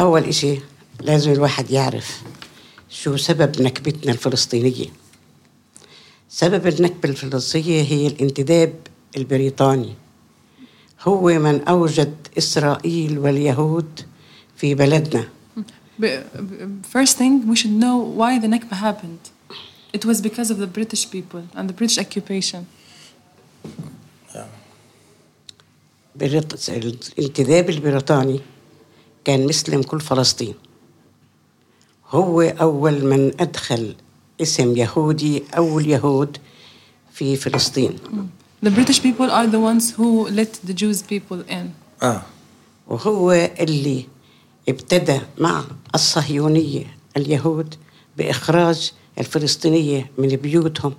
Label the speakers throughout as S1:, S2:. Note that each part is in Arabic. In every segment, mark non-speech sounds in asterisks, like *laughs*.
S1: أول إشي لازم الواحد يعرف شو سبب نكبتنا الفلسطينية سبب النكبة الفلسطينية هي الانتداب البريطاني هو من أوجد إسرائيل واليهود في بلدنا
S2: B- b- First thing, we should know why the Nakba happened. It was because of the British people and the British occupation.
S1: بريط... الانتداب البريطاني كان مسلم كل فلسطين هو أول من أدخل اسم يهودي أو اليهود في فلسطين
S2: The British people are the ones who let the Jews people in.
S3: اه
S1: وهو اللي ابتدى مع الصهيونية اليهود بإخراج الفلسطينية من بيوتهم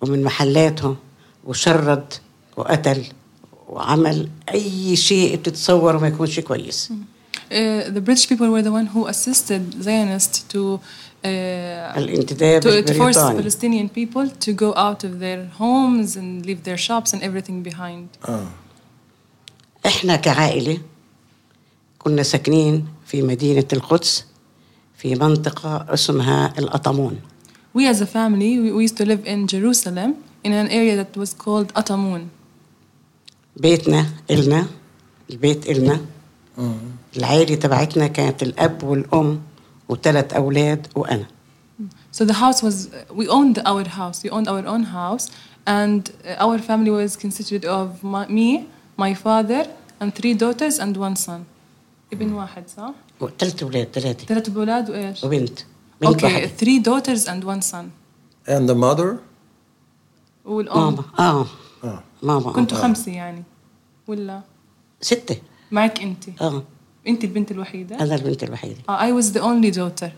S1: ومن محلاتهم وشرد وقتل وعمل أي شيء بتتصوره ما يكونش كويس
S2: Uh, the British people were the one who assisted Zionists to uh,
S1: الانتداب
S2: to, to force
S1: البريطاني
S2: Palestinian people to go out of their homes and leave their shops and everything behind.
S3: اه
S1: احنا كعائله كنا ساكنين في مدينه القدس في منطقه اسمها الاطمون
S2: We as a family, we, we used to live in Jerusalem in an area that was called Atamun.
S1: بيتنا النا البيت النا العائله تبعتنا كانت الاب والام وثلاث اولاد وانا
S2: So the house was, we owned our house, we owned our own house, and uh, our family was consisted of my, me, my father, and three daughters and one son. ابن واحد صح؟
S1: وثلاث اولاد ثلاثه
S2: ثلاث بولاد وإيش؟
S1: وبنت بنت
S2: Okay,
S1: واحده
S2: three daughters and one son.
S3: and the mother
S2: والأم
S1: ماما اه
S3: اه
S1: ماما آه.
S2: كنتوا خمسة يعني ولا
S1: سته
S2: معك أنت
S1: اه
S2: أنت البنت الوحيدة؟
S1: انا البنت الوحيده
S2: Uh, I was the only daughter.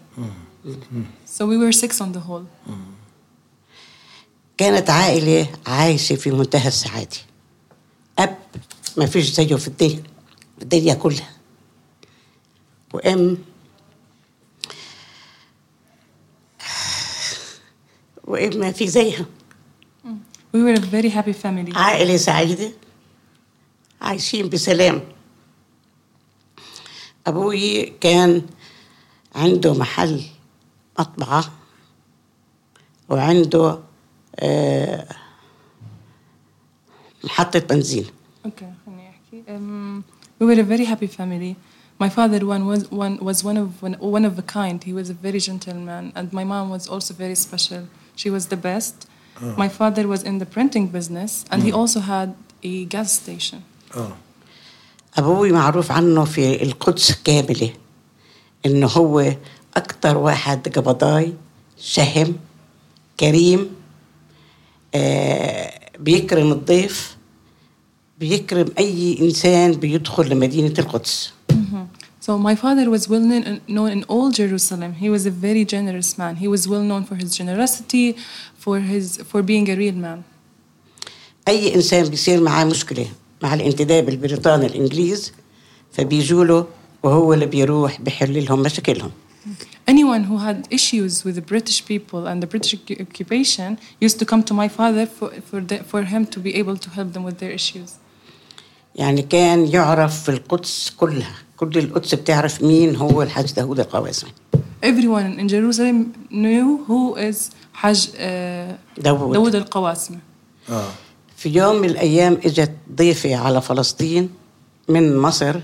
S2: So we were six on the whole.
S1: كانت عائلة عايشة في منتهى السعادة أب ما فيش زيه في الدنيا في الدنيا كلها وأم وأم ما في زيها
S2: We were a very happy family.
S1: عائلة سعيدة عايشين بسلام أبوي كان عنده محل مطبعة وعنده آه، محطة بنزين
S2: Okay, خليني أحكي. Um, we were a very happy family. My father one was one was one of one, one of a kind. He was a very gentleman, and my mom was also very special. She was the best. My father was in the printing business, and he also had a gas station.
S3: اه
S1: أبوي معروف عنه في القدس كاملة إنه هو أكتر واحد قبضاي شهم كريم آه بيكرم الضيف بيكرم أي إنسان بيدخل لمدينة القدس
S2: So my father was well known, known in all Jerusalem. He was a very generous man. He was well known for his generosity, for his for being a real man.
S1: أي إنسان بيصير معاه مشكلة مع الانتداب البريطاني الإنجليز فبيجوله وهو اللي بيروح بحل لهم مشاكلهم
S2: Anyone who had issues with the British people and the British occu- occupation used to come to my father for, for, the, for him to be able to help them with their issues.
S1: يعني كان يعرف في القدس كلها كل القدس بتعرف مين هو الحاج داود القواسمي
S2: Everyone in Jerusalem knew who is Hajj uh,
S1: داوود.
S2: Dawood al-Qawasmi.
S3: اه
S1: في يوم من الأيام إجت ضيفة على فلسطين من مصر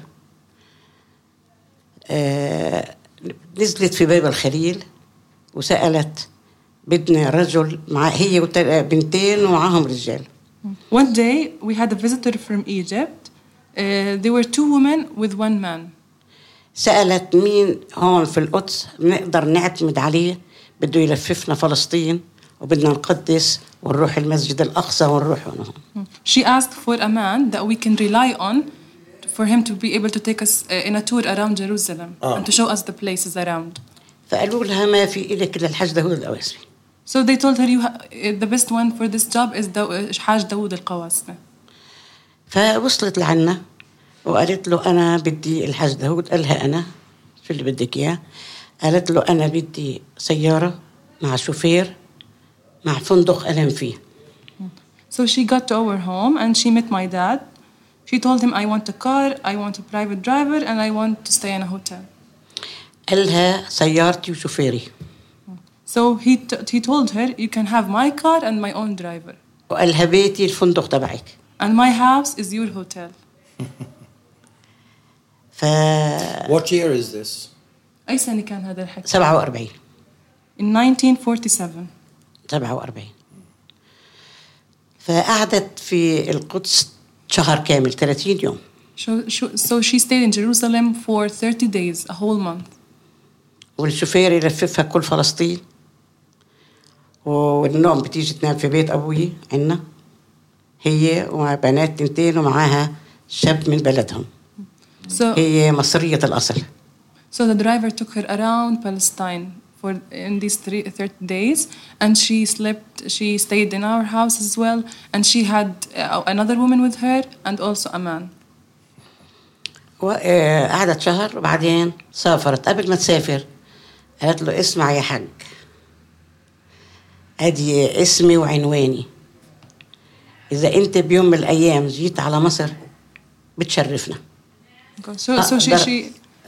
S1: آه، نزلت في باب الخليل وسألت بدنا رجل مع هي وت- بنتين ومعاهم رجال
S2: One day we had a visitor from Egypt. Uh, there were two women with one man.
S1: سألت مين هون في القدس بنقدر نعتمد عليه بده يلففنا فلسطين وبدنا نقدس ونروح المسجد الأقصى ونروح هون
S2: She asked for a man that we can rely on for him to be able to take us uh, in a tour around Jerusalem and to show us the places around.
S1: فقالوا لها ما في إلك إلا الحاج داود الأواسمي
S2: So they told her you ha- uh, the best one for this job is Daw- Haj Dawood al-Qawasmi.
S1: فوصلت لعنا وقالت له أنا بدي الحاج داود قال لها أنا شو اللي بدك إياه قالت له أنا بدي سيارة مع شوفير مع فندق أنام فيه
S2: So she got to our home and she met my dad. She told him I want a car, I want a private driver and I want to stay in a hotel.
S1: قال لها سيارتي وشوفيري
S2: So he, t- he told her, You can have my car and my own driver.
S1: وقال لها بيتي الفندق تبعك
S2: And my house is your hotel.
S1: ف
S3: What year is this?
S2: أي سنة كان هذا الحكي؟
S1: 47
S2: In 1947.
S1: 47 فقعدت في القدس شهر كامل 30 يوم
S2: So, so- so she stayed in Jerusalem for 30 days, a whole month.
S1: والشوفير يلففها كل فلسطين والنوم بتيجي تنام في بيت أبوي عنا هي ومع بنات تنتين ومعاها شاب من بلدهم
S2: So,
S1: هي مصرية الأصل
S2: so the driver took her around Palestine for in these three, 30 days, and she slept. She stayed in our house as well, and she had uh, another woman with her, and also a man.
S1: وقعدت آه، شهر وبعدين سافرت قبل ما تسافر قالت له اسمع يا حاج ادي اسمي وعنواني اذا انت بيوم من الايام جيت على مصر بتشرفنا
S2: So, so she, she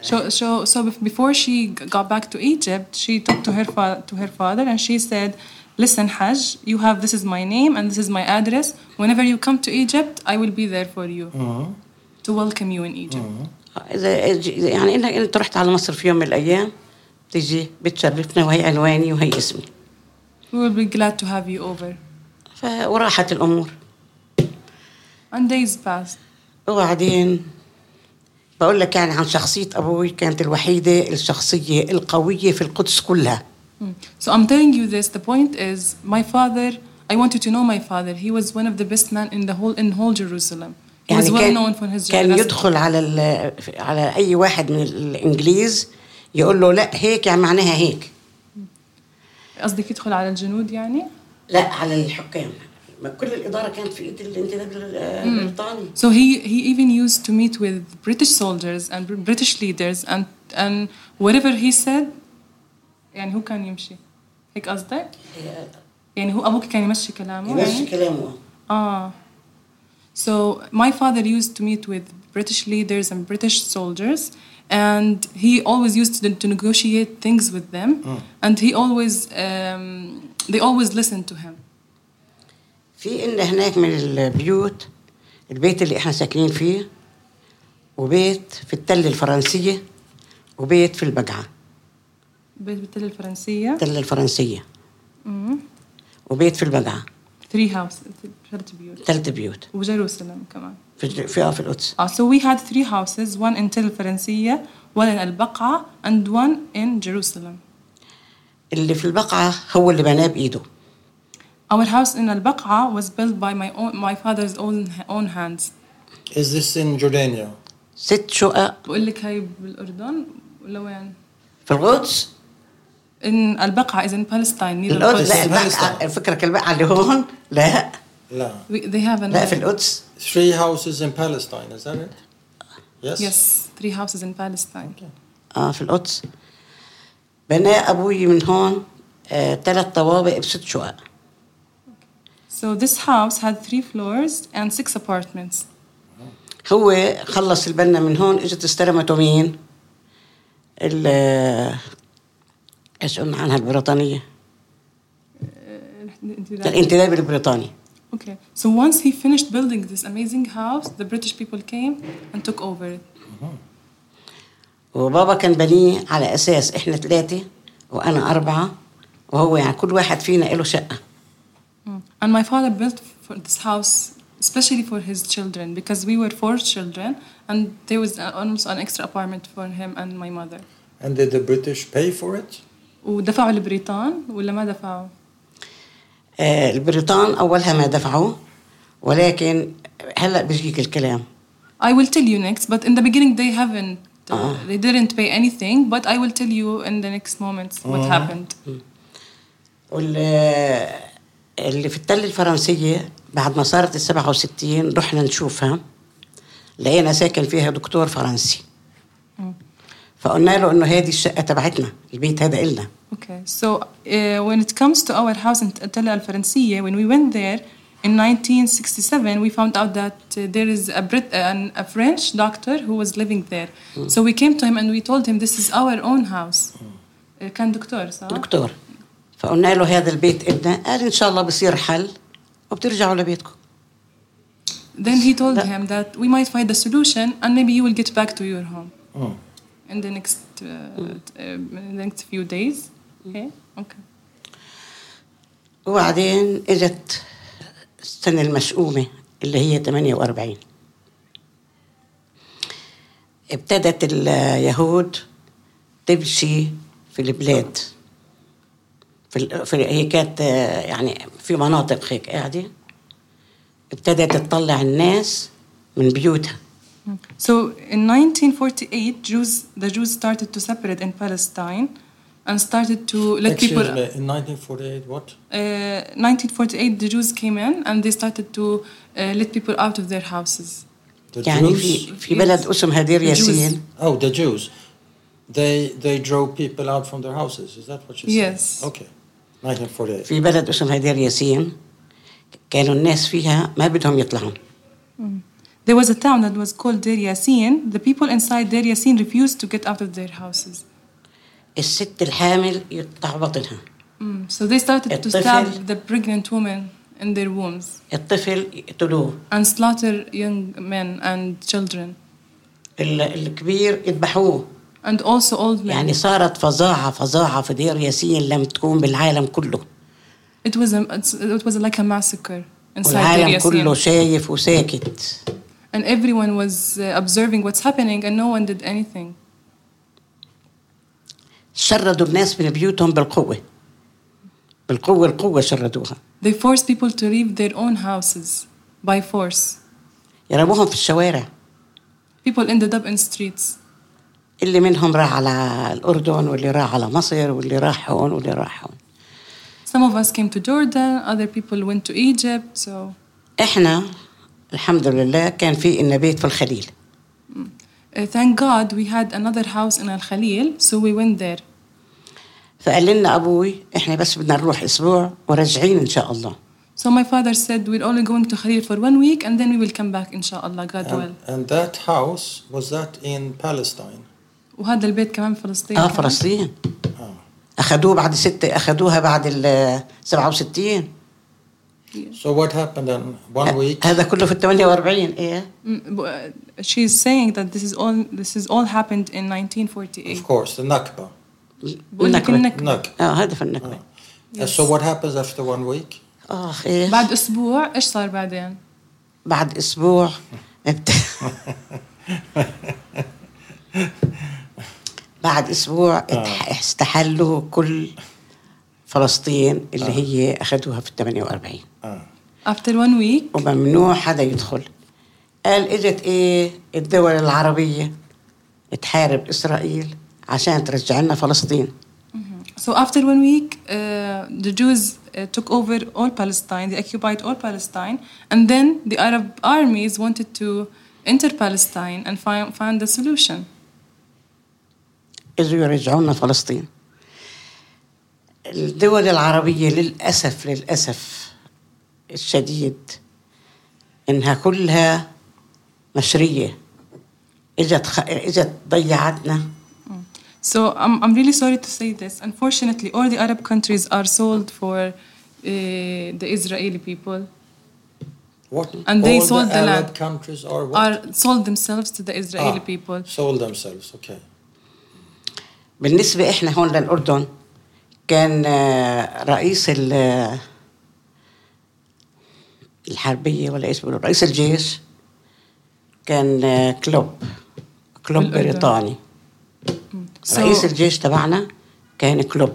S2: so, so, so bef- before she g- got back to Egypt, she talked to her fa- to her father, and she said, "Listen, Hajj, you have this is my name and this is my address. Whenever you come to Egypt, I will be there for you to welcome you in Egypt."
S1: اذا إذا- يعني انك انت رحت على مصر في يوم من الايام تيجي بتشرفنا وهي عنواني وهي اسمي
S2: We will be glad to have you over.
S1: ف... وراحت الامور
S2: And days passed.
S1: وبعدين بقول لك يعني عن شخصيه ابوي كانت الوحيده الشخصيه القويه في القدس كلها
S2: Mm. So I'm telling you this. The point is, my father. I want you to know my father. He was one of the best men in the whole in whole Jerusalem. He was
S1: يعني
S2: well known
S1: كان,
S2: for his
S1: كان
S2: generosity.
S1: يدخل على ال- على اي واحد من الانجليز يقول له لا هيك يعني معناها هيك
S2: قصدك يدخل على الجنود يعني؟
S1: لا على الحكام ما كل الاداره كانت في ايد الانتداب البريطاني
S2: So he, he even used to meet with British soldiers and Br- British leaders and and whatever he said يعني هو كان يمشي هيك قصدك؟ يعني هو أبوك كان يمشي كلامه
S1: يمشي
S2: يعني؟
S1: كلامه
S2: آه Ah. So my father used to meet with British leaders and British soldiers and he always used to, to negotiate things with them and he always um, they always listened to him
S1: في ان هناك من البيوت البيت اللي احنا ساكنين فيه وبيت في التله الفرنسيه وبيت في البجعه
S2: بالتل الفرنسية
S1: التله الفرنسيه
S2: مم.
S1: وبيت في البجعه
S2: three houses ثلاث بيوت
S1: ثلاث بيوت
S2: وجيروسلم كمان
S1: في في, آه، في القدس
S2: Uh, so we had three houses, one in Tel Francia, one in Al-Baqa, and one in Jerusalem.
S1: اللي في البقعه هو اللي بناه بايده
S2: Our house in Al-Baqa was built by my own, my father's own own hands.
S3: Is this in Jordania?
S1: ست شقق
S2: بقول لك هاي بالأردن ولا وين؟
S1: في القدس
S2: In Al-Baqa is in Palestine near
S1: القدس لا
S2: Al-Quds.
S1: البقعة الفكرة البقعة اللي هون لا
S3: La.
S2: We- They have
S1: لا في
S2: another.
S1: القدس
S3: Three houses in Palestine, is that it? Yes?
S2: Yes, three houses in Palestine.
S1: اه في القدس بناه أبوي من هون آه ثلاث طوابق بست شقق
S2: So this house had three floors and six apartments.
S1: هو خلص البنا من هون اجت استلمته مين؟ ال ايش قلنا عنها البريطانية؟ الانتداب البريطاني
S2: Okay. So once he finished building this amazing house, the British people came and took over it.
S1: وبابا كان بنيه على أساس إحنا ثلاثة وأنا أربعة وهو يعني كل واحد فينا له شقة
S2: Mm. And my father built for this house especially for his children because we were four children and there was a- almost an extra apartment for him and my mother.
S3: And did the British pay for it?
S2: ودفعوا البريطان ولا ما دفعوا؟
S1: آه، البريطان أولها ما دفعوا ولكن هلأ بيجيك الكلام
S2: I will tell you next but in the beginning they haven't uh,
S1: Ah.
S2: they didn't pay anything but I will tell you in the next moments
S1: Oh,
S2: what happened.
S1: وال- آه، اللي في التلة الفرنسية بعد ما صارت السبعة وستين رحنا نشوفها لقينا ساكن فيها دكتور فرنسي فقلنا له انه هذه الشقة تبعتنا البيت هذا إلنا
S2: Okay, so uh, when it comes to our house in Tella Al Francia, when we went there, In 1967, we found out that uh, there is a, Brit- an, a French doctor who was living there.
S1: Hmm.
S2: So we came to him and we told him, This is our own house. Uh, كان دكتور صح؟
S1: دكتور فقلنا له هذا البيت ابنه قال ان شاء الله بصير حل وبترجعوا لبيتكم
S2: Then he told
S1: That-
S2: him that we might find a solution and maybe you will get back to your home
S3: Mm.
S2: in the next, uh, t- uh, next few days. Okay? Okay.
S1: وبعدين اجت السنة المشؤومة اللي هي 48 ابتدت اليهود تمشي في البلاد في, ال- في ال- هي كانت آه، يعني في مناطق هيك قاعدة ابتدت تطلع الناس من بيوتها
S2: So in 1948, Jews, the Jews started to separate in Palestine and started to let
S3: Excuse
S2: people.
S3: me, in 1948, what?
S2: Uh, 1948, the Jews came in and they started to uh, let people out of their houses.
S3: The
S1: يعني
S3: Jews?
S1: في في بلد اسمها دير
S2: The Jews.
S1: ياسين
S3: Oh, the Jews. They they drove people out from their houses. Is that what you said?
S2: Yes.
S3: Okay. 1948.
S1: في بلد اسمها دير ياسين كانوا الناس فيها ما بدهم يطلعوا
S2: There was a town that was called Deir Yassin. The people inside Deir Yassin refused to get out of their houses.
S1: الست الحامل يقطع بطنها
S2: Mm. So they started to
S1: الطفل.
S2: stab the pregnant women in their wombs
S1: الطفل يقتلوه
S2: and slaughter young men and children
S1: ال- الكبير يذبحوه
S2: and also old men.
S1: يعني صارت فظاعة فظاعة في دير ياسين لم تكون بالعالم كله
S2: It was a, it's- it was like a massacre inside Deir
S1: والعالم كله
S2: Yassin.
S1: شايف وساكت
S2: And everyone was uh, observing what's happening and no one did anything.
S1: شردوا الناس من بيوتهم بالقوة بالقوة القوة شردوها
S2: They forced people to leave their own houses by force.
S1: يرموهم في الشوارع
S2: People ended up in streets.
S1: اللي منهم راح على الأردن واللي راح على مصر واللي راح هون واللي راح هون
S2: Some of us came to Jordan, other people went to Egypt. So
S1: احنا الحمد لله كان في إن بيت في الخليل
S2: uh, thank God we had another house in Al Khalil, so we went there.
S1: فقال لنا ابوي احنا بس بدنا نروح اسبوع وراجعين ان شاء الله
S2: So my father said, We're only going to Khalil for one week and then we will come back, inshallah, God will.
S3: And, and that house was that in Palestine?
S2: وهذا البيت كمان فلسطين
S1: اه
S2: كمان.
S1: فلسطين
S3: Oh.
S1: اخذوه بعد ستة اخذوها بعد ال 67
S3: So what happened in
S2: Uh,
S3: one week?
S1: هذا كله في ال 48 ايه
S2: Mm, but, uh, She's saying that this is all this is all happened in 1948.
S3: Of course, the Nakba.
S2: بقول لك
S1: النكبة.
S2: النكبة.
S3: Nakba.
S1: اه هذا في النكبه
S3: And uh, so what happens after one week?
S1: اخ ايه
S2: آه. بعد اسبوع ايش صار بعدين؟
S1: بعد اسبوع بت... بعد اسبوع اتح- استحلوا كل فلسطين اللي هي اخذوها في ال 48
S3: Ah.
S2: After one week,
S1: وممنوع حدا يدخل قال اجت ايه الدول العربية تحارب اسرائيل عشان ترجع لنا فلسطين
S2: so after one week, uh, the Jews uh, took over all Palestine, they occupied all Palestine, and then the Arab armies wanted to enter Palestine and find, find a solution.
S1: اجوا يرجعوا لنا فلسطين الدول العربية للأسف للأسف الشديد إنها كلها مشرية اجت خ... اجت ضيعتنا
S2: So I'm, I'm really sorry to say this. Unfortunately, all the Arab countries are sold for uh, the Israeli people,
S3: What?
S2: And they
S3: All
S2: sold the
S3: the Arab
S2: land.
S3: countries are what?
S2: are sold themselves to the Israeli
S3: Ah,
S2: people.
S3: Sold themselves. Okay.
S1: بالنسبة إحنا هون للأردن كان آه، رئيس ال- آه، الحربية ولا إيش بيقولوا رئيس الجيش كان آه، كلوب كلوب
S2: بالأردن.
S1: بريطاني رئيس الجيش تبعنا كان كلوب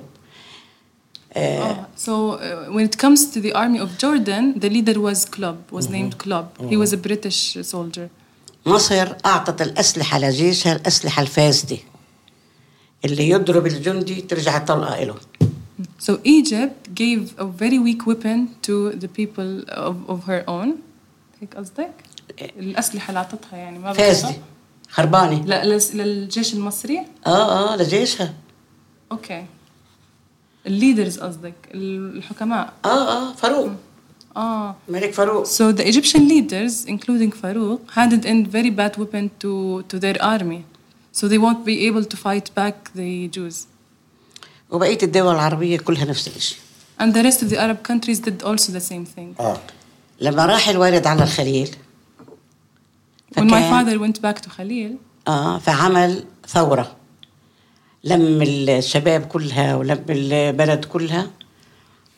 S2: Ah, so uh, when it comes to the army of Jordan, the leader was Club, was named Club. He was a British soldier.
S1: مصر أعطت الأسلحة لجيشها الأسلحة الفاسدة اللي يضرب الجندي ترجع الطلقة إله
S2: So Egypt gave a very weak weapon to the people of, of her own. هيك قصدك؟ الأسلحة اللي أعطتها يعني ما
S1: فاسدة خربانة
S2: لا لس- للجيش المصري؟
S1: آه آه لجيشها
S2: أوكي. الليدرز قصدك، الحكماء.
S1: آه آه فاروق
S2: آه Ah.
S1: Malik Farouk.
S2: So the Egyptian leaders, including Farouk, handed in very bad weapon to, to their army. So they won't be able to fight back the Jews.
S1: وبقيه الدول العربيه كلها نفس الشيء
S2: And the rest of the Arab countries did also the same thing.
S3: Ah.
S1: لما راح الوالد على الخليل
S2: When my
S1: فكان-
S2: father went back to Khalil,
S1: آه فعمل ثورة لم الشباب كلها ولم البلد كلها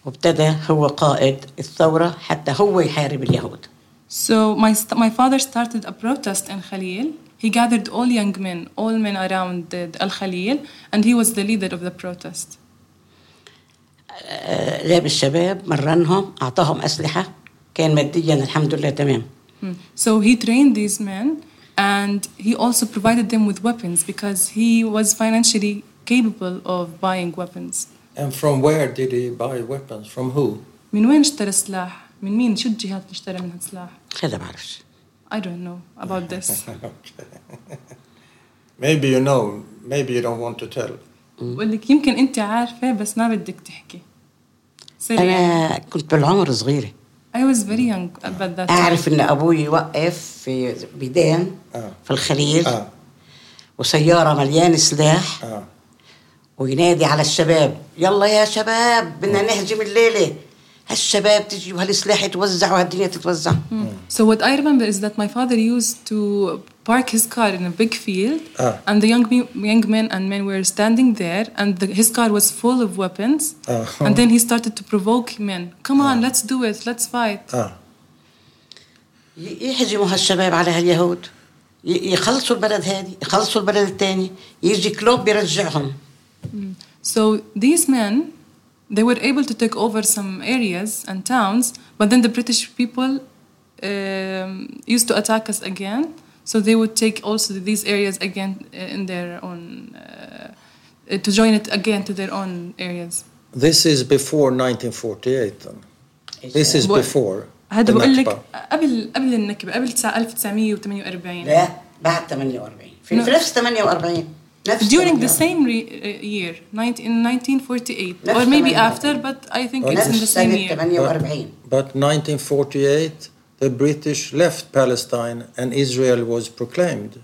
S1: وابتدى هو قائد الثورة حتى هو يحارب اليهود
S2: so my, st- my father started a protest in Khalil. He gathered all young men, all men around the, Al Khalil, and he was the leader of the protest.
S1: آه، جاب الشباب مرنهم أعطاهم أسلحة كان ماديا الحمد لله تمام
S2: Hmm. So he trained these men and he also provided them with weapons because he was financially capable of buying weapons.
S3: And from where did he buy weapons? From who? *laughs*
S2: من وين اشترى سلاح؟ من مين؟ شو الجهات اللي اشترى منها سلاح؟
S1: هذا بعرفش
S2: I don't know about this.
S3: Hmm. okay. maybe you know, maybe you don't want to tell.
S2: بقول لك يمكن انت عارفه بس ما بدك تحكي. سري يعني.
S1: أنا كنت بالعمر صغيرة
S2: I was very young about that time.
S1: أعرف إن أبوي وقف في بيدان
S3: آه.
S1: في الخليل
S3: Ah,
S1: وسيارة مليان سلاح
S3: ah.
S1: وينادي على الشباب يلا يا شباب بدنا نهجم الليله هالشباب تجي وهالسلاح يتوزع وهالدنيا تتوزع
S2: Mm. So what I remember is that my father used to park his car in a big field,
S3: Ah.
S2: and the young me- young men and men were standing there, and the, his car was full of weapons.
S3: Uh-huh.
S2: And then he started to provoke men. Come on, let's do it. Let's fight.
S3: Ah.
S1: ي- يهجموا هالشباب على هاليهود ي- يخلصوا البلد هذه يخلصوا البلد الثاني يجي كلوب يرجعهم
S2: So these men, they were able to take over some areas and towns, but then the British people um, used to attack us again. So they would take also these areas again uh, in their own, uh, uh, to join it again to their own areas.
S3: This is before 1948 then. This is
S2: What-
S3: before.
S2: هذا
S3: the
S2: بقول
S3: Nakba.
S2: لك قبل قبل النكبه قبل 1948
S1: لا بعد 48 في,
S2: نعم.
S1: في نفس 48 نفس
S2: during
S1: 48.
S2: the same re- uh, year 19, in 1948
S1: نفس
S2: or maybe
S1: 48.
S2: after but I think it's in the
S1: نفس
S2: same
S1: سنه
S2: year
S1: 48
S3: But 1948, the British left Palestine and Israel was proclaimed.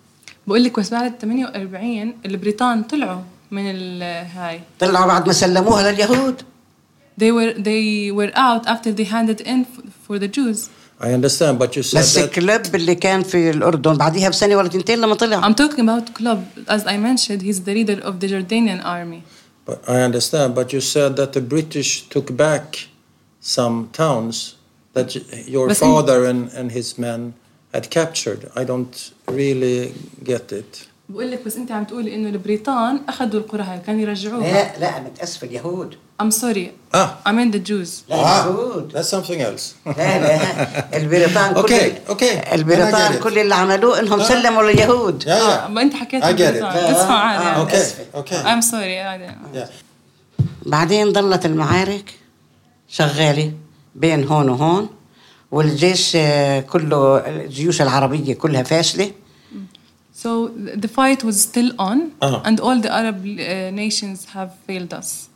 S2: بقول لك بس بعد 48 البريطان طلعوا من ال- هاي
S1: طلعوا بعد ما سلموها لليهود
S2: they were they were out after they handed in f- for the Jews
S3: I understand, but you said
S1: بس
S3: that.
S1: الكلب اللي كان في الاردن بعديها بسنه ولا تنتين لما طلع
S2: I'm talking about Club as I mentioned he's the leader of the Jordanian army
S3: But I understand, but you said that the British took back some towns that y- your
S2: But in-
S3: father and, and his men had captured. I don't really get it.
S2: بقول لك بس انت عم تقولي انه البريطان اخذوا القرى هاي كانوا
S3: إيه.
S2: يرجعوها
S1: لا لا متاسف اليهود
S2: I'm sorry
S3: Ah,
S2: I mean the Jews
S1: لا
S3: Ah,
S1: اليهود
S3: that's something else.
S1: لا لا
S3: *laughs*
S1: البريطان كل
S3: Okay, okay. I
S1: البريطان
S3: get it.
S1: كل اللي عملوه انهم سلموا لليهود
S3: yeah,
S2: ما انت حكيت
S3: I get it.
S2: بالبريطان. It's fine.
S1: آه، آه.
S2: yeah.
S3: yeah. Okay,
S1: Yes.
S3: okay.
S2: I'm sorry I don't-
S3: Yeah.
S1: بعدين ضلت المعارك شغاله بين هون وهون والجيش آه، كله الجيوش العربيه كلها فاشله
S2: So the fight was still on
S3: آه.
S2: and all the Arab uh, nations have failed us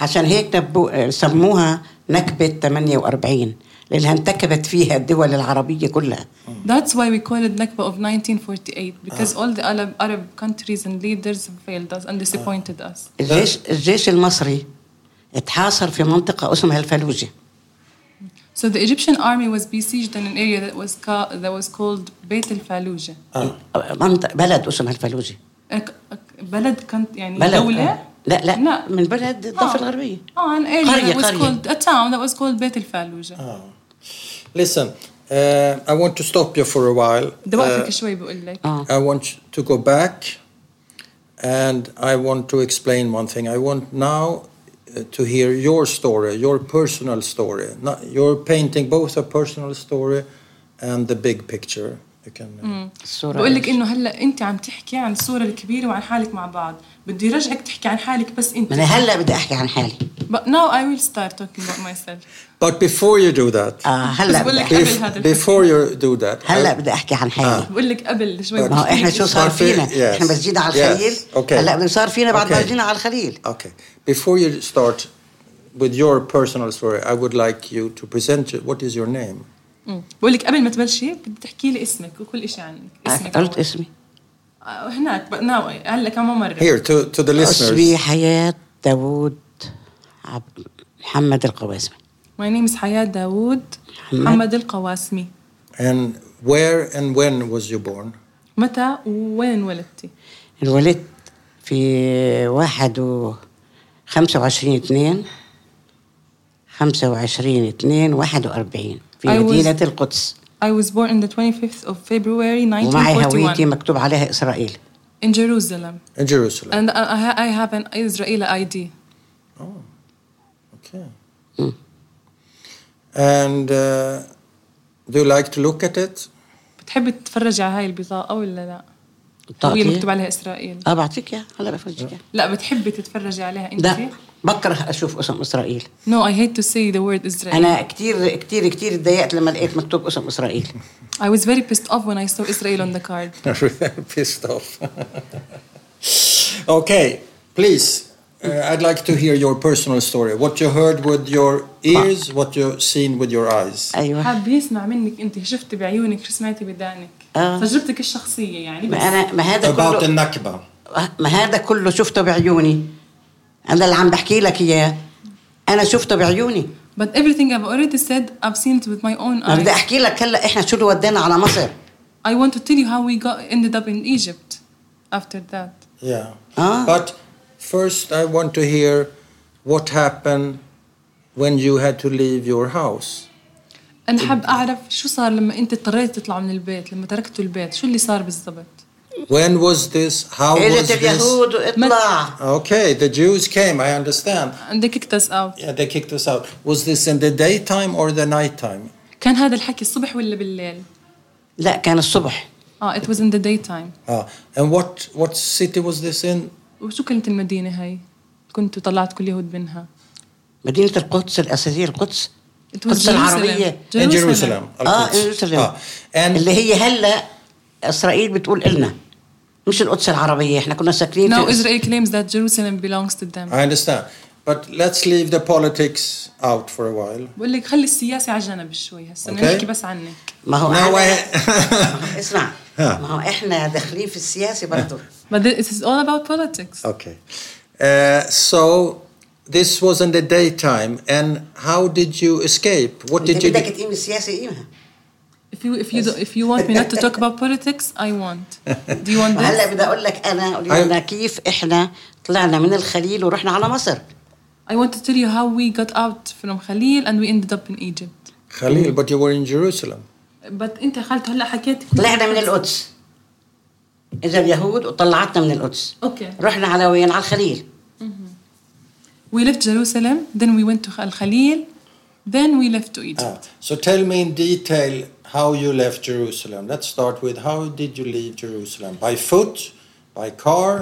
S1: عشان هيك نبو آه، سموها نكبه 48 لانها انتكبت فيها الدول العربيه كلها
S2: That's why we call it Nakba of 1948 because all the Arab, Arab countries and leaders have failed us and disappointed us.
S1: الجيش الجيش المصري اتحاصر في منطقه اسمها الفلوجه
S2: So the Egyptian army was besieged in an area that was ca- that was called Beit el Faluja.
S3: Ah,
S1: منطقه بلد اسمها الفلوجه
S2: بلد كانت يعني
S1: بلد
S2: دولة
S1: آه. لا لا,
S2: لا.
S1: لا. من بلد الضفه
S2: آه.
S1: الغربيه
S2: Oh, an area
S1: قرية-
S2: that was
S1: قرية.
S2: called a town that was called Beit el Faluja.
S3: ah. Listen, uh, I want to stop you for a while.
S2: بدي
S3: Uh,
S2: اوقفك شوي بقول لك.
S1: آه.
S3: I want to go back and I want to explain one thing. I want now uh, to hear your story, your personal story. Not, you're painting both a personal story and the big picture. You can, uh,
S1: الصوره
S2: بقول لك
S1: إيش؟
S2: انه هلا انت عم تحكي عن الصورة الكبيرة وعن حالك مع بعض، بدي رجعك تحكي عن حالك بس
S1: ما انا
S2: انت.
S1: هلا بدي احكي عن حالي
S2: But now I will start talking about myself.
S3: But before you do that,
S1: اه هلا
S2: بس
S1: بدي
S2: بقول لك
S1: أحكي-
S2: قبل
S3: bef-
S2: هذا الفيلم.
S3: before you do that,
S1: هلا
S3: I-
S1: بدي احكي عن حالي
S2: بقول لك قبل شوي
S1: ما هو احنا آه، شو صار
S3: صار في-
S1: فينا
S3: yes.
S1: احنا بس جينا على
S3: Yes.
S1: الخليل
S3: Okay.
S1: هلا بدنا صار فينا بعد ما
S3: Okay.
S1: جينا على الخليل
S3: okay. Before you start with your personal story, I would like you to present your- what is your name?
S2: مم. بقول لك قبل ما تبلشي بدك تحكي لي اسمك وكل شيء عنك اسمك
S1: قلت
S2: أول.
S1: اسمي
S2: آه، هناك بقى- ناوي هلا كمان مره
S3: Here to, to the
S1: اسمي
S3: listeners.
S1: حياة داوود عبد محمد القواسمي
S2: My name is حياة داوود
S1: محمد.
S2: محمد القواسمي
S3: And where and when was you born?
S2: متى وين ولدتي؟
S1: انولدت في واحد و خمسة وعشرين اتنين خمسة وعشرين اتنين واحد وأربعين في
S2: I was-
S1: مدينة القدس
S2: I was born on the 25th of February
S1: ومعي هويتي
S2: 1941
S1: مكتوب عليها إسرائيل
S2: in Jerusalem
S3: In Jerusalem.
S2: and I, I- I have an Israeli ID.
S3: Oh, okay. Hmm. And uh, do you like to look at *laughs* it?
S2: بتحبي تتفرجي على هاي البطاقة ولا لا؟ هي اللي
S1: بتعطي؟
S2: مكتوب عليها آه. إسرائيل
S1: اه بعطيك اياها هلا بفرجيك اياها
S2: لا بتحبي تتفرجي عليها أنت؟
S1: لا بكره اشوف اسم اسرائيل
S2: No I hate to say the word Israel
S1: انا كتير كتير كتير اتضايقت لما لقيت مكتوب اسم اسرائيل
S2: I was very pissed off when I saw Israel on the card
S3: Pissed off. *laughs* okay, please. Uh, I'd like to hear your personal story. What you heard with your ears, what you seen with your eyes.
S1: ايوه
S2: حابة يسمع منك أنت شفتي بعيونك شو سمعتي بدانك
S1: آه.
S2: تجربتك الشخصية يعني
S1: ما
S2: بس.
S1: انا ما هذا
S3: About the
S1: كله
S3: Nakba.
S1: ما هذا كله شفته بعيوني انا اللي عم بحكي لك اياه انا شفته بعيوني
S2: But everything I've already said, I've seen it with my own
S1: ما بدي
S2: eyes.
S1: احكي لك هلا احنا شو اللي ودانا على مصر
S2: I want to tell you how we got ended up in Egypt after that.
S3: Yeah.
S1: Ah.
S3: But first, I want to hear what happened when you had to leave your house.
S2: أنا حاب أعرف شو صار لما أنت اضطريت تطلع من البيت، لما تركتوا البيت، شو اللي صار بالضبط؟
S3: When was this? How was
S1: اجت
S3: this?
S1: اليهود واطلع
S3: Okay, the Jews came, I understand.
S2: And they kicked us out.
S3: Yeah, they kicked us out. Was this in the daytime or the nighttime?
S2: كان هذا الحكي الصبح ولا بالليل؟
S1: لا كان الصبح
S2: آه it was in the daytime.
S3: Ah, and what, what city was this in?
S2: وشو كانت المدينة هاي؟ كنتوا طلعت كل يهود منها.
S1: مدينة القدس الأساسية القدس
S2: It was
S1: القدس العربية
S3: In Jerusalem.
S1: اه
S3: Al-Quds.
S1: جيروسلم
S3: Ah, and
S1: اللي هي هلا اسرائيل بتقول إلنا مش القدس العربيه احنا كنا ساكنين
S2: Now
S1: في
S2: Israel claims that Jerusalem belongs to them.
S3: I understand. But let's leave the politics out for a while.
S2: بقول لك خلي السياسة على جنب شوي هسا بدنا
S3: Okay.
S2: نحكي بس عنك.
S1: ما هو
S3: Now
S1: أنا-
S3: I-
S1: *laughs* اسمع
S3: ها.
S1: ما هو احنا داخلين في السياسه برضه
S2: But this is all about politics.
S3: okay. Uh, so this was in the daytime, and how did you escape? What
S1: انت
S3: did you
S1: بدك
S3: do?
S1: تقيم السياسه قيمها
S2: If you if you do, if you want me not to talk about politics, I won't. Do you want
S1: هلا
S2: this?
S1: بدي اقول لك انا
S3: أيوة.
S1: لنا كيف احنا طلعنا من الخليل ورحنا على مصر
S2: I want to tell you how we got out from Khalil and we ended up in Egypt.
S3: Khalil, but you were in Jerusalem.
S2: But أنت خالته هلا حكيت
S1: طلعنا من القدس اجا اليهود وطلعتنا من القدس
S2: Okay.
S1: رحنا على وين على الخليل
S2: We left Jerusalem, then we went to Al Khalil, then we left to Egypt.
S3: Ah, so tell me in detail how you left Jerusalem. Let's start with how did you leave Jerusalem? By foot, by car?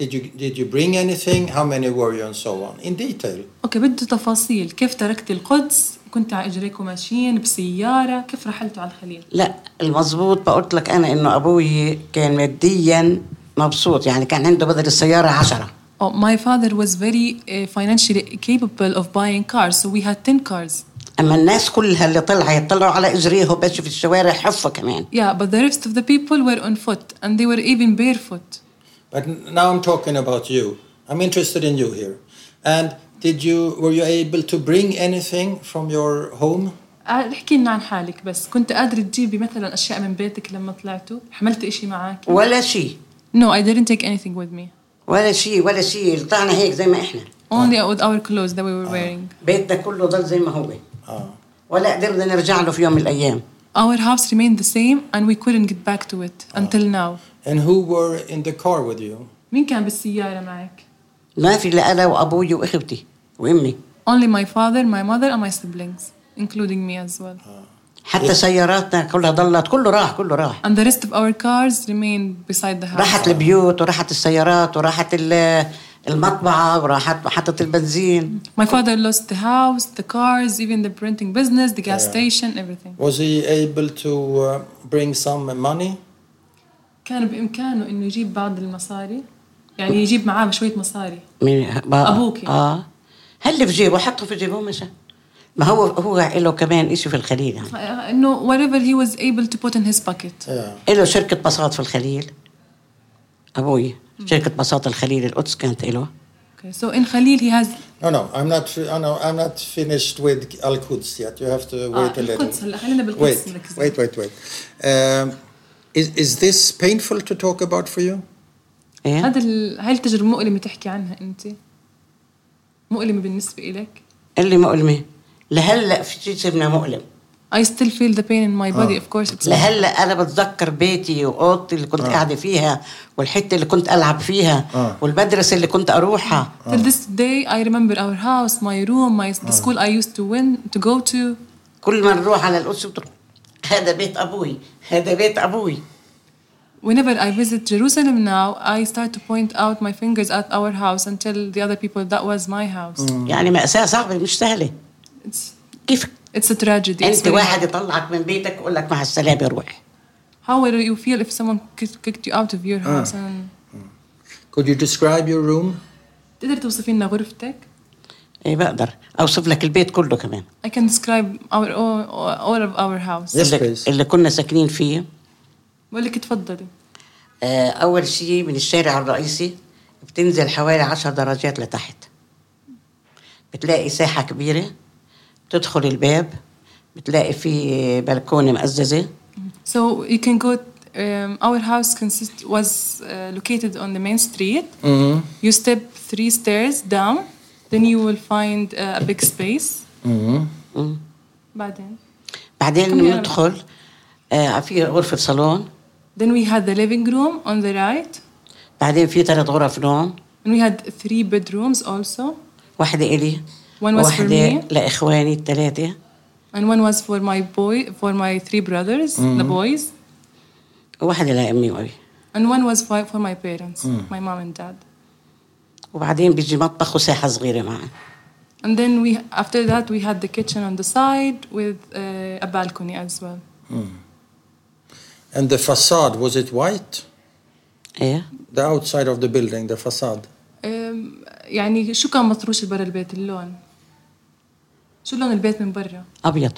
S3: Did you did you bring anything? How many were you, and so on? In detail.
S2: اوكي بده تفاصيل كيف تركت القدس كنت على اجريكم ماشيين بسياره كيف رحلتوا على الخليل
S1: لا المظبوط بقولت لك انا انه ابوي كان ماديا مبسوط يعني كان عنده بدل السياره عشرة
S2: Oh, my father was very uh, financially capable of buying cars so we had 10 cars
S1: اما الناس كلها اللي طلعوا يطلعوا على اجريهم بس في الشوارع حفه كمان
S2: yeah but the rest of the people were on foot and they were even barefoot
S3: But n- now I'm talking about you. I'm interested in you here. And did you were you able to bring anything from your home?
S2: آه، احكي لنا عن حالك بس كنت قادرة تجيبي مثلا أشياء من بيتك لما طلعتوا حملت إشي معك
S1: ولا شيء
S2: No I didn't take anything with me
S1: ولا شيء ولا شيء طلعنا هيك زي ما احنا
S2: only with our clothes that we were wearing
S1: بيتنا كله ضل زي ما هو
S3: Ah,
S1: ولا قدرنا نرجع له في يوم من الايام
S2: our house remained the same and we couldn't get back to it until now
S3: and who were in the car with you?
S2: مين كان بالسيارة معك
S1: ما في الا انا وابوي واخوتي وامي
S2: only my father my mother and my siblings including me as well
S3: Ah.
S1: حتى سياراتنا كلها ضلت كله راح كله راح
S2: and the rest of our cars remained beside the house
S1: راحت البيوت وراحت السيارات وراحت ال- المطبعه وراحت محطه البنزين
S2: My father lost the house, the cars, even the printing business, the gas station, everything.
S3: Was he able to uh, bring some money?
S2: كان بإمكانه إنه يجيب بعض المصاري يعني يجيب معاه شوية مصاري
S1: من بقى.
S2: أبوكي.
S1: اه هل في جيبه حطه في جيبه ومشى ما هو هو له كمان شيء في الخليل يعني
S2: Uh, no, whatever he was able to put in his pocket.
S3: Yeah.
S1: له شركة بساط في الخليل أبوي شركة بساط الخليل القدس كانت له
S2: Okay, so in Khalil he has
S3: No, no, I'm not. fi- oh, no, I'm not finished with Al Quds yet. You have to
S2: Ah,
S3: wait a little.
S2: القدس هلا آه، خلينا
S3: Wait,
S2: بالقدس نركز.
S3: wait, wait, wait. Um, is is this painful to talk about for you?
S1: إيه؟
S2: هذا ال... هاي التجربة مؤلمة تحكي عنها أنت مؤلمة بالنسبة إلك
S1: اللي مؤلمة لهلا في شيء سيبنا مؤلم
S2: I still feel the pain in my body
S3: آه.
S2: of course it's
S1: لهلا انا بتذكر بيتي واوضتي اللي كنت قاعده فيها والحته اللي كنت العب فيها
S3: آه.
S1: والمدرسه اللي كنت اروحها
S2: till this day I remember our house my room my the school I used to win to go to
S1: كل ما نروح على القدس بتقول هذا بيت ابوي هذا بيت ابوي
S2: whenever I visit Jerusalem now I start to point out my fingers at our house and tell the other people that was my house
S1: يعني مأساة صعبة مش سهلة
S2: it's
S1: كيف
S2: it's a tragedy It's
S1: انت
S2: very
S1: واحد
S2: hard.
S1: يطلعك من بيتك ويقول لك مع السلامة روح
S2: how will you feel if someone kick- kicked you out of your house and
S3: Could you describe your room?
S2: تقدر توصفي لنا غرفتك
S1: ايه بقدر اوصف لك البيت كله كمان
S2: I can describe our all, all of our house
S3: Yes,
S1: اللي,
S3: please.
S1: اللي كنا ساكنين فيه
S2: بقول لك تفضلي
S1: آه، اول شيء من الشارع الرئيسي بتنزل حوالي عشر درجات لتحت بتلاقي ساحة كبيرة بتدخل الباب بتلاقي فيه بلكونة مقززة
S2: So you can go. Um, our house consist was uh, located on the main street. You step three stairs down, then you will find uh, a big space. بعدين.
S1: بعدين
S2: كم
S1: بندخل آه، في غرفة صالون
S2: Then we had the living room on the right,
S1: بعدين في ثلاث غرف نوم
S2: and we had three bedrooms also,
S1: واحدة إلي
S2: One was for
S1: واحدة
S2: me.
S1: لإخواني الثلاثة
S2: and one was for my boy, for my three brothers, the boys,
S1: وواحدة لأمي وأبي
S2: and one was for, for my parents, my mom and dad.
S1: وبعدين بيجي مطبخ وساحة صغيرة معه
S2: And then we after that we had the kitchen on the side with uh, a balcony as well.
S3: And the facade was it white?
S1: إيه
S3: The outside of the building, the facade.
S2: أم، يعني شو كان مطروش برا البيت اللون؟ شو لون البيت من برا؟
S1: أبيض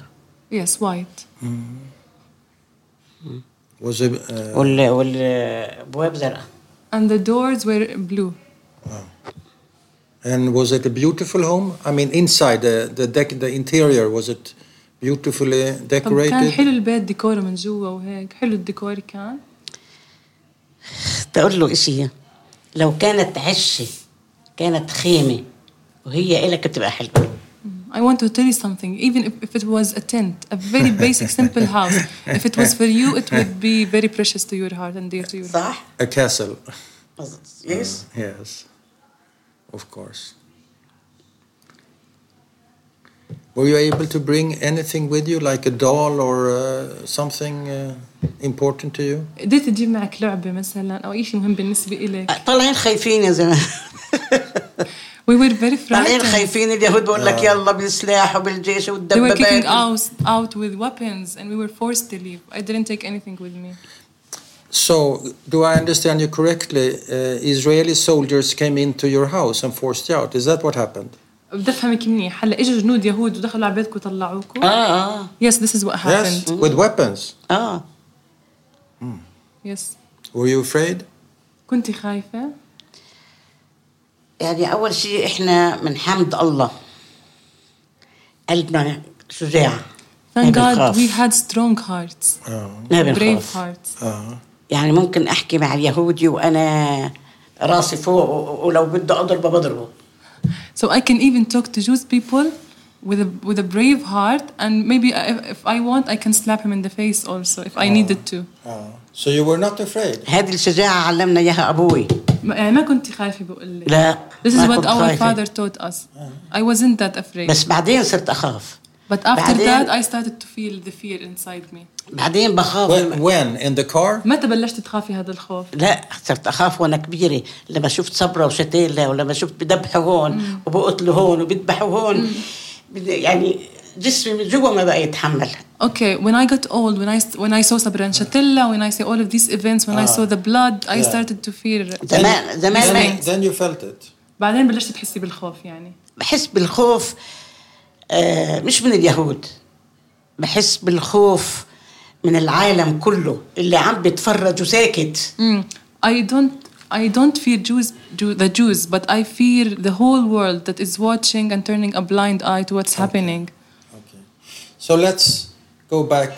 S2: يس وايت
S3: Was it? Uh,
S1: وال والأبواب زرقاء
S2: and the doors were blue
S3: and was it a beautiful home? I mean, inside the the deck, the interior was it beautifully
S2: طب كان
S3: decorated?
S2: حلو البيت ديكوره من جوا وهيك حلو الديكور كان
S1: تقول له إشي لو كانت عشة كانت خيمة وهي إلك بتبقى حلوة
S2: I want to tell you something even if, if it was a tent a
S3: *laughs*
S2: very basic simple house if it was for you it would be very precious to your heart and dear to your heart
S1: صح؟
S3: A castle.
S1: يس
S3: Yes, of course. Were you able to bring anything with you, like a doll or uh, something uh, important to you?
S2: قدرت تجيب معك لعبة مثلا أو أي شيء مهم بالنسبة إلك
S1: طالعين خايفين يا زلمه
S2: *laughs* we were very
S1: طالعين
S2: frightened
S1: خايفين اليهود بقول لك يلا بالسلاح وبالجيش
S2: They were kicking
S1: والدبابات
S2: out, out with weapons and we were forced to leave. I didn't take anything with me.
S3: So, do I understand you correctly? Uh, Israeli soldiers came into your house and forced you out. Is that what happened?
S2: بدي افهمك منيح هلا اجوا جنود يهود ودخلوا على بيتكم وطلعوكم
S1: اه اه
S2: يس ذس از وات
S3: Yes,
S2: هابند
S3: with weapons.
S1: اه
S2: يس
S3: Were you afraid?
S2: كنت خايفه
S1: يعني اول شيء احنا من حمد الله قلبنا شجاع ما
S2: Thank God we
S1: بنخاف
S2: had strong hearts,
S1: ما
S2: brave
S1: بنخاف
S2: hearts.
S3: Uh,
S1: يعني ممكن احكي مع اليهودي وانا راسي فوق و- ولو بده اضربه بضربه
S2: So I can even talk to Jewish people with a, with a brave heart, and maybe I- if, if I want, I can slap him in the face also if I needed to.
S3: uh, so you were not afraid.
S1: هذه الشجاعه علمنا اياها ابوي
S2: ما- يعني ما كنت خايفه بقول لك.
S1: لا
S2: This
S1: ما
S2: is what
S1: كنت
S2: our
S1: خايفة.
S2: father taught us. I wasn't that afraid.
S1: بس بعدين صرت اخاف
S2: But after
S1: بعدين-
S2: that, I started to feel the fear inside me.
S1: بعدين بخاف
S3: When, when in the car?
S2: متى بلشت تخافي هذا الخوف؟
S1: لا صرت اخاف وانا كبيره لما شفت صبره وشتيلة ولما شفت بذبحوا هون وبقتلوا هون وبذبحوا هون بد- يعني جسمي من جوا ما بقى يتحمل
S2: Okay, when I got old, when I when I saw Sabra and Shatilla, when I saw all of these events, when I saw the blood, I
S3: Yeah.
S2: started to fear.
S1: يعني زمان زمان ما
S3: Then, then you felt it.
S2: بعدين بلشت تحسي بالخوف يعني.
S1: بحس بالخوف آه، مش من اليهود بحس بالخوف من العالم كله اللي عم بيتفرج وساكت
S2: Mm, I don't I don't fear Jews, Jew, the Jews, but I fear the whole world that is watching and turning a blind eye to what's happening.
S3: Okay. So let's go back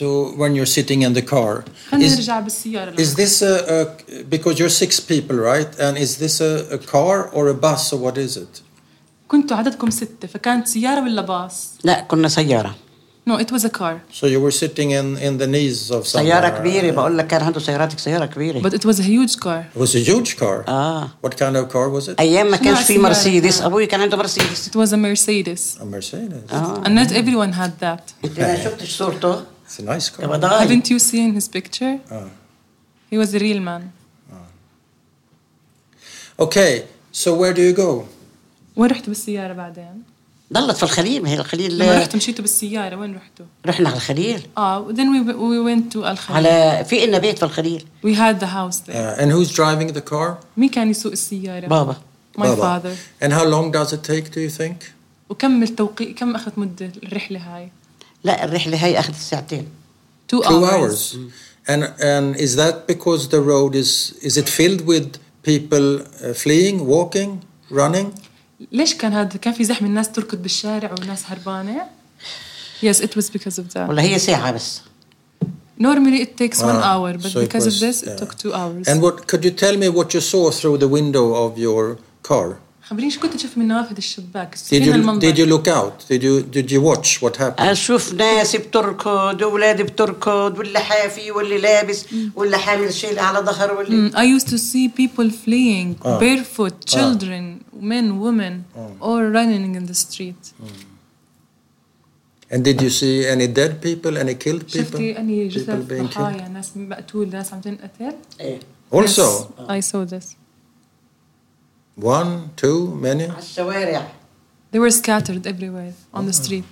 S3: to when you're sitting in the car.
S2: خلينا
S3: Is,
S2: نرجع بالسيارة
S3: is this a, a because you're six people, right? And is this a, a car or a bus or what is it?
S2: كنتوا عددكم ستة فكانت سيارة ولا باص؟
S1: لا كنا سياره
S2: No, it was a car,
S3: So you were sitting in, in the knees of someone.
S1: سياره كبيره بقول لك كان عنده سيارات سياره كبيره
S2: but it was a huge car.
S3: It was a huge car.
S1: اه
S3: What kind of car was it?
S1: ايام ما كانش في
S2: سيارة.
S1: مرسيدس ابوي كان عنده مرسيدس
S2: It was a Mercedes,
S3: A Mercedes.
S1: اه
S2: and not everyone had that.
S1: انت ما شفتش صورته
S3: It's a nice car.
S1: يبقى ضايع
S2: Haven't you seen his picture?
S3: Ah.
S2: He was a real man.
S3: Okay, so where do you go?
S2: وين رحتوا بالسيارة بعدين؟
S1: ضلت في الخليل ما هي الخليل
S2: لما رحتوا مشيتوا بالسيارة وين رحتوا؟
S1: رحنا على الخليل
S2: اه then we, we went to الخليل.
S1: على في إلنا بيت في الخليل
S2: We had the house there.
S3: Uh, and who's driving the car?
S2: مين كان يسوق السيارة؟
S1: بابا
S2: My
S3: Baba.
S2: father.
S3: And how long does it take, do you think?
S2: وكم التوقيت كم اخذت مده الرحله هاي؟
S1: لا الرحلة هاي أخذت ساعتين
S2: Two
S3: Two hours. Mm. And and is that because the road is is it filled with people uh, fleeing, walking, running?
S2: ليش كان هذا كان في زحمه الناس تركض بالشارع والناس هربانه؟ Yes, it was because of that.
S1: ولا هي ساعة بس
S2: Normally it takes one
S3: Ah,
S2: hour, but
S3: so it
S2: because of
S3: was-
S2: this it
S3: yeah.
S2: took two hours.
S3: And what could you tell me what you saw through the window of your car?
S2: خبريني شو كنت تشوف من نوافذ الشباك؟
S3: Did
S2: فين
S3: you did you
S2: المنظر؟
S3: look out? Did you did you watch what happened?
S1: أشوف ناس بتركض وأولاد بتركض واللي حافي واللي لابس واللي حامل شيء على ظهره واللي
S2: Mm, I used to see people fleeing,
S3: Ah.
S2: barefoot, children, men, women, all running in the street.
S3: Hmm, And did you see any dead people, any killed people?
S2: شفتي أني
S3: People
S2: جثث
S3: being killed?
S2: ضحايا ناس مقتول ناس عم تنقتل؟
S1: إيه.
S3: Also,
S2: Yes, I saw this.
S3: one, two, many?
S1: على الشوارع
S2: They were scattered everywhere on
S3: Uh-huh.
S2: the street.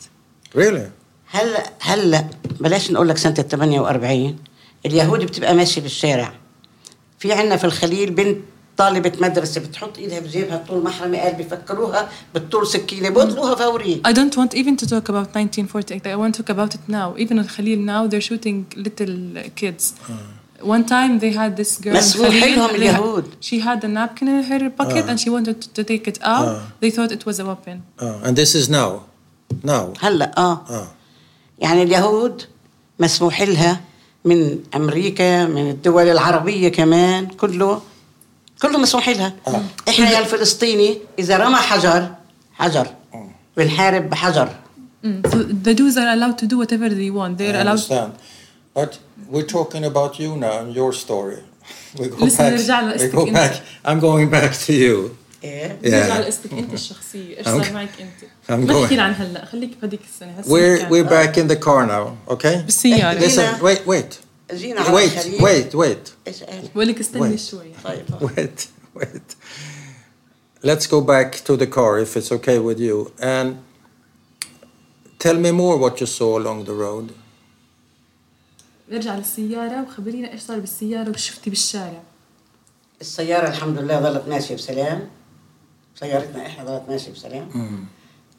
S3: Really?
S1: هلا هلا بلاش نقول لك سنة ال 48 اليهود بتبقى ماشية بالشارع في عنا في الخليل بنت طالبة مدرسة بتحط ايدها بجيبها بطول محرمة قال بيفكروها بالطول سكينة بقتلوها فوري
S2: I don't want even to talk about 1948. I want to talk about it now. Even in Khalil now, they're shooting little uh, kids.
S3: Uh.
S2: One time they had this girl. in
S1: مسؤول
S2: Khalil,
S1: حيلهم
S2: they had-
S1: اليهود.
S2: She had a napkin in her pocket
S3: Uh.
S2: and she wanted to take it out. They thought it was a weapon.
S3: Oh, and this is now. Now.
S1: هلا اه
S3: Oh.
S1: يعني اليهود مسموح لها من امريكا من الدول العربيه كمان كله كله مسموح لها
S3: آه.
S1: احنا يا الفلسطيني اذا رمى حجر حجر
S3: آه.
S1: بنحارب بحجر
S2: Mm. So the Jews are allowed to do whatever they want. They're
S3: I
S2: allowed.
S3: understand. But we're talking about you now and your story. *laughs* We go
S2: Listen, نرجع
S3: back. We
S2: لقصتك
S3: go
S2: أنت.
S3: back. I'm going back to you.
S1: إيه.
S2: نرجع
S3: Yeah.
S2: لقصتك انت
S3: *laughs*
S2: الشخصيه، ايش
S3: I'm-
S2: صار معك انت؟
S3: I'm
S2: ما
S3: going.
S2: تحكي عن هلا، خليك بهذيك السنه هسه
S3: We're
S2: كان.
S3: we're back in the car now. Okay.
S2: بالسياره
S1: Listen.
S3: Listen. Wait. Wait.
S1: جينا على
S3: Wait.
S1: الخليل.
S3: Wait. Wait. *laughs*
S1: ايش قال؟
S2: بقول لك استني
S3: Wait.
S2: شوي
S1: طيب
S3: Wait. Wait. Let's go back to the car if it's okay with you and tell me more what you saw along the road.
S2: نرجع للسيارة وخبرينا ايش صار بالسيارة وش شفتي بالشارع
S1: السياره الحمد لله ظلت ماشيه بسلام سيارتنا احنا ظلت ماشيه بسلام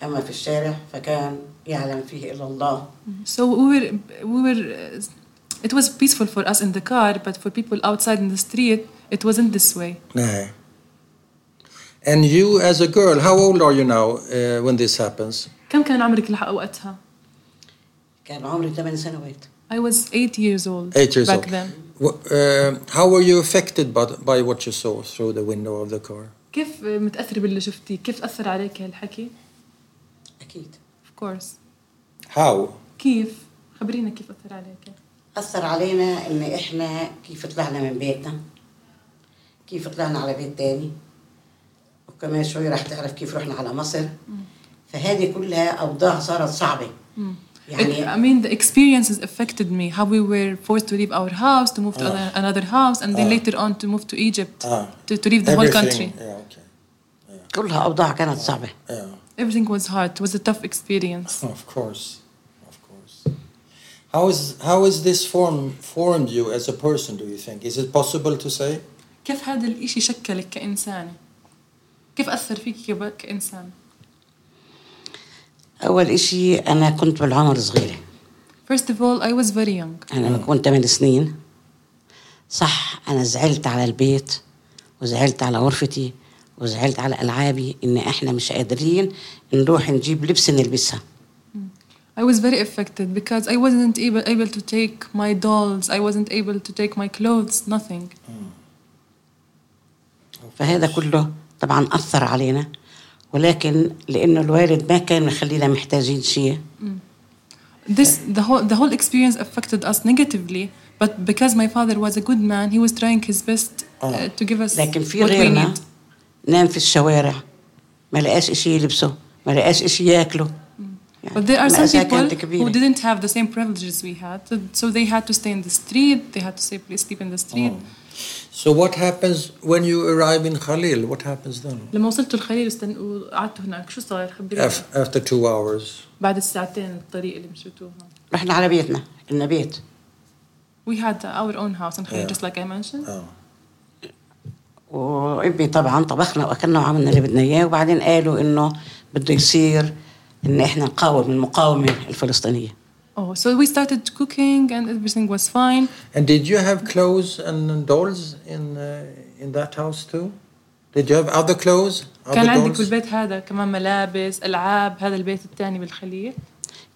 S1: اما في الشارع فكان يعلم فيه الا الله
S2: So we were we were uh, it was peaceful for us in the car but for people outside in the street it wasn't this way
S3: No. And you, as a girl, how old are you now uh, when this happens?
S2: كم كان عمرك لح- وقتها؟
S1: كان عمري 8 سنوات
S2: I was eight years old
S3: Eight years
S2: back
S3: old.
S2: then
S3: W- uh, how were you affected by, by what you saw through the window of the car?
S2: كيف متأثرة باللي شفتيه؟ كيف أثر عليك هالحكي؟
S1: اكيد
S2: Of course
S3: How?
S2: كيف؟ خبرينا كيف أثر عليك
S1: أثر علينا إن إحنا كيف طلعنا من بيتنا كيف طلعنا على بيت تاني وكمان شوي رح تعرف كيف رحنا على مصر فهذه كلها أوضاع صارت صعبة
S2: It, I
S1: يعني
S2: mean, the experiences affected me. How we were forced to leave our house, to move to other, another house, and then later on to move to Egypt,
S3: Ah.
S2: to, to leave the whole country.
S3: Yeah, okay.
S1: كلها أوضاع كانت صعبة
S3: Yeah,
S2: Everything was hard. It was a tough experience.
S3: of course. Of course. How is how is this form formed you as a person, do you think? Is it possible to say?
S2: كيف هذا الإشي شكلك كإنسانة؟ كيف أثر فيك كب- كإنسان؟
S1: أول إشي أنا كنت بالعمر صغيرة
S2: First of all, I was very young.
S1: أنا لما كنت 8 سنين صح أنا زعلت على البيت وزعلت على غرفتي وزعلت على ألعابي إن إحنا مش قادرين نروح نجيب لبس نلبسها
S2: I was very affected because I wasn't able, able to take my dolls, I wasn't able to take my clothes, nothing.
S1: فهذا كله طبعا أثر علينا ولكن لأنه الوالد ما كان مخلينا محتاجين شيء
S2: This the whole the whole experience affected us negatively, but because my father was a good man, he was trying his best uh, to give us
S1: Oh. لكن في
S2: what we
S1: غيرنا
S2: need.
S1: نام في الشوارع ما لقاش إشي يلبسه ما لقاش إشي ياكله
S2: But there are some
S1: مأساة
S2: people
S1: كانت
S2: who
S1: كبيرة.
S2: didn't have the same privileges we had, so- so they had to stay in the street. They had to stay, sleep in the street.
S1: Oh.
S3: So what happens when you arrive in Khalil? What happens then?
S2: لما وصلت الخليل استن... وقعدت هناك شو صار خبريني
S3: Af- after two hours.
S2: بعد الساعتين الطريق اللي مشيتوها
S1: رحنا على بيتنا إن بيت
S2: we had our own house in Khalil
S3: Yeah.
S2: just like I mentioned
S3: Oh.
S1: وابني طبعا طبخنا واكلنا وعملنا اللي بدنا اياه وبعدين قالوا انه بده يصير ان احنا نقاوم المقاومه الفلسطينيه
S2: oh so we started cooking and everything was fine
S3: And did you have clothes and dolls in uh, in that house too? Did you have other clothes? Other
S2: كان عندك
S3: dolls?
S2: بالبيت هذا كمان ملابس العاب هذا البيت الثاني بالخليل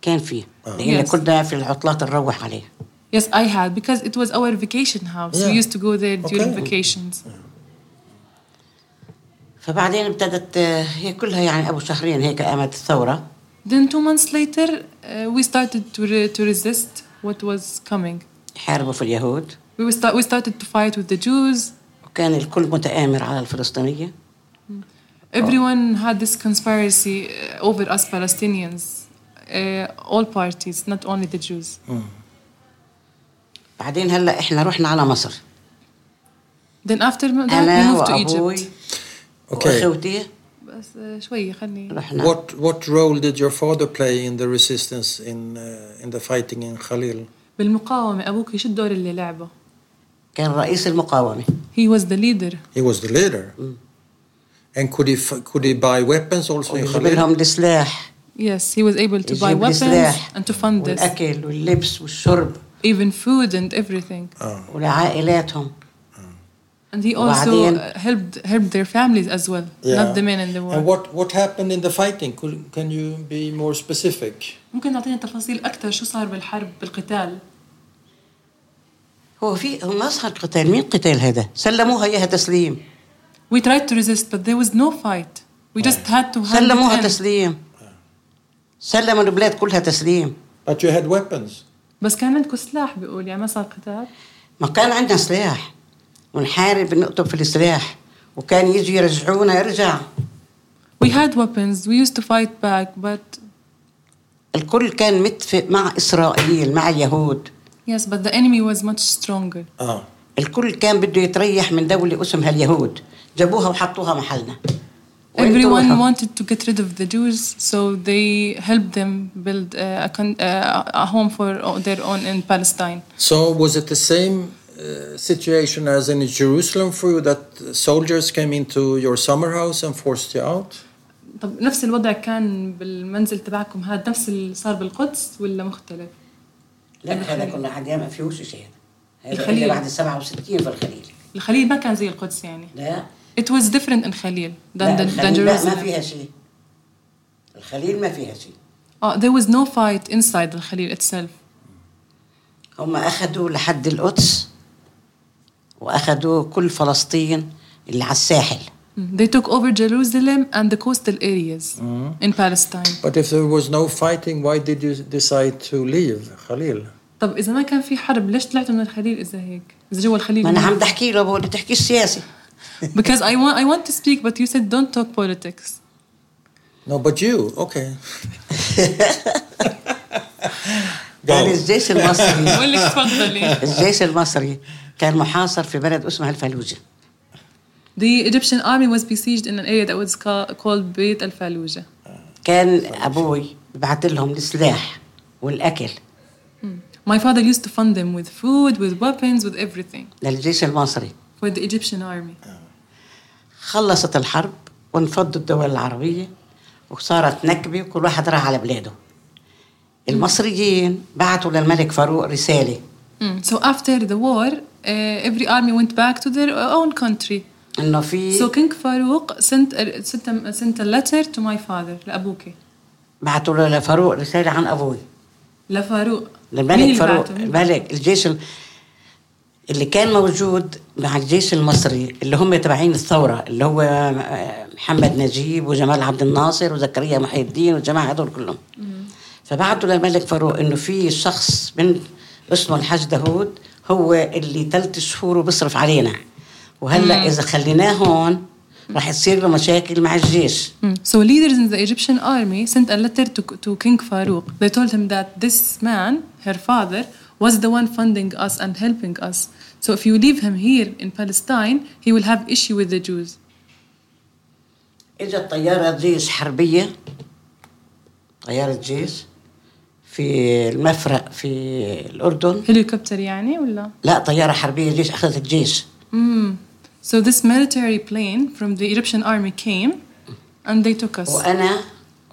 S1: كان فيه لان
S2: Yes.
S1: كنا في العطلات نروح عليه
S2: Yes, I had because it was our vacation house. We
S3: Yeah.
S2: used to go there during
S3: Okay.
S2: vacations.
S1: فبعدين ابتدت آه، هي كلها يعني ابو شهرين هيك قامت الثوره
S2: Then two months later, uh, we started to re- to resist what was coming.
S1: حاربوا في اليهود
S2: We was start- we started to fight with the Jews.
S1: وكان الكل متآمر على الفلسطينيه
S2: Everyone had this conspiracy uh, over us Palestinians. Uh, all parties, not only the Jews.
S1: بعدين هلا احنا رحنا على مصر
S2: Then after that, we
S1: انا
S2: moved to
S1: وابوي
S2: Egypt.
S3: Okay.
S1: واخوتي
S2: بس uh, شوي خلني.
S1: رحنا
S3: What what role did your father play in the resistance in uh, in the fighting in Khalil?
S2: بالمقاومة أبوك شو الدور اللي لعبه؟
S1: كان رئيس المقاومه
S2: He was the leader.
S3: He was the leader. And could he f- could he buy weapons also in
S1: وجيب
S3: Khalil?
S1: لهم السلاح
S2: Yes, he was able to buy
S1: يجيب
S2: weapons
S1: السلاح
S2: and to fund this.
S1: والأكل واللبس والشرب
S2: even food and everything.
S3: Oh,
S1: ولعائلاتهم
S2: And he also
S1: وبعدين-
S2: uh, helped helped their families as well, not the men in the war.
S3: And what what happened in the fighting? Could, can you be more specific?
S2: ممكن تعطينا تفاصيل أكثر شو صار بالحرب بالقتال؟
S1: هو في هو ما صار قتال مين قتال هذا سلموها اياها تسليم
S2: We tried to resist, but there was no fight. We just had to hand it
S1: سلموها
S2: in.
S1: تسليم سلموا البلاد كلها تسليم
S3: But you had weapons.
S2: بس كان عندكم سلاح بيقول يعني ما صار قتال.
S1: ما كان عندنا سلاح ونحارب نقطب في السلاح وكان يجي يرجعونا يرجع
S2: We had weapons. We used to fight back, but
S1: الكل كان متفق مع إسرائيل مع اليهود
S2: yes, but the enemy was much stronger.
S1: إيه،
S3: Ah.
S1: الكل كان بده يتريح من دولة اسمها اليهود جابوها وحطوها محلنا وانتوا
S2: Everyone
S1: روحوا.
S2: wanted to get rid of the Jews, so they helped them build uh, a, con- uh, a home for uh, their own in Palestine.
S3: So was it the same uh, situation as in Jerusalem for you that soldiers came into your summer house and forced you out?
S2: طب نفس الوضع كان بالمنزل تبعكم هذا نفس اللي صار بالقدس ولا مختلف؟
S1: لا هذا كنا عندنا ما فيهوش شيء هذا هذا
S2: الخليل.
S1: اللي بعد ال 67 في الخليل
S2: الخليل ما كان زي القدس يعني
S1: لا
S2: It was different in خليل than,
S1: لا
S2: than, than
S1: الخليل لا ما
S2: Jerusalem.
S1: فيها شيء الخليل ما فيها شيء
S2: Oh, there was no fight inside الخليل itself.
S1: هم أخذوا لحد القدس وأخذوا كل فلسطين اللي على الساحل
S2: Mm. They took over Jerusalem and the coastal areas in Palestine.
S3: But if there was no fighting, why did you decide to leave Khalil?
S2: طب إذا ما كان في حرب ليش طلعتوا من الخليل إذا هيك؟ إذا جوا الخليل
S1: ما أنا
S2: ما-
S1: عم بحكي له بقول له تحكي السياسي
S2: Because I want I want to speak but you said don't talk
S1: *laughs*
S2: politics.
S3: No, but you. *laughs* Okay.
S1: كان
S3: Go.
S1: الجيش
S2: *laughs*
S1: المصري
S2: بقول لك تفضلي.
S1: الجيش المصري كان محاصر في بلد اسمها الفلوجة
S2: The Egyptian army was besieged in an area that was ca- called Beit al-Faluja.
S1: كان أبوي ببعت لهم السلاح والأكل
S2: My father used to fund them with food, with weapons, with everything
S1: للجيش المصري
S2: for the Egyptian army.
S1: خلصت الحرب وانفضوا الدول العربية وصارت نكبة وكل واحد راح على بلاده المصريين بعتوا للملك فاروق رسالة
S2: Mm. So after the war, uh, every army went back to their own country.
S1: إنه في
S2: So King Farouk sent a, sent a, sent a letter to my father, لأبوكي.
S1: بعتوا له لفاروق رسالة عن أبوي
S2: لفاروق. مين
S1: الملك
S2: اللي
S1: فاروق
S2: بعته؟
S1: الملك الجيش ال- اللي كان موجود مع الجيش المصري اللي هم تبعين الثورة اللي هو آه، محمد نجيب وجمال عبد الناصر وزكريا محي الدين والجماعة هذول كلهم فبعتوا للملك فاروق انه في شخص من اسمه الحاج داوود هو اللي ثلاث شهور بيصرف علينا وهلا اذا خليناه هون راح يصير له مشاكل مع الجيش
S2: Mm. So leaders in the Egyptian army sent a letter to, to King Farouk. They told him that this man, her father, was the one funding us and helping us. So if you leave him here in Palestine, he will have issue with the Jews.
S1: اجت طيارة جيش حربية طيارة جيش في المفرق في الأردن
S2: Helicopter يعني ولا؟
S1: لا طيارة حربية جيش أخذت الجيش
S2: Mm. So this military plane from the Egyptian army came and they took us.
S1: وأنا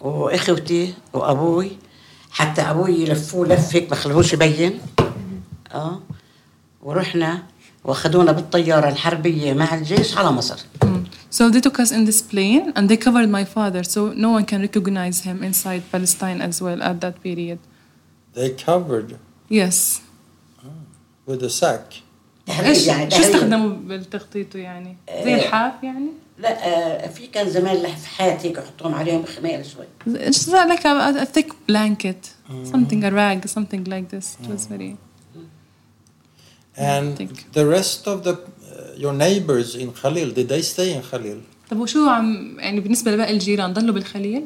S1: وإخوتي وأبوي حتى أبوي لفوه لف هيك ما خلوهوش يبين آه ورحنا وأخذونا بالطيارة الحربية مع الجيش على مصر
S2: Mm. So they took us in this plane and they covered my father so no one can recognize him inside Palestine as well at that period.
S3: They covered
S2: Yes.
S3: with a sack.
S1: تهريب
S2: ايش
S1: يعني
S2: شو
S1: تهريب.
S2: استخدموا بالتخطيط يعني؟ زي الحاف يعني؟
S1: لا آه في كان زمان لحفحات هيك يحطوهم عليهم خمال شوي
S2: It's like a, a thick blanket, something a rag, something like this. It was very
S3: And
S2: think.
S3: the rest of the uh, your neighbors in Khalil, did they stay in Khalil?
S2: طب وشو عم يعني بالنسبة لباقي الجيران ضلوا بالخليل؟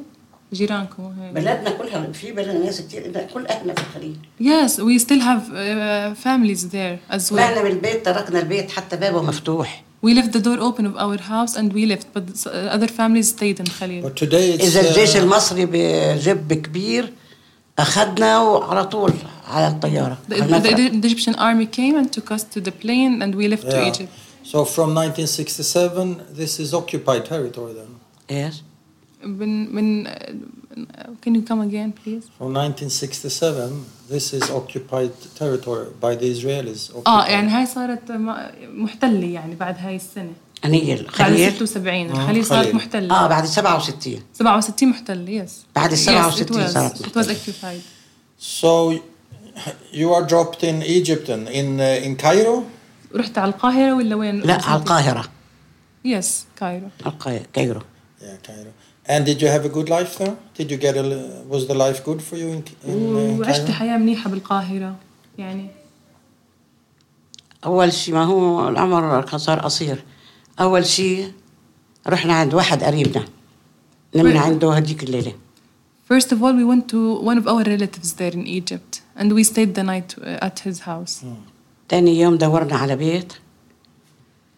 S2: جيرانكم هيك.
S1: بلدنا كلها في بلدنا ناس كتير إنه كل اهلنا في الخليج
S2: Yes, we still have uh, families there as well.
S1: طلعنا من البيت تركنا البيت حتى بابه مفتوح
S2: We left the door open of our house and we left, but s- other families stayed in Khalil.
S3: But today it's
S1: اذا
S2: آه،
S1: الجيش
S3: uh,
S1: المصري بجب كبير اخذنا وعلى طول على الطياره
S2: The,
S1: على المفرق.
S2: the, the Egyptian army came and took us to the plane and we left to
S3: yeah.
S2: Egypt.
S3: So from 1967, this is occupied territory then.
S1: Yes.
S2: من من uh, can you come again please?
S3: From 1967, this is occupied territory by the Israelis.
S2: اه
S3: occupied.
S2: Ah, يعني هاي صارت م- محتلة يعني بعد هاي السنة
S1: انية
S2: بعد
S1: الخليل
S2: 76
S3: آه،
S2: الخليل صارت
S3: خليل.
S2: محتلة
S1: اه بعد 67
S2: 67 محتلة يس
S1: بعد ال 67 صارت
S2: صارت it was occupied
S3: So you are dropped in Egypt and in uh, in Cairo.
S2: رحت على القاهرة ولا وين؟
S1: لا على القاهره
S2: يس كايرو
S1: على القا- كايرو
S3: Yeah, Cairo. And did you have a good life there? Did you get a? l- Was the life good for you in, in uh,
S2: وعشت
S3: Cairo?
S2: حياة منيحة بالقاهرة يعني
S1: اول شيء ما هو العمر كان صار قصير اول شيء رحنا عند واحد قريبنا نمنا
S2: وين؟
S1: عنده هديك الليله
S2: First of all, we went to one of our relatives there in Egypt, and we stayed the night uh, at his house.
S1: تاني يوم دورنا على بيت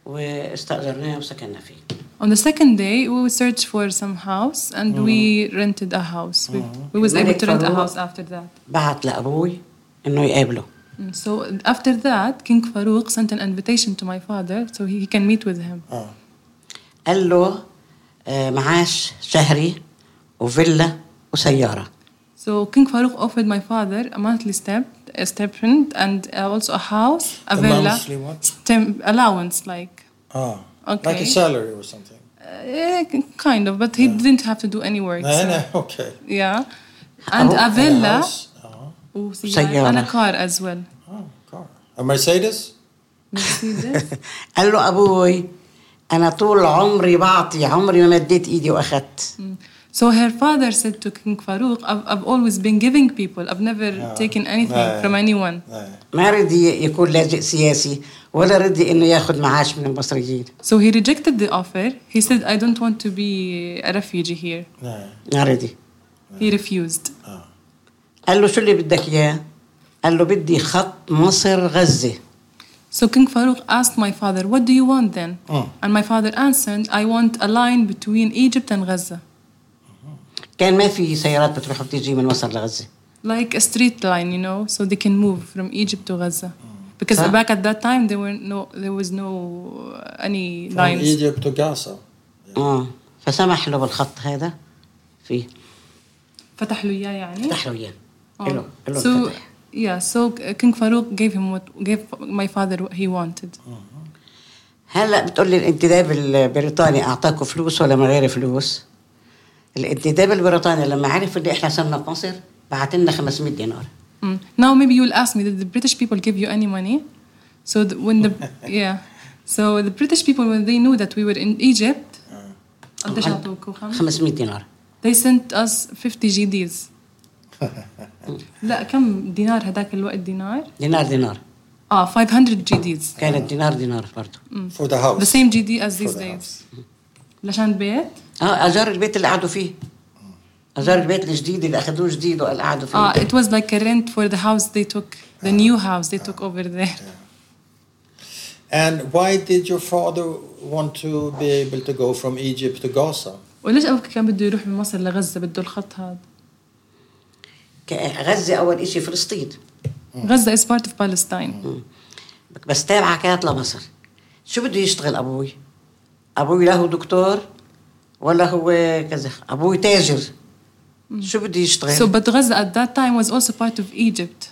S1: واستأجرناه وسكننا فيه
S2: On the second day, we searched for some house, and we
S3: Mm-hmm.
S2: rented a house. We, we was able to rent a house after that.
S1: بعت لأبوي إنه يقابله
S2: Mm, So after that, King Farouk sent an invitation to my father so he, he can meet with him.
S3: Ah.
S1: قال له آه، معاش شهري وفيلا وسيارة *laughs*
S2: So King Farouk offered my father a monthly step, a stipend, and uh, also a house, a,
S3: A
S2: villa,
S3: monthly what?
S2: stem- allowance, like
S3: Ah, like
S2: Okay.
S3: a salary or something.
S2: eh, kind of. But he didn't have to do any work.
S3: No,
S2: so-
S3: no, *laughs* okay.
S2: Yeah, and
S1: Oh, and
S2: a
S3: And a
S2: villa. Oh,
S3: house. Ah,
S2: وسيارة
S1: سيارة.
S2: أنا كار as well
S3: oh, car. A Mercedes.
S2: Mercedes.
S1: قال له أبوي أنا طول عمري بعطي عمري ما مديت إيدي وأخدت
S2: So her father said to King Farouk, I've, I've always been giving people. I've never taken anything
S3: Yeah.
S2: from anyone.
S3: No.
S1: ما رضي يكون لاجئ سياسي ولا رضي إنه ياخد معاش من المصريين
S2: So he rejected the offer. He said, I don't want to be a refugee here.
S3: No.
S1: ما رضي
S2: He refused.
S3: Ah.
S1: قال له شو اللي بدك إياه قال له بدي خط مصر غزة
S2: So King Farouk asked my father, What do you want then?
S3: Mm.
S2: And my father answered, I want a line between Egypt and Gaza,
S1: كان ما في سيارات بتروح وبتيجي من مصر لغزة
S2: like a straight line, you know, so they can move from Egypt to Gaza.
S3: Hmm.
S2: Because
S1: Huh?
S2: back at that time there were no, there was no uh, any
S3: From
S2: lines.
S1: آه،
S3: Egypt to Gaza.
S1: اه فسمح له بالخط هذا فيه
S2: فتح له إياه يعني؟
S1: فتح له اياه
S2: Oh.
S1: الو الو
S2: So
S1: فتح
S2: yeah, so uh, King Farouk gave him what gave my father what he wanted.
S3: Oh.
S1: هلا بتقول لي الانتداب البريطاني اعطاكوا فلوس ولا من غير فلوس الانتداب البريطاني لما عرف ان احنا سمنا بمصر بعت لنا 500 دينار
S2: Mm. Now maybe you'll ask me, did the British people give you any money? So the, when
S3: *laughs*
S2: the yeah, so the British people when they knew that we were in Egypt,
S3: Uh,
S2: قديش أعطوكوا؟ خمس؟
S1: 500 دينار
S2: they sent us 50
S3: *laughs*
S2: GDs. لا كم دينار هداك الوقت دينار؟
S1: دينار دينار
S2: اه 500 GDs.
S1: كانت دينار دينار برضه
S3: for the house.
S2: Hmm. The same GD as
S3: for
S2: these
S3: the
S2: days.
S3: house.
S2: لشان بيت؟
S1: اه اجار البيت اللي قعدوا فيه اجار البيت الجديد اللي اخذوه جديد وقال قعدوا فيه
S2: Uh, it was like a rent for the house they took, the new house they took over there.
S3: And why did your father want to be able to go from Egypt to Gaza?
S2: وليش أبوك كان بده يروح من مصر لغزة بده الخط هذا؟
S1: ك- غزه اول إشي فلسطين
S2: غزة is part of Palestine.
S1: بس تابعه كانت لمصر شو بده يشتغل ابوي ابوي له دكتور ولا هو كذا ابوي تاجر شو بده يشتغل
S2: So but Gaza at that time was also part of Egypt.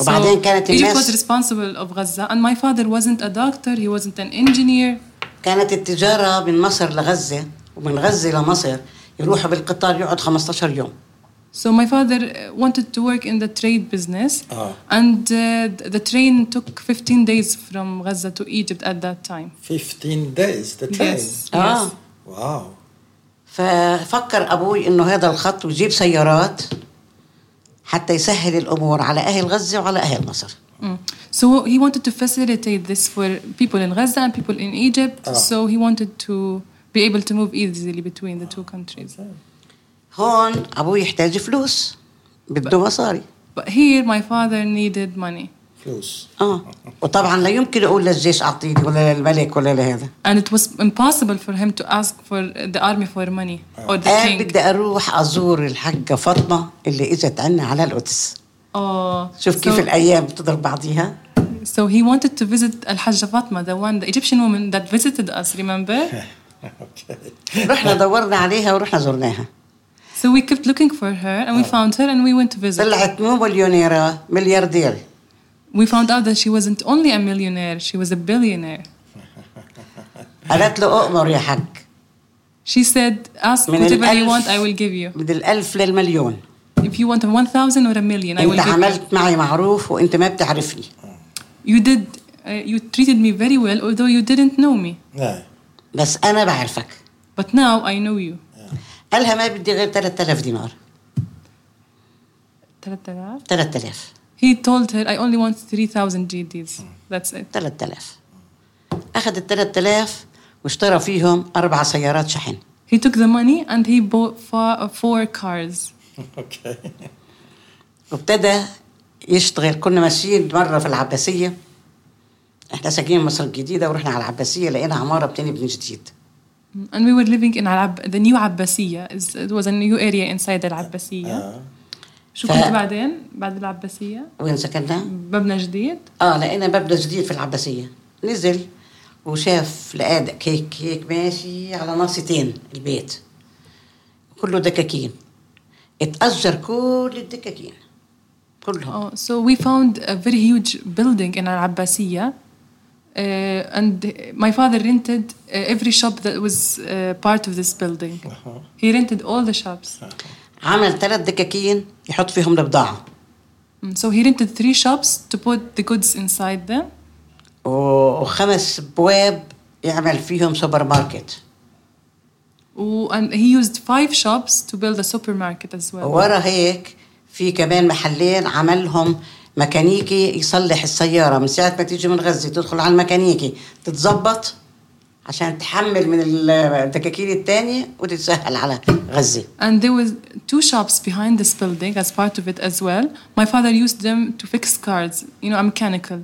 S1: وبعدين كانت
S2: Egypt
S1: الناس-
S2: was responsible of Gaza and my father wasn't a doctor, he wasn't an engineer.
S1: كانت التجارة من مصر لغزة ومن غزة لمصر يروحوا بالقطار يقعد 15 يوم
S2: So my father uh, wanted to work in the trade business
S3: Ah.
S2: and uh, th- the train took 15 days from Gaza to Egypt at that time.
S3: 15 days, the train.
S2: Yes.
S1: آه.
S3: Wow.
S1: ففكر أبوي إنه هذا الخط ويجيب سيارات حتى يسهل الأمور على أهل غزة وعلى أهل مصر
S2: Mm. So he wanted to facilitate this for people in Gaza and people in Egypt.
S3: Ah.
S2: So he wanted to be able to move easily between the two countries.
S1: هون أبوي يحتاج فلوس بده مصاري
S2: But here, my father needed money.
S3: Close.
S1: آه وطبعا لا يمكن أقول للجيش أعطيني ولا للملك ولا لهذا
S2: And it was impossible for him to ask for the army for money or the
S1: قال
S2: king.
S1: بدي أروح أزور الحاجة فاطمة اللي إجت عنا على القدس
S2: Oh,
S1: شوف كيف
S2: so,
S1: الأيام بتضرب بعضيها
S2: so he wanted to visit Al Hajja Fatma, the one, the Egyptian woman that visited us,
S1: *laughs*
S2: remember?
S3: okay.
S2: *laughs*
S1: رحنا دورنا عليها ورحنا زرناها
S2: so we kept looking for her and
S1: Oh.
S2: we found her and we went to visit. her.
S1: طلعت مو مليونيرة ملياردير
S2: We found out that she wasn't only a millionaire, she was a billionaire.
S1: قالت له أؤمر يا حاج
S2: She said, ask
S1: من
S2: whatever you
S1: الألف-
S2: want, I will give you.
S1: من الألف للمليون
S2: If you want a 1,000 or a million, I will
S1: أنت
S2: give you.
S1: عملت معي معروف وأنت ما بتعرفني
S2: You did, uh, you treated me very well, although you didn't know me.
S3: Yeah.
S1: بس أنا بعرفك
S2: But now I know you.
S1: قالها ما بدي غير 3000 دينار
S2: 3000?
S1: 3000
S2: He told her, I only want 3,000 GDs. That's it.
S1: 3000 أخذ ال 3000 واشترى فيهم أربع سيارات شحن
S2: He took the money and he bought four, uh, four cars.
S3: *laughs* Okay.
S1: وابتدى يشتغل كنا ماشيين مرة في العباسية احنا ساكنين مصر الجديدة ورحنا على العباسية لقينا عمارة بتنبني جديد
S2: And we were living in Al-Ab- the new Abbasiyya. It's- It was a new area inside Al-Abbasiyya.
S3: Uh,
S2: شو
S1: ف-
S2: كنت بعدين؟ بعد العباسية؟
S1: وين سكننا؟
S2: مبنى جديد؟
S1: اه لقينا مبنى جديد في العباسيه نزل وشاف لقى هيك هيك ماشي على ناصيتين البيت كله دكاكين اتأجر كل الدكاكين كلهم
S2: Oh, so we found a very huge building in Al Abbasiyya, uh, and my father rented uh, every shop that was uh, part of this building. He rented all the shops.
S1: عمل ثلاث دكاكين يحط فيهم البضاعة
S2: Mm, So he rented three shops to put the goods inside them,
S1: و- وخمس بواب يعمل فيهم سوبر ماركت
S2: و- and he used five shops to build a supermarket as well.
S1: ورا هيك في كمان محلين عملهم ميكانيكي يصلح السيارة من ساعة ما تيجي من غزة تدخل على الميكانيكي تتظبط عشان تحمل من الدكاكين التانية وتتسهل على غزة
S2: And there was two shops behind this building as part of it as well. My father used them to fix cars, you know, a mechanical.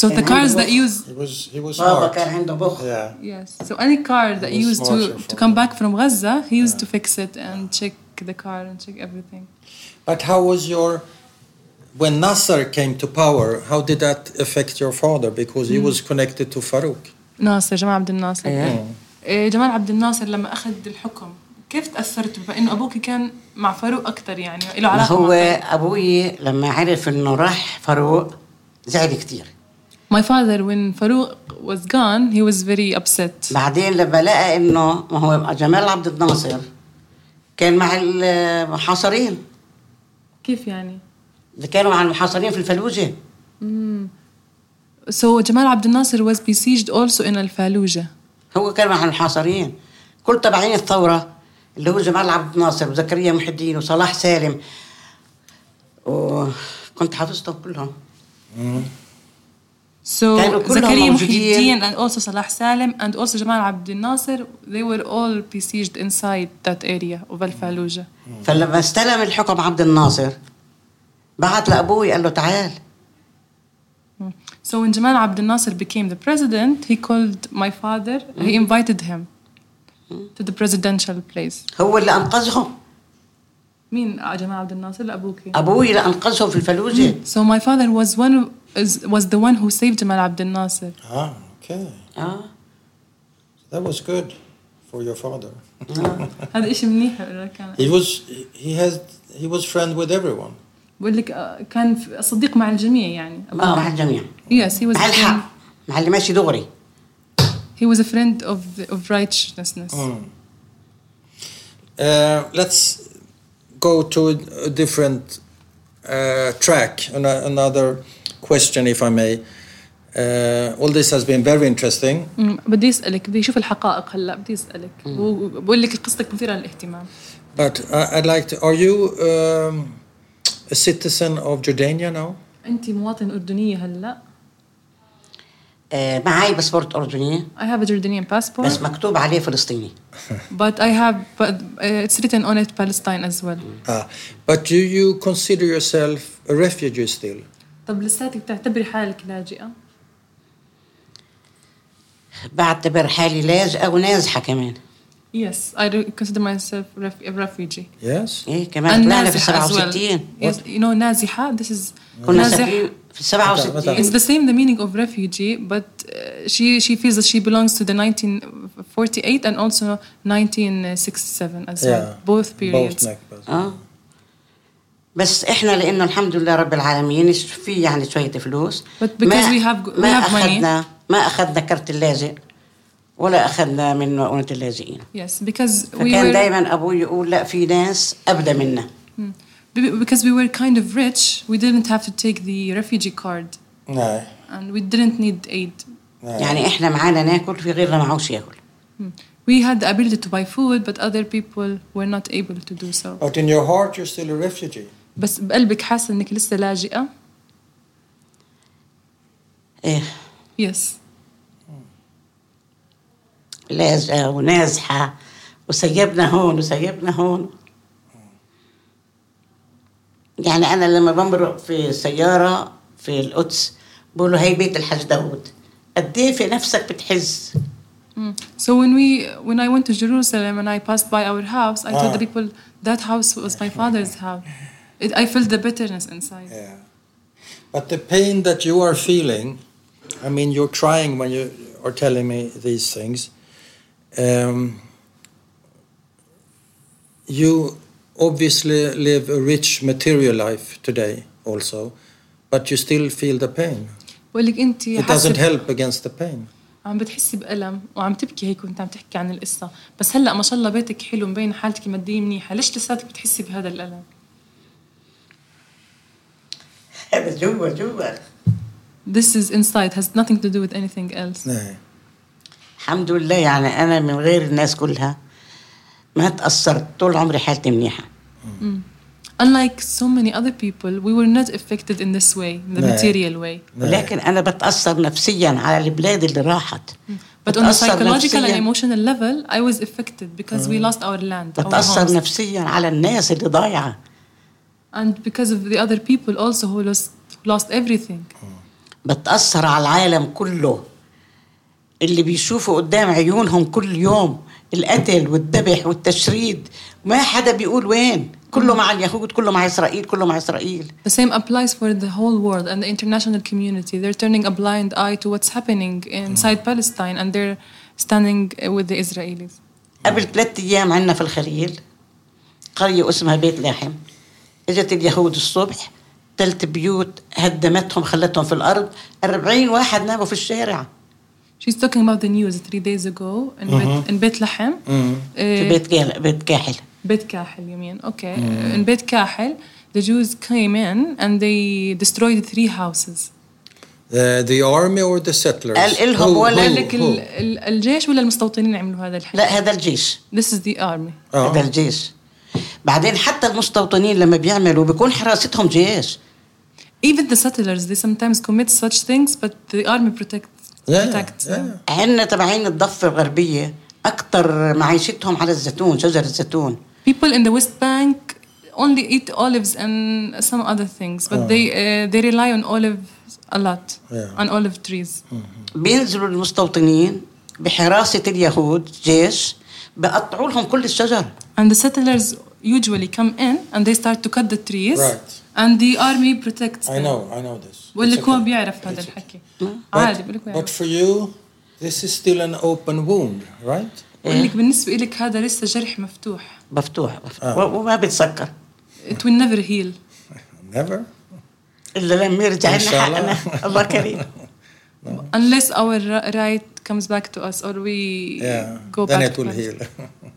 S2: So the
S1: And
S2: cars
S1: he
S2: that use
S3: Oh. he was he was
S1: بابا
S3: smart.
S1: كان عنده بخ
S3: Yeah.
S2: Yes. So any car that
S3: It was
S2: used to,
S3: smarter
S2: to
S3: for
S2: come
S3: them.
S2: back from Gaza, he used to fix it and check the car and check everything.
S3: But how was your when Nasser came to power? How did that affect your father? Because he was connected to Farouk.
S2: ناصر جمال عبد الناصر
S1: إيه.
S2: إيه، جمال عبد الناصر لما أخذ الحكم ك- كيف تأثرت بأنه أبوك كان مع فاروق أكتر يعني له
S1: ما
S2: علاقة
S1: هو
S2: مع
S1: ابوي لما عرف انه راح فاروق زعل كتير
S2: My father when فاروق was gone he was very upset
S1: بعدين لما لقى انه ما هو جمال عبد الناصر كان مع المحاصرين
S2: كيف يعني؟
S1: اللي كانوا مع المحاصرين في الفلوجه
S2: So جمال عبد الناصر was besieged also in الفالوجة
S1: هو كان مع المحاصرين كل تبعين الثورة اللي هو جمال عبد الناصر وزكريا محي الدين وصلاح سالم وكنت حافظتهم كلهم
S2: So
S1: كانوا كلهم
S2: زكريا محي
S1: موجودين.
S2: الدين and also صلاح سالم and also جمال عبد الناصر they were all besieged inside that area of الفالوجة
S1: فلما استلم الحكم عبد الناصر بعت لأبوي قال له تعال
S2: So when Jamal Abdel Nasser became the president, he called my father. He invited him to the presidential place.
S1: هو اللي أنقذهم
S2: مين جمال عبد الناصر أبوك؟
S1: أبوي اللي أنقذهم في الفلوجة
S2: So my father was one of- is, was the one who saved Jamal Abdel Nasser.
S3: Ah, okay.
S1: آه.
S3: That was good for your father.
S2: *laughs* هذا إشي منيح بقول لك أنا.
S3: He was he had he was friend with everyone.
S2: بقول لك آه، كان ف- صديق مع الجميع يعني.
S1: آه مع الجميع
S2: Yes, he was.
S1: مع
S2: a friend-
S1: الحق مع اللي ماشي دغري
S2: He was a friend of the- of righteousness.
S3: Uh, let's go to a, a different uh, track. An- another question, if I may. Uh, all this has been very interesting.
S2: أمم، Mm. بدي أسألك بدي أشوف الحقائق هلا بدي أسألك وبقول لك قصتك مثيرة للاهتمام.
S3: But I, I'd like to. Are you um, a citizen of Jordania now?
S2: أنت مواطن أردنية هلا
S1: آه معاي باسبورت أردنية
S2: I have a Jordanian passport,
S1: بس مكتوب عليه فلسطيني
S2: but I have but uh, it's written on it Palestine as well.
S3: Ah, but do you consider yourself a refugee still?
S2: طب لساتك بتعتبري حالك لاجئة؟
S1: بعتبر حالي لاجئة ونازحة كمان
S2: Yes, I do consider myself ref- a refugee.
S3: Yes.
S1: إيه كمان
S2: And
S1: طلعنا في
S2: نازحة as well.
S1: 67
S2: Yes, you know نازحة. This is
S1: كنا
S2: نازح.
S1: سافرين في 67
S2: It's the same the meaning of refugee, but uh, she she feels that she belongs to the 1948 and also 1967 as well. Both periods. Ah.
S3: Nakbas.
S1: اه بس احنا لانه الحمد لله رب العالمين في يعني شويه فلوس
S2: But because we have- we
S1: ما
S2: have money.
S1: اخذنا ما اخذنا كرت اللاجئ ولا اخذنا من مؤونه اللاجئين
S2: Yes, because we
S1: فكان
S2: were
S1: دائما ابوي يقول لا في ناس ابدا منا
S2: Be- because we were kind of rich, we didn't have to take the refugee card
S3: No.
S2: and we didn't need aid.
S3: no.
S1: يعني احنا معانا ناكل في غيرنا معهوش ياكل
S2: We had the ability to buy food, but other people were not able to do so.
S3: But in your heart, you're still a refugee.
S2: بس بقلبك حاسة إنك لسه لاجئة؟
S1: ايه
S2: Yes.
S1: لاجئه ونازحه وسيبنا هون وسيبنا هون يعني انا لما بمرق في سياره في القدس بقولوا هي بيت الحاج داوود قد ايه في نفسك بتحز
S2: Mm. So when we when I went to Jerusalem and I passed by our house, I told
S3: Ah.
S2: the people that house was my father's house. It, I felt the bitterness inside.
S3: Yeah. But the pain that you are feeling, I mean, you're crying when you are telling me these things. Um, you obviously live a rich material life today, also, but you still feel the pain.
S2: بقول لك أنت
S3: It doesn't
S2: حاسة
S3: help against the pain.
S2: عم بتحسي بألم وعم تبكي هيك وانت عم تحكي عن القصة بس هلأ ما شاء الله بيتك حلو مبين حالتك المادية منيحة ليش لساتك بتحسي بهذا الألم
S1: هذا *laughs* جوا جوا
S2: This is inside has nothing to do with anything else
S3: No.
S1: الحمد لله يعني انا من غير الناس كلها ما تاثرت طول عمري حالتي منيحه
S2: Unlike so many other people we were not affected in this way in the
S3: نعم.
S2: material way
S1: ولكن انا بتاثر نفسيا على البلاد اللي راحت
S2: But on the
S1: بتأثر
S2: psychological and
S1: نفسياً.
S2: emotional level I was affected because we lost our land our
S1: بتاثر
S2: homes.
S1: نفسيا على الناس اللي ضايعه
S2: and because of the other people also who lost lost everything
S1: بتأثر على العالم كله اللي بيشوفوا قدام عيونهم كل يوم القتل والذبح والتشريد ما حدا بيقول وين كله مع اليهود كله مع إسرائيل كله مع إسرائيل
S2: The same applies for the whole world and the international community. They're turning a blind eye to what's happening inside Palestine and they're standing uh, with the Israelis.
S1: قبل ثلاثة أيام عنا في الخليل قرية اسمها بيت لاحم اجت اليهود الصبح تلت بيوت هدمتهم خلتهم في الأرض 40 واحد ناموا في الشارع
S2: She's talking about the news three days ago in, Beit, in Beit Lahem.
S1: في
S2: Uh,
S1: بيت جال... بيت كاحل
S2: Beit Kahel, you mean? Okay. Uh, in Beit Kahel, the Jews came in and they destroyed three houses.
S3: Uh, the army or the settlers?
S1: قال إلهم ولا
S2: قال
S1: Who-
S2: لك ال- ال- الجيش ولا المستوطنين عملوا هذا الحكي؟
S1: لا هذا الجيش
S2: This is the army.
S3: آه.
S1: هذا الجيش بعدين حتى المستوطنين لما بيعملوا بيكون حراستهم جيش
S2: Even the settlers, they sometimes commit such things, but the army protects,
S3: Yeah,
S2: protects them.
S3: yeah.
S1: عنا تبعين الضفة الغربية أكتر معيشتهم على الزيتون شجر الزيتون
S2: People in the West Bank only eat olives and some other things, but they uh, they rely on olives a lot,
S3: Oh. Yeah.
S2: on olive trees.
S1: بينزلوا المستوطنين بحراسة اليهود جيش بقطعوا لهم كل الشجر
S2: And the settlers usually come in and they start to cut the trees,
S3: Right.
S2: and the army protects
S3: I
S2: them.
S3: know, I know this.
S2: بقول
S3: It's
S2: لك هو
S3: okay.
S2: بيعرف هذا
S3: It's okay.
S2: الحكي عادي بقول لك
S3: But, but
S2: بيعرف
S3: for you, this is still an open wound, right?
S2: بقول لك بالنسبة لك هذا لسه جرح مفتوح
S1: مفتوح
S3: آه.
S1: و- وما بيتسكر
S2: it will never heal
S3: Never.
S1: إلا لما يرجع
S3: إن
S1: لنا
S3: شاء الله.
S1: حقنا *laughs* الله كريم
S2: unless our ri- right comes back to us or we
S3: Yeah.
S2: go
S3: then
S2: back
S3: it
S2: to
S3: will
S2: us.
S3: heal. *laughs*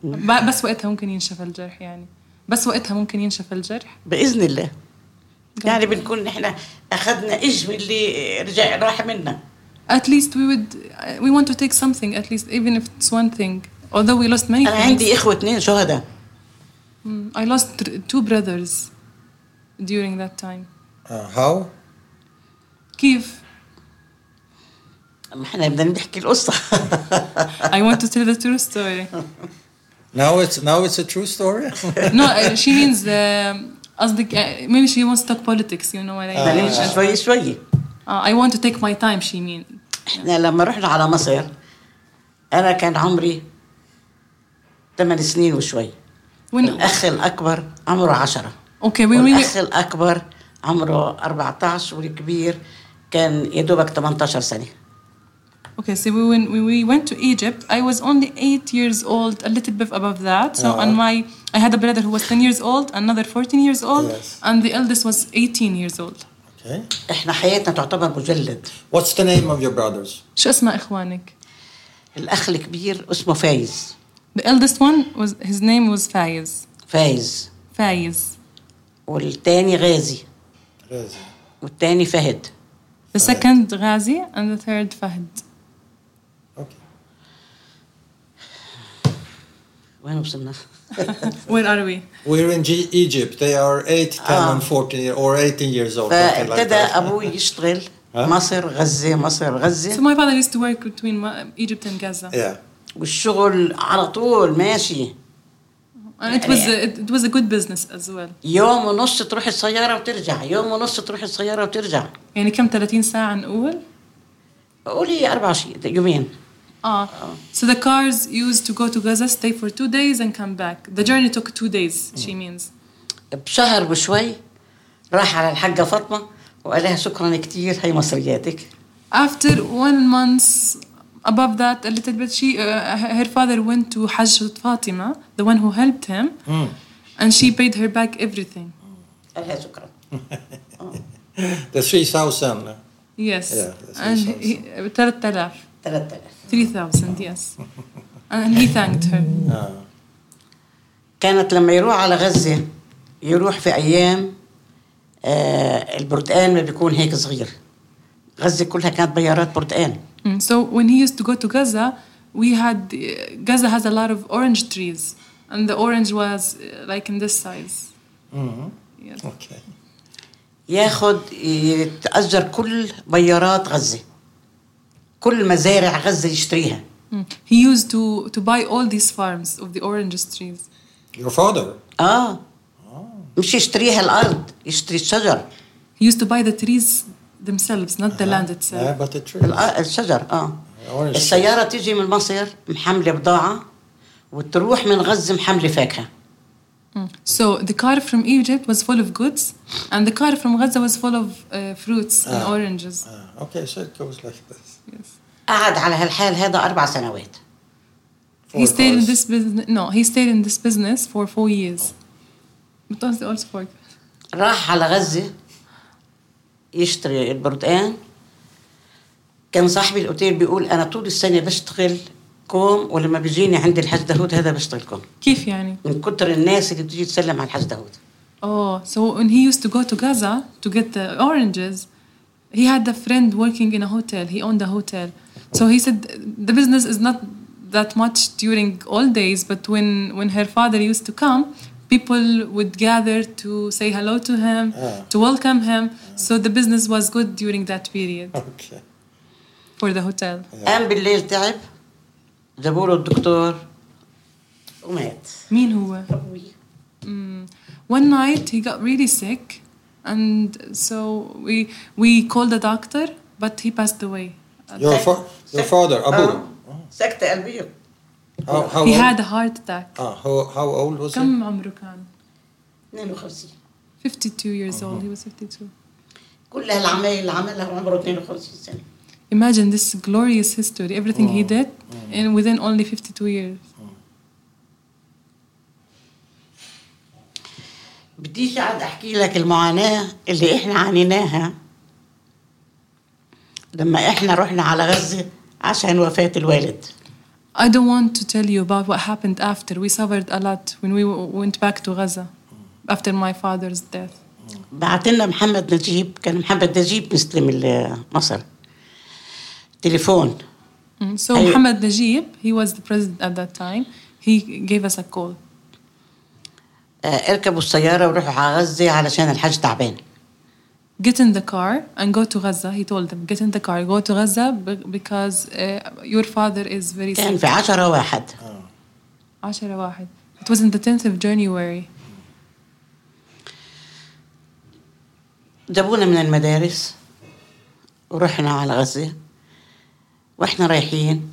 S2: ب- بس وقتها ممكن ينشف الجرح يعني بس وقتها ممكن ينشف الجرح
S1: بإذن الله يعني بنكون نحن أخذنا إجم اللي رجع راح منا
S2: at least we would we want to take something at least even if it's one thing although we lost many
S1: أنا
S2: things
S1: عندي إخوة اتنين شهداء
S2: Mm, I lost th- two brothers during that time
S3: Uh, how?
S2: كيف
S1: ما احنا بدنا نحكي القصة
S2: I want to tell the true story
S3: Now it's now it's a true
S2: *laughs*
S3: story.
S2: no uh, she means um, قصدك uh, maybe she wants to talk politics you know what I
S1: بدنا
S2: mean
S1: نمشي شوي شوي
S2: Uh, I want to take my time she mean
S1: احنا لما رحنا على مصر أنا كان عمري ثمان سنين وشوي *laughs*
S2: when
S1: الأخ الأكبر عمره عشرة
S2: okay when we
S1: والأخ الأكبر عمره 14 والكبير كان يا دوبك 18 سنة
S2: Okay, so we went, we, we went to Egypt. I was only eight years old, a little bit above that. So, and my I had a brother who was ten years old, another fourteen years old,
S3: Yes.
S2: and the eldest was eighteen years old.
S3: okay.
S1: احنا حياتنا تعتبر مجلد
S3: What's the name of your brothers?
S2: شو اسماء إخوانك؟
S1: الأخ الكبير اسمه فايز
S2: The eldest one was his name was Faiz.
S1: فايز
S2: Faiz. والثاني
S1: والتاني غازي والتاني فهد
S2: The second Ghazi and the third Fahd. *laughs*
S3: Okay.
S1: وين وصلنا؟
S2: Where are we?
S3: We're in G- Egypt. They are 8, 10,
S2: Ah.
S3: and 14 year, or 18 years old. something like
S1: فابتدى
S3: that.
S1: أبوي يشتغل
S3: ها؟
S1: مصر غزة مصر
S2: So
S1: غزة
S2: my father used to work between Ma- Egypt and Gaza,
S3: Yeah.
S1: والشغل على طول ماشي
S2: and it was a, it, it was a good business as well.
S1: يوم ونص تروح السيارة وترجع يوم ونص تروح السيارة وترجع
S2: يعني كم 30 ساعة نقول؟
S1: قولي 24 يومين
S2: Ah, so the cars used to go to Gaza, stay for two days, and come back. The journey took two days,
S3: Mm.
S2: she means.
S1: بشهر وشوي راح على الحاجة فاطمة وقال لها شكرا كتير هي مصرياتك
S2: After one month, above that, a little bit, she, uh, her her father went to Hajj with Fatima, the one who helped him,
S3: Mm.
S2: and she paid her back everything.
S1: قال لها شكرا
S3: The 3,000.
S2: Yes.
S3: Yeah, that's
S2: and
S3: what
S2: he, uh, he-
S3: she
S2: 3,000,
S1: 3000
S2: 3,000, yes. *laughs* And he thanked her.
S3: Uh,
S1: كانت لما يروح على غزة يروح في أيام آه البرتقال ما بيكون هيك صغير غزة كلها كانت بيارات برتقال
S2: Mm, So when he used to go to Gaza, we had uh, Gaza has a lot of orange trees, and the orange was uh, like in this size. Yes.
S3: mm-hmm. okay.
S1: ياخد يتأجر كل بيارات غزة كل مزارع غزة يشتريها
S2: Mm. He used to to buy all these farms of the orange trees.
S3: Your father?
S1: آه مش يشتريها الأرض يشتري الشجر
S2: He used to buy the trees themselves, not the land
S3: Yeah,
S2: itself.
S3: but the tree.
S1: الأ- الشجر اه
S3: Orange.
S1: السيارة تيجي من مصر محملة بضاعة وتروح من غزة محملة فاكهة
S2: Mm. So the car from Egypt was full of goods, and the car from Gaza was full of uh, fruits and
S3: Ah.
S2: oranges.
S3: Uh, okay, so it goes like this.
S2: Yes.
S1: قعد على هالحال هذا أربع سنوات
S3: Four
S2: He stayed in
S3: cars.
S2: this business. No, he stayed in this business for four years. But also also for
S1: راح على غزة يشتري البرتقان كان صاحبي الاوتيل بيقول انا طول السنه بشتغل كوم ولما بيجيني عند الحاج داوود هذا بشتغل كوم
S2: كيف يعني?
S1: من كتر الناس اللي بتيجي تسلم على الحاج داوود
S2: Oh, so when he used to go to Gaza to get the oranges, he had a friend working in a hotel. He owned a hotel. So he said the business is not that much during all days, but when, when her father used to come, people would gather to say hello to him,
S3: Ah.
S2: to welcome him. So the business was good during that period
S3: *laughs* Okay.
S2: for the hotel.
S1: قام بالليل تعب جابوا له الدكتور ومات
S2: مين هو؟ Mm. One night he got really sick, and so we we called the doctor, but he passed away.
S3: Your, fa- your father, Abu.
S1: um, آه. سكتة قلبية
S3: How, how,
S2: He
S3: old,
S2: had a heart attack.
S3: ah, how, how old was he?
S2: كم عمره كان؟
S1: 52
S2: 52 years
S3: Uh-huh.
S2: old. He was 52.
S1: كل هالعمايل اللي عملها وعمره 52 سنة
S2: Imagine this glorious history, everything
S3: Oh.
S2: he did, and within only 52 years.
S1: بديش اقعد احكي لك المعاناة اللي احنا عانيناها لما احنا رحنا على غزة عشان وفاة الوالد
S2: I don't want to tell you about what happened after. We suffered a lot when we w- went back to Gaza after my father's death.
S1: بعت لنا محمد نجيب كان محمد نجيب مسلم ال- مصر تليفون
S2: Mm, So
S1: I-
S2: Mohammed Najib, he was the president at that time. He gave us a call.
S1: آه، اركبوا السيارة وروحوا على غزة علشان الحاج تعبان
S2: Get in the car and go to Gaza. He told them, get in the car, go to Gaza be- because uh, your father is very
S1: كان
S2: sick.
S1: في عشرة واحد
S2: عشرة واحد. It was in the 10th of January.
S1: جابونا من المدارس ورحنا على غزة واحنا رايحين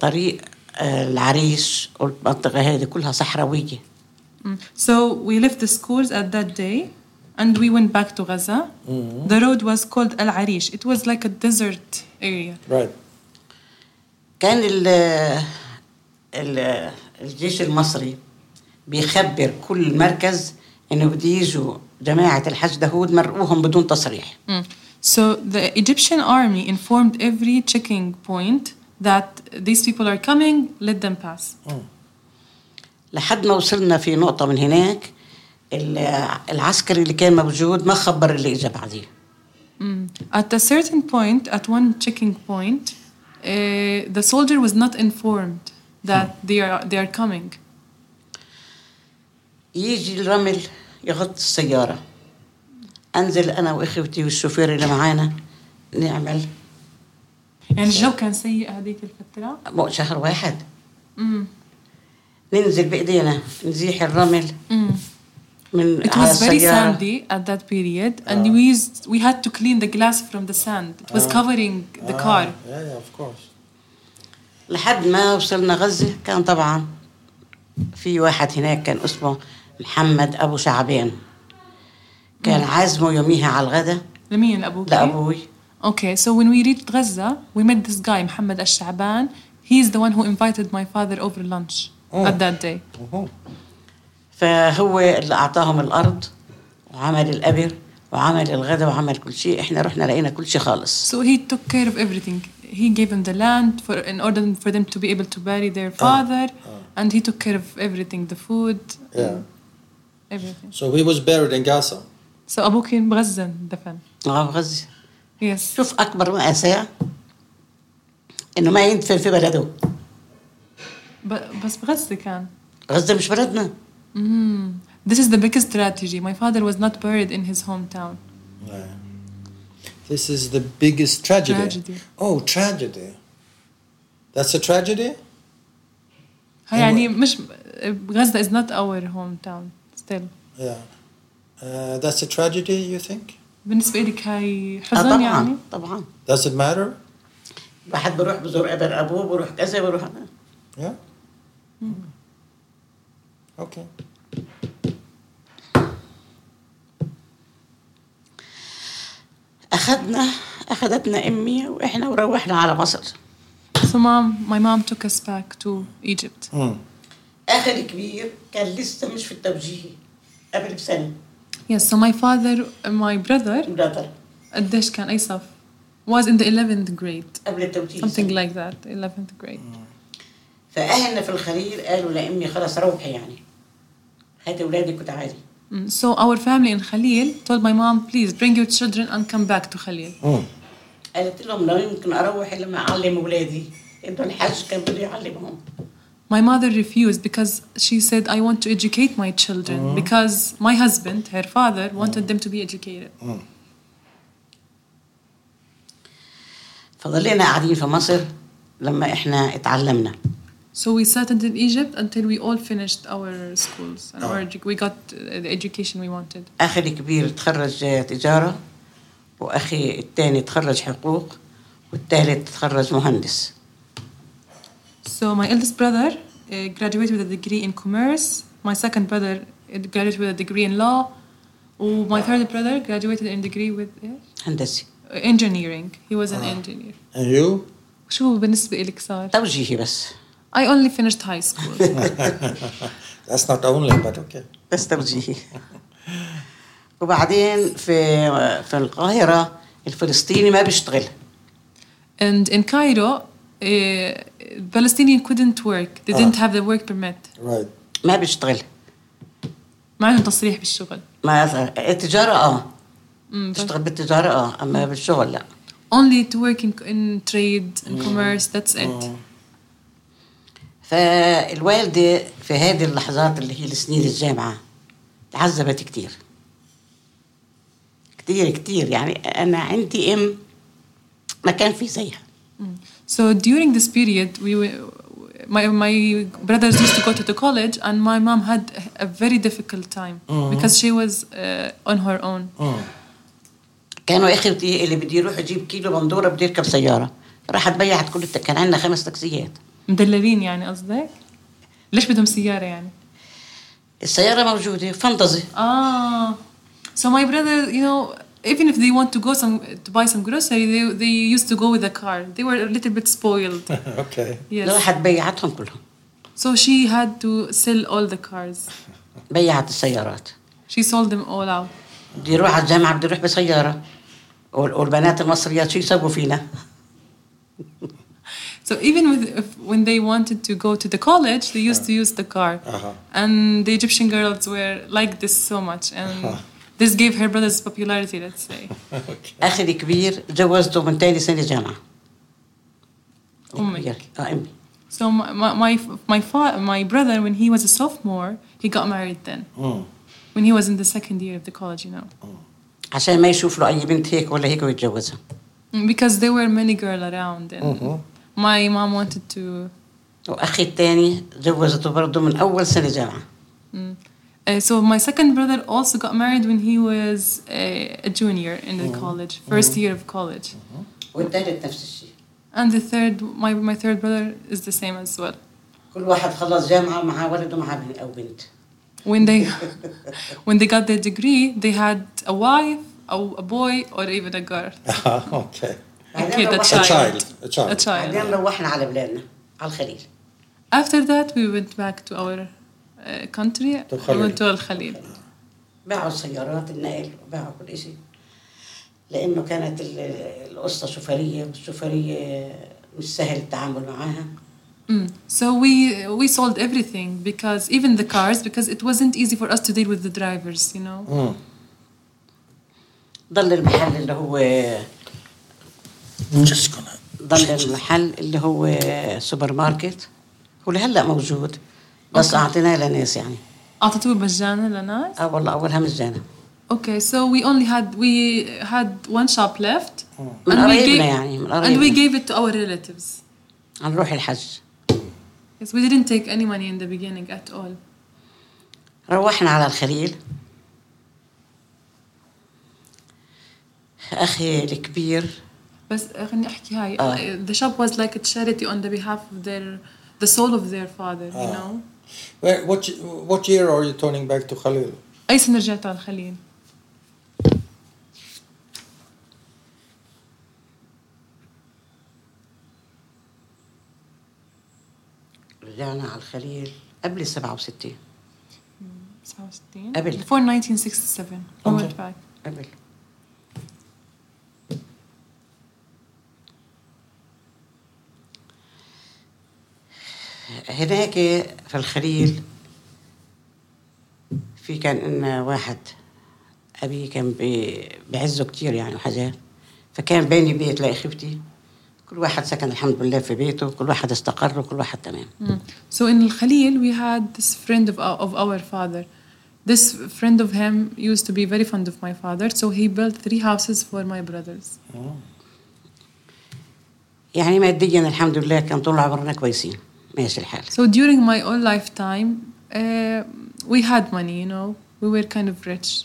S1: طريق آه، العريش والمنطقة هذه كلها صحراوية
S2: Mm. So we left the schools at that day and we went back to Gaza. The road was called Al Arish. It was like a desert area.
S3: Right.
S1: كان ال ال- الجيش المصري بيخبر كل مركز انه بده يجوا جماعة الحج داهود مرقوهم بدون تصريح
S2: Mm. So the Egyptian army informed every checking point that these people are coming, let them pass.
S1: لحد ما وصلنا في نقطة من هناك ال- العسكري اللي كان موجود ما خبر اللي اجى بعديه
S2: Mm. At a certain point, at one checking point, uh, the soldier was not informed that
S3: Hmm.
S2: they are they are coming.
S1: يجي الرمل يغطي السيارة أنزل أنا وإخوتي والشوفير اللي معانا نعمل
S2: يعني الجو كان سيء هذيك الفترة.
S1: مو شهر واحد
S2: Mm.
S1: ننزل بإيدينا نزيح الرمل
S2: Mm.
S1: من
S2: It
S3: Ah,
S1: على
S2: was very
S1: السيارة
S2: sandy at that period, and we used, we had to clean the glass from the sand. It was covering the
S3: Ah,
S2: car.
S3: Yeah, yeah, of course.
S1: لحد ما وصلنا غزة كان طبعا في واحد هناك كان اسمه محمد أبو شعبان كان عازمه يوميها على الغدا
S2: لمين أبوك؟
S1: لأبوي
S2: Okay, so when we reached Gaza, we met this guy, Mohammed Al Shaban. He's the one who invited my father over lunch
S3: Oh.
S2: at that day.
S1: فهو اللي أعطاهم الأرض وعمل الأبر وعمل الغدا وعمل كل شيء احنا رحنا لقينا كل شيء خالص
S2: So he took care of everything. He gave them the land for in order for them to be able to bury their father, and he took care of everything, the food,
S3: Yeah.
S2: everything.
S3: So he was buried in Gaza.
S2: So Abu Kin Brazan دفن.
S1: اه غزة
S2: Yes.
S1: شوف أكبر مأساة إنه ما يندفن في بلده
S2: But بس بغزة كان.
S1: غزة مش بلدنا آه،
S2: Mm. This is the biggest strategy. My father was not buried in his hometown.
S3: Yeah. This is the biggest tragedy.
S2: Tragedy.
S3: Oh, tragedy. That's a tragedy?
S2: هاي يعني مش غزة eh, is not our hometown still.
S3: Yeah. Uh, that's a tragedy, you think?
S2: بالنسبة لك هاي
S1: آه
S2: حزن يعني؟
S1: طبعا طبعا
S3: Does it matter?
S1: الواحد بروح بزور قبر أبوه بروح كذا بروح
S3: Yeah?
S2: Hmm.
S3: Okay.
S1: أخذنا أخذتنا أمي وإحنا وروحنا على مصر
S2: So also, mom, my mom took us back to Egypt.
S1: اخر كبير كان لسه مش في التوجيهي قبل بسنه
S2: Yes, so my father, my brother,
S1: برادر
S2: قديش كان أي صف? Was in the 11th grade,
S1: قبل التوجيهي
S2: something
S1: سنة.
S2: like that, 11th grade.
S1: فاهلنا في الخليل قالوا لامي خلاص روحي يعني هاتي اولادك وتعالي
S2: Mm, So our family in Khalil told my mom, please bring your children and come back to Khalil.
S1: قالت لهم لا يمكن اروح الا ما اعلم اولادي انتوا الحاج كان بده يعلمهم
S2: My mother refused because she said, I want to educate my children because my husband, her father, wanted them to be educated.
S1: فضلينا قاعدين في مصر لما احنا اتعلمنا
S2: So we settled in Egypt until we all finished our schools and our edu- we got uh, the education we wanted.
S1: اخي الكبير تخرج تجاره واخي الثاني تخرج حقوق والثالث تخرج مهندس
S2: So my eldest brother uh, graduated with a degree in commerce. My second brother uh, graduated with a degree in law. Oh, my third brother graduated in degree with uh,
S1: هندسي
S2: engineering. He was an engineer.
S3: And you? *laughs*
S2: شو بالنسبة إلك صار؟
S1: توجيهي بس
S2: I only finished high
S3: *laughs*
S2: school.
S3: That's not only, but okay.
S1: بس توجيهي وبعدين في في القاهره الفلسطيني ما بيشتغل
S2: and in Cairo, uh, Palestinian couldn't work. They didn't have the work permit.
S3: Right.
S1: ما بيشتغل
S2: ما عندهم تصريح بالشغل.
S1: ما التجاره اه
S2: Mm, but
S1: تشتغل بالتجاره اه اما بالشغل لا
S2: only to work in, in trade and commerce, that's it.
S1: فالوالده في هذه اللحظات اللي هي لسنين الجامعه تعذبت كتير كتير كتير يعني انا عندي ام ما كان في زيها
S2: So during this period, we were, my, my brothers used to go to the college, and my mom had a very difficult time because she was uh, on her own.
S3: Hmm.
S1: كانوا اخي بدي- اللي بده يروح يجيب كيلو بندوره بده يركب سياره راحت بيعت كل الت... كان عندنا خمس تاكسيات
S2: مدللين يعني قصدك؟ ليش بدهم سيارة يعني؟
S1: السياره موجوده فانتزي
S2: Ah, so my brother, you know, even if they want to go some to buy some grocery, they they used to go with a car. They were a little bit spoiled.
S3: *laughs* okay.
S2: Yes.
S1: راحت بيعتهم كلهم
S2: So she had to sell all the cars.
S1: بيعت السيارات
S2: She sold them all out.
S1: بده يروح على الجامعه بده يروح بسياره وال- والبنات المصريات شو يسووا فينا؟
S2: So even with if, when they wanted to go to the college, they used to use the car.
S3: Uh-huh.
S2: And the Egyptian girls were like this so much, and
S3: Uh-huh.
S2: this gave her brothers popularity. Let's
S3: *laughs*
S2: say,
S3: okay.
S1: اخي الكبير جوزته من ثاني سنه جامعه
S2: أمك.
S1: اه امي
S2: So my my my my, fa- my brother, when he was a sophomore, he got married then.
S3: Mm.
S2: When he was in the second year of the college, you know,
S1: عشان ما يشوف له اي بنت هيك ولا هيك ويتجوزها
S2: because there were many girls around, and
S3: Mm-hmm.
S2: my mom wanted to.
S1: واخي الثاني جوزته برضه من اول سنه جامعه
S2: Mm. Uh, so my second brother also got married when he was a, a junior in the
S3: Mm-hmm.
S2: college, 1st year of college.
S1: والثالث نفس الشيء
S2: And the third, my, my third brother is the same as well.
S1: كل واحد خلص جامعه مع ولد ومع بنت او بنت
S2: When they, when they got their degree, they had a wife, a, a boy, or even a girl.
S3: *laughs* okay.
S1: بعدين
S2: Okay,
S1: روحنا-
S2: that's
S3: A
S2: Child.
S3: child. A
S2: A
S3: child.
S1: بعدين
S2: child.
S1: روحنا على بلادنا على الخليل
S2: After that, we went back to our uh, country.
S3: To
S2: We
S3: Khalil.
S2: went to Al Khalil.
S1: باعوا السيارات النقل وباعوا كل شيء لانه كانت ال- القصه شوفريه والشوفريه مش سهل التعامل معاها
S2: Mm. So we we sold everything because even the cars because it wasn't easy for us to deal with the drivers, you know.
S3: Mm.
S1: ضل المحل اللي هو
S3: I'm just gonna.
S1: ضل المحل اللي هو سوبر ماركت هو لهلا موجود بس اعطيناه لناس يعني
S2: أعطيتوه مجانا لناس.
S1: اه والله اولها مجانا
S2: Okay, so we only had we had one shop left,
S1: من
S2: we
S1: قرايبنا
S2: gave,
S1: يعني، من
S2: and we
S1: قرايبنا.
S2: gave it to our relatives.
S1: هنروح الحج
S2: Yes, we didn't take any money in the beginning at all.
S1: روحنا على الخليل اخي الكبير
S2: بس uh, خليني أحكي هاي.
S1: آه.
S2: The shop was like a charity on the behalf of their the soul of their father, you know.
S3: Where, what, what year are you turning back to Khalil?
S2: أي سنة رجعت على الخليل؟
S1: رجعنا على الخليل قبل 67
S2: 67
S1: قبل.
S2: before 1967 we
S3: Okay.
S2: went back
S1: قبل هناك في الخليل في كان إن واحد أبي كان بي- بيعزه كتير يعني وحاجات فكان باني بيت لاقي خفتي كل واحد سكن الحمد لله في بيته كل واحد استقر وكل واحد تمام
S2: Mm. So in Al Khalil, we had this friend of our, of our father. This friend of him used to be very fond of my father, so he built three houses for my brothers.
S1: يعني ماديا الحمد لله كان طول عمرنا كويسين ماشي الحال
S2: So during my own lifetime, uh, we had money, you know, we were kind of rich.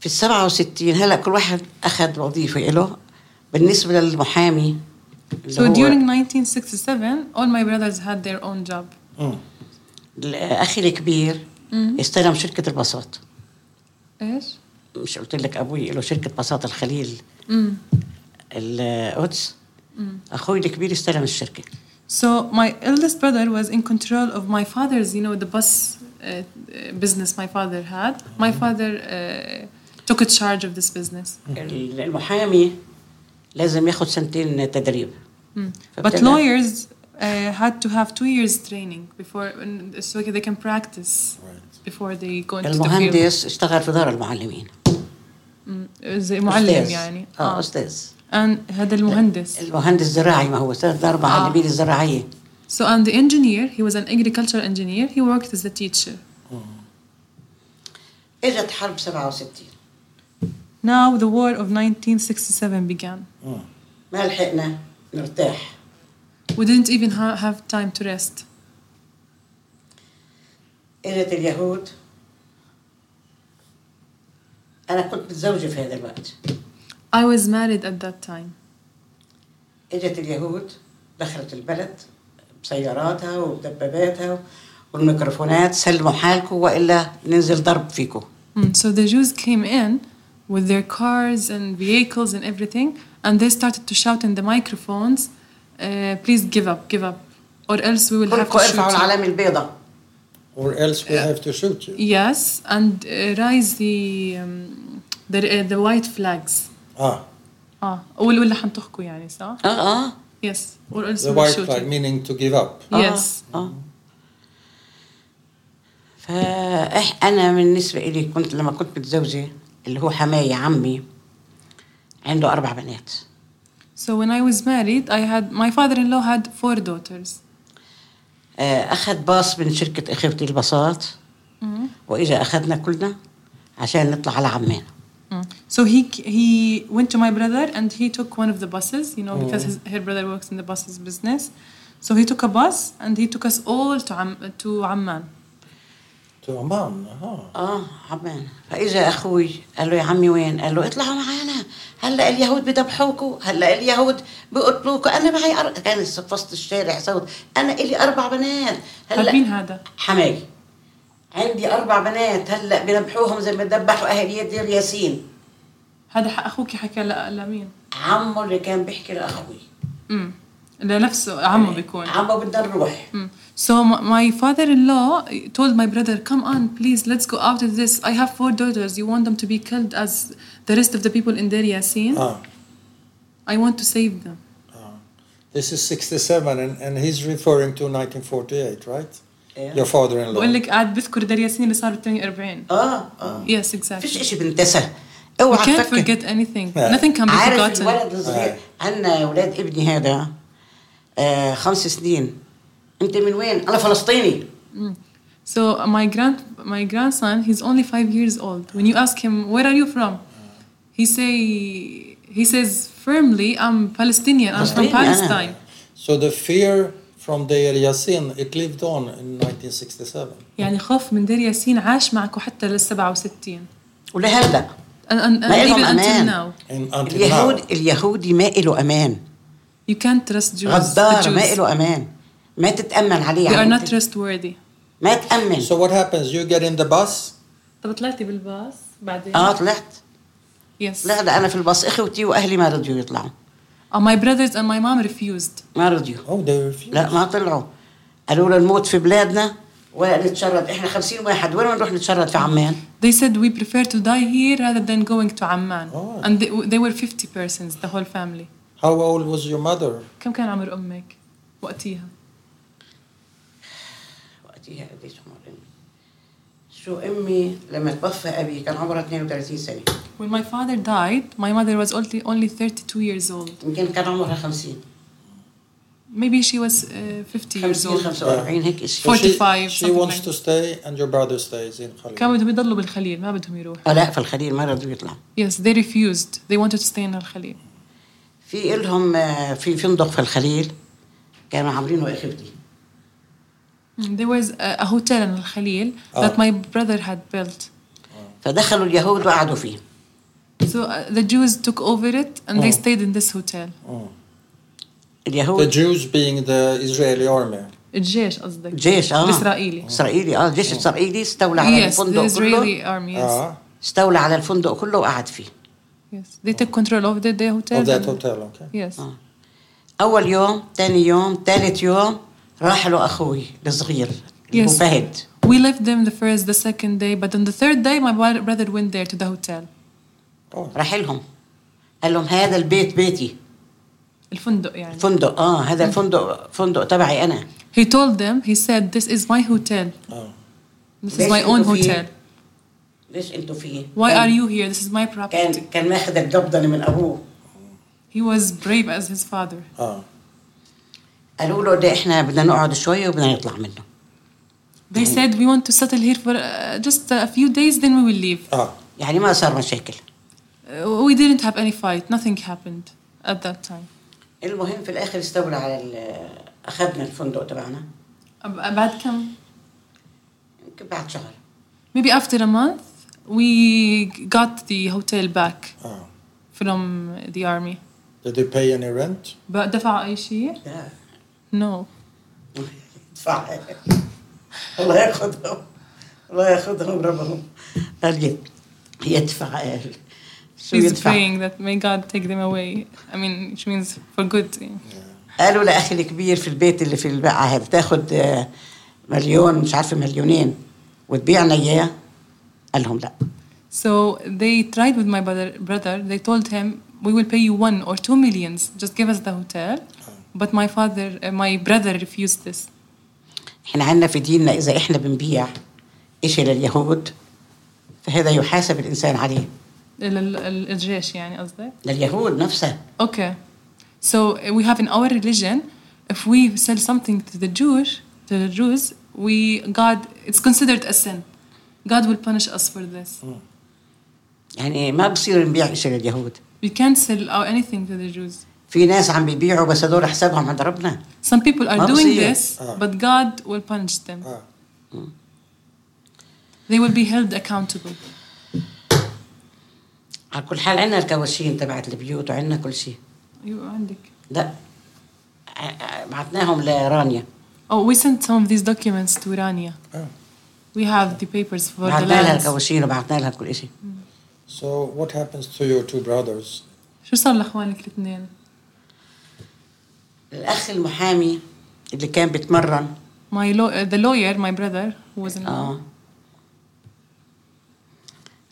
S1: في ال 67 هلا كل واحد اخذ وظيفه له بالنسبه للمحامي اللي
S2: So
S1: هو
S2: during 1967, all my brothers had their own job.
S3: Mm.
S1: اخي الكبير استلم شركه البساط
S2: إيش؟
S1: مش قلت لك ابوي له شركه بساط الخليل
S2: Mm.
S1: القدس اخوي الكبير استلم الشركه
S2: So my eldest brother was in control of my father's, you know, the bus uh, uh, business my father had. My father uh, took a charge of this business.
S1: ال- المحامي لازم ياخذ سنتين تدريب
S2: But
S1: فابتدى-
S2: lawyers uh, had to have two years training before, and so they can practice before they go into the field.
S1: المهندس اشتغل في دار المعلمين
S2: زي معلم
S1: أستاذ.
S2: يعني.
S1: اه
S2: آه.
S1: استاذ
S2: Ah. And هذا المهندس.
S1: المهندس زراعي ما هو استاذ
S2: آه.
S1: دار المعلمين الزراعيه
S2: So and the engineer, he was an agricultural engineer. He worked as a teacher.
S1: اجت حرب 67
S2: Now the war of 1967 began.
S1: ما لحقنا نرتاح
S2: We didn't even ha- have time to rest.
S1: اجت اليهود انا كنت متزوجه في هذا الوقت
S2: I was married at that time.
S1: اجت اليهود دخلت البلد بسياراتها وبدباباتها والميكروفونات سلموا حالكم والا ننزل ضرب فيكم
S2: Mm, So the Jews came in with their cars and vehicles and everything, and they started to shout in the microphones, uh, "Please give up, give up, or else we will have
S1: كلكم
S2: to
S1: ارفعوا
S2: shoot
S1: العلامه البيضاء
S3: Or else we have to shoot you.
S2: you." Yes, and uh, raise the um, the, uh, the white flags.
S3: Ah,
S2: Ah, ولا ولا حنطخكوا يعني صح?
S1: اه اه
S2: Yes, or else
S3: the
S2: we will
S3: white
S2: shoot
S3: flag,
S2: you.
S3: meaning to give up.
S2: Yes.
S1: اه, آه. فأح أنا بالنسبة إلي كنت لما كنت متزوجة اللي هو حماية عمي عنده أربع بنات
S2: So when I was married, I had my father-in-law had four daughters.
S1: آه، أخذ باص من شركة إخوتي الباصات وإجا أخذنا كلنا عشان نطلع على عمان
S2: Mm. So he he went to my brother and he took one of the buses, you know, because his, her brother works in the buses business. So he took a bus and he took us all to Am, to Amman.
S3: To Amman. uh-huh.
S2: Mm-hmm.
S3: Aha.
S1: آه عمان فإجا أخوي قال له يا عمي وين قال له اطلعوا معانا هلا اليهود بذبحوكوا هلا اليهود بقتلوكوا أنا معي أر... كان في وسط الشارع صوت أنا إلي أربع بنات
S2: طيب مين هذا؟
S1: حماي عندي أربع بنات هلا بذبحوهم زي ما ذبحوا أهل دير ياسين
S2: هذا ح- أخوك حكى لا لمين؟
S1: عمه اللي كان بيحكي لأخوي
S2: امم لنفسه عمه بيكون.
S1: عمه بدنا نروح
S2: Mm. So m- my father-in-law told my brother, "Come on, please, let's go out of this. I have four daughters. You want them to be killed as the rest of the people in Deir Yassin?
S3: Ah.
S2: I want to save them."
S3: This is 67, and, and he's referring to 1948, right?
S1: Yeah.
S3: Your father in law.
S2: بقول لك قاعد بذكر دير ياسين اللي صار ب 42.
S1: آه آه
S2: Yes, exactly.
S1: فيش إشي بنتسى
S2: We
S1: اوعى
S2: can't
S1: تفكر
S2: forget anything.
S3: Yeah.
S2: Nothing can be
S1: عارف
S2: forgotten.
S1: الولد الصغير
S3: آه.
S1: عندنا اولاد ابني هذا آه خمس سنين انت من وين؟ انا فلسطيني
S2: So uh, my grand my grandson, he's only five years old. When you ask him where are you from, he say he says firmly, I'm Palestinian. I'm from
S1: Palestinian, yeah.
S2: Palestine.
S3: So the fear from Deir Yassin, it lived on in 1967.
S2: يعني خوف من دير ياسين عاش معكم حتى لل 67
S1: ولهلا
S2: and, and, and
S1: ما إلهم
S2: even until
S1: أمان.
S2: now
S3: And until
S1: اليهود
S3: now.
S1: اليهودي ما له امان
S2: you can't trust Jews. The
S1: غدار
S2: Jews.
S1: ما له امان ما تتامن عليه
S2: They are
S1: يعني
S2: not
S1: أنت
S2: trustworthy.
S1: ما تامن
S3: So what happens? You get in the bus.
S2: طب طلعتي بالباص بعدين؟
S1: اه طلعت
S2: Yes.
S1: لا ده انا في الباص اخوتي واهلي ما رضيوا يطلعوا
S2: Uh, my brothers and my mom refused.
S1: ما رضيوا
S3: Oh, they refused.
S1: لا ما طلعوا قالوا له الموت في بلادنا ولا نتشرد احنا 50 واحد وين نروح نتشرد في عمان
S2: They said we prefer to die here rather than going to Amman.
S3: Oh.
S2: And they, they were 50 persons, the whole family.
S3: How old was your mother?
S2: كم كان عمر أمك وقتيها؟
S1: وقتها قديش عمر امي شو امي لما توفى ابي كان عمرها 32 سنه
S2: When my father died, my mother was only, only 32 years old.
S1: يمكن كان عمرها 50
S2: Maybe she was uh, 50 years
S1: 50
S2: old.
S1: 45 هيك شيء
S2: For- 45,
S3: She, she
S2: something
S3: wants
S2: like-
S3: to stay, and your brother stays in Khalid.
S2: كانوا بدهم يضلوا بالخليل ما بدهم يروحوا.
S1: آه لا في الخليل ما رضوا يطلعوا
S2: Yes, they refused. They wanted to stay in الخليل.
S1: في إلهم آه، في فندق في الخليل كانوا عاملينه اخوتي
S2: Mm, There was a, a hotel in الخليل
S3: Oh.
S2: that my brother had built.
S1: فدخلوا اليهود وقعدوا فيه
S2: So uh, the Jews took over it and they
S3: Oh.
S2: stayed in this hotel.
S3: The
S1: اليهود
S3: Jews being the Israeli army.
S2: الجيش قصدك.
S1: جيش اه
S2: الإسرائيلي.
S1: اسرائيلي اه الجيش الاسرائيلي استولى على
S2: Yes, the
S1: الفندق كله
S2: Israeli army. Yes.
S3: Ah,
S1: استولى على الفندق كله وقعد فيه
S2: yes. They took control of the, the hotel.
S3: of that
S2: and-
S3: hotel, Ah. okay.
S2: Yes.
S1: آه. أول يوم تاني يوم تالت يوم راح له أخوي الصغير اللي هو
S2: Yes.
S1: فهد
S2: We left them the first, the second day, but on the third day, my bro- brother went there to the hotel.
S3: Oh,
S1: راح لهم قال لهم هذا البيت بيتي
S2: الفندق يعني.
S1: فندق اه هذا الفندق فندق تبعي أنا
S2: He told them, he said, this is my hotel.
S3: oh.
S2: This
S1: They
S2: is my
S1: should
S2: own
S1: go here.
S2: hotel.
S1: ليش أنتوا فيه؟
S2: Why
S1: كان-
S2: are you here? This is my
S1: كان
S2: property.
S1: كان ماخذ القبضنة من أبوه
S2: He was brave as his father.
S3: ah.
S1: قالوا له ده إحنا بدنا نقعد شوية وبدنا نطلع منه
S2: They
S3: Mm.
S2: said, we want to settle here for uh, just a few days, then we will leave.
S3: Ah,
S1: يعني ما صار مشاكل
S2: Uh, we didn't have any fight. Nothing happened at that time.
S1: المهم في الآخر استولى على ال- أخذنا الفندق تبعنا
S2: Ab- بعد كم?
S1: يمكن بعد شهر
S2: Maybe after a month, we got the hotel back
S3: ah.
S2: from the army.
S3: Did you pay any rent?
S2: بقى دفعوا أي شيء؟
S1: لا
S2: No.
S1: ادفع الله ياخذهم الله ياخذهم ربهم قال لي يدفع شو
S2: She's
S1: يدفع
S2: praying that may God take them away. I mean, which means for good.
S1: قالوا لاخي الكبير في البيت اللي في البقعه هذا تاخذ آه، مليون مش عارفه مليونين وتبيعنا اياه قال لهم لا
S2: So they tried with my brother. brother. They told him, "We will pay you one or two millions. Just give us the hotel." But my father, uh, my brother, refused this.
S1: احنا عندنا في ديننا اذا احنا بنبيع شيء لليهود فهذا يحاسب الانسان عليه
S2: ال- ال- ال- الجيش يعني قصدي.
S1: لليهود نفسها
S2: Okay. So uh, we have in our religion, if we sell something to the Jewish, to the Jews, we God, it's considered a sin. God will punish us for this.
S1: يعني ما بصير نبيع شيء لليهود
S2: We can't sell our anything to the Jews.
S1: في ناس عم بيبيعوا بس هدول حسابهم عند ربنا
S2: Some people are
S1: ما
S2: doing
S1: بصير.
S2: this,
S3: آه.
S2: but God will punish them.
S3: Ah.
S2: They will be held accountable.
S1: على كل حال عندنا الكواشين تبعت البيوت وعندنا كل شيء
S2: You عندك.
S1: لا ع- ع- بعتناهم لرانيا
S2: Oh, we sent some of these documents to Rania.
S3: ah.
S2: We have the papers for the
S1: بعتنا لها
S2: lands.
S1: الكواشين وبعتنا لها كل شيء
S3: So what happens to your two brothers?
S2: شو صار لاخوانك الاثنين؟
S1: الاخ المحامي اللي كان بيتمرن
S2: My law- uh, the lawyer, my brother, who was in
S1: اه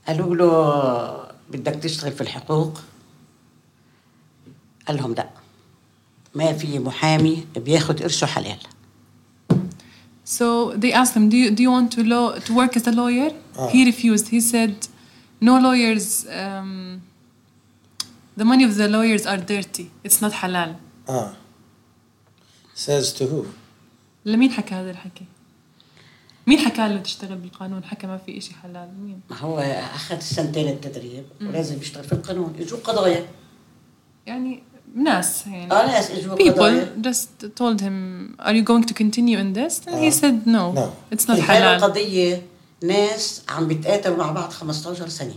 S1: قالوا له بدك تشتغل في الحقوق قال لهم لا ما في محامي بياخد قرشه حلال
S2: So they asked him, "Do you do you want to law to work as a lawyer?"
S3: Ah.
S2: He refused. He said, "No lawyers. Um, the money of the lawyers are dirty. It's not halal."
S3: Ah. Says to who?
S2: لمين حكى هذا الحكي؟ مين حكى له تشتغل بالقانون؟ حكى ما في إشي حلال، مين؟
S1: ما هو اخذ سنتين التدريب ولازم يشتغل في القانون يجوا قضايا
S2: يعني ناس يعني
S1: اه ناس اجوا قضايا
S2: people just told him, "Are you going to continue in this?" And he
S3: آه.
S2: said, "No,
S3: No.
S2: it's not
S1: حالة
S2: halal."
S1: قضية ناس عم بيتقاتلوا مع بعض 15 سنة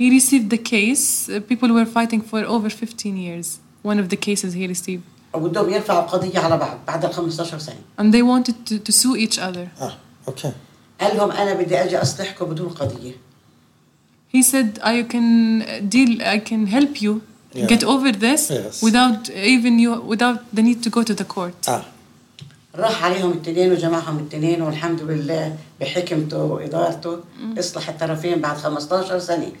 S2: He received the case. Uh, People were fighting for over 15 years. One of the cases he received.
S1: وبدهم يرفعوا قضية على بعض بعد ال 15 سنة
S2: and they wanted to, to sue each other.
S3: Ah. Okay.
S1: قال لهم أنا بدي أجي أصلحكم بدون قضية
S2: He said, "I uh, can deal. I can help you
S3: Yeah.
S2: get over this
S3: Yes.
S2: without even you without the need to go to the court.
S3: Ah,
S1: راح عليهم التنين وجمعهم التنين والحمد لله بحكمته وإدارته إصلح الطرفين بعد 15 سنة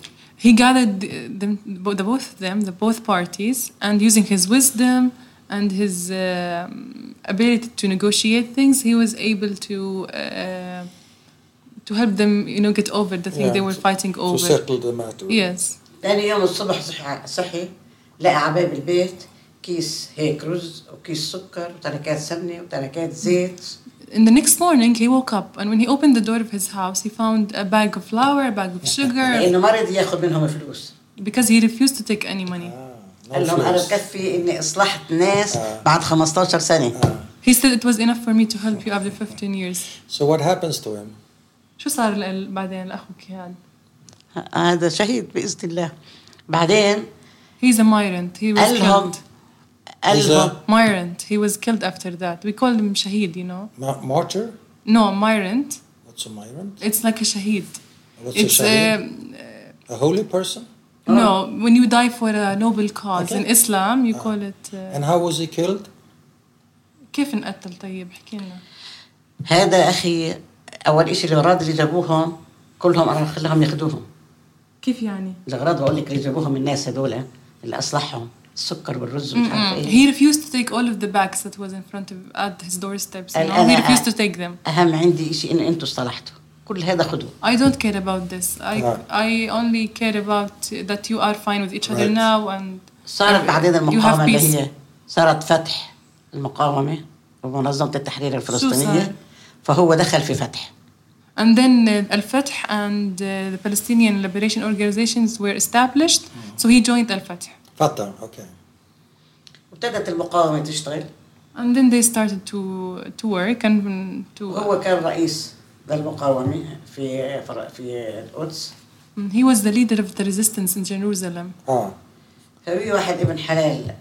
S2: He gathered the, them- bo- the both of them, the both parties, and using his wisdom and his um ability to negotiate things, he was able to uh, to help them, you know, get over the thing
S3: yeah,
S2: they were fighting
S3: to
S2: over.
S3: settle the matter.
S2: Yes.
S1: ثاني يوم الصبح صحي, صحي لقى عباب البيت كيس هيك رز وكيس سكر وتركات سمنة وتركات زيت
S2: In the next morning, he woke up, and when he opened the door of his house, he found a bag of flour, a bag of sugar,
S1: لأنه مرض ياخد منهم فلوس
S2: because he refused to take any money.
S3: Ah, No
S1: قال لهم أنا
S3: flaws.
S1: بكفي إني إصلحت ناس بعد 15 سنة
S2: He said it was enough for me to help you after 15 years.
S3: So what happens to him?
S2: شو صار لل- بعدين لأخو كيان؟
S1: هذا شهيد بإذن الله بعدين
S2: He's a migrant. He was
S1: قال لهم
S2: killed.
S1: قال
S3: He's
S1: لهم
S3: a
S2: Migrant. He was killed after that. We call him Shahid, you know.
S3: ma- martyr.
S2: No, migrant.
S3: What's a migrant?
S2: It's like a Shahid.
S3: What's
S2: It's
S3: a shahid?
S2: um,
S3: a holy person.
S2: no, when you die for a noble cause
S3: Okay. Uh-huh.
S2: in Islam, you call it. Uh,
S3: And how was he killed?
S2: كيف نقتل طيب؟ احكي لنا.
S1: هذا أخي أول إشي الأغراض اللي جابوهم كلهم أنا خلاهم ياخدوهم
S2: كيف يعني؟
S1: الأغراض بقول لك اللي جابوهم الناس هذول اللي أصلحهم السكر والرز ومش عارفة
S2: Mm-mm.
S1: إيه
S2: He refused to take all of the bags that was in front of at his doorsteps. You
S1: And-
S2: know?
S1: and
S2: He
S1: I-
S2: refused to take them.
S1: أهم عندي إشي إن أنتوا اصطلحتوا كل هذا خدوه
S2: I don't care about this. I
S3: Right.
S2: I only care about that you are fine with each other
S3: Right.
S2: now and
S1: صارت بعدين
S2: you have
S1: المقاومة اللي
S2: peace.
S1: هي صارت فتح المقاومة ومنظمة التحرير
S2: Suicide.
S1: الفلسطينية فهو دخل في فتح
S2: And then uh, Al Fatah and uh, the Palestinian Liberation Organizations were established, so he joined Al Fatah.
S3: Fatah. Okay.
S1: ابتدت المقاومة تشتغل
S2: And then they started to to work and mm, to.
S1: وهو كان رئيس للمقاومة في فر- في القدس
S2: Mm, He was the leader of the resistance in Jerusalem.
S3: Ah.
S1: ففي واحد ابن حلال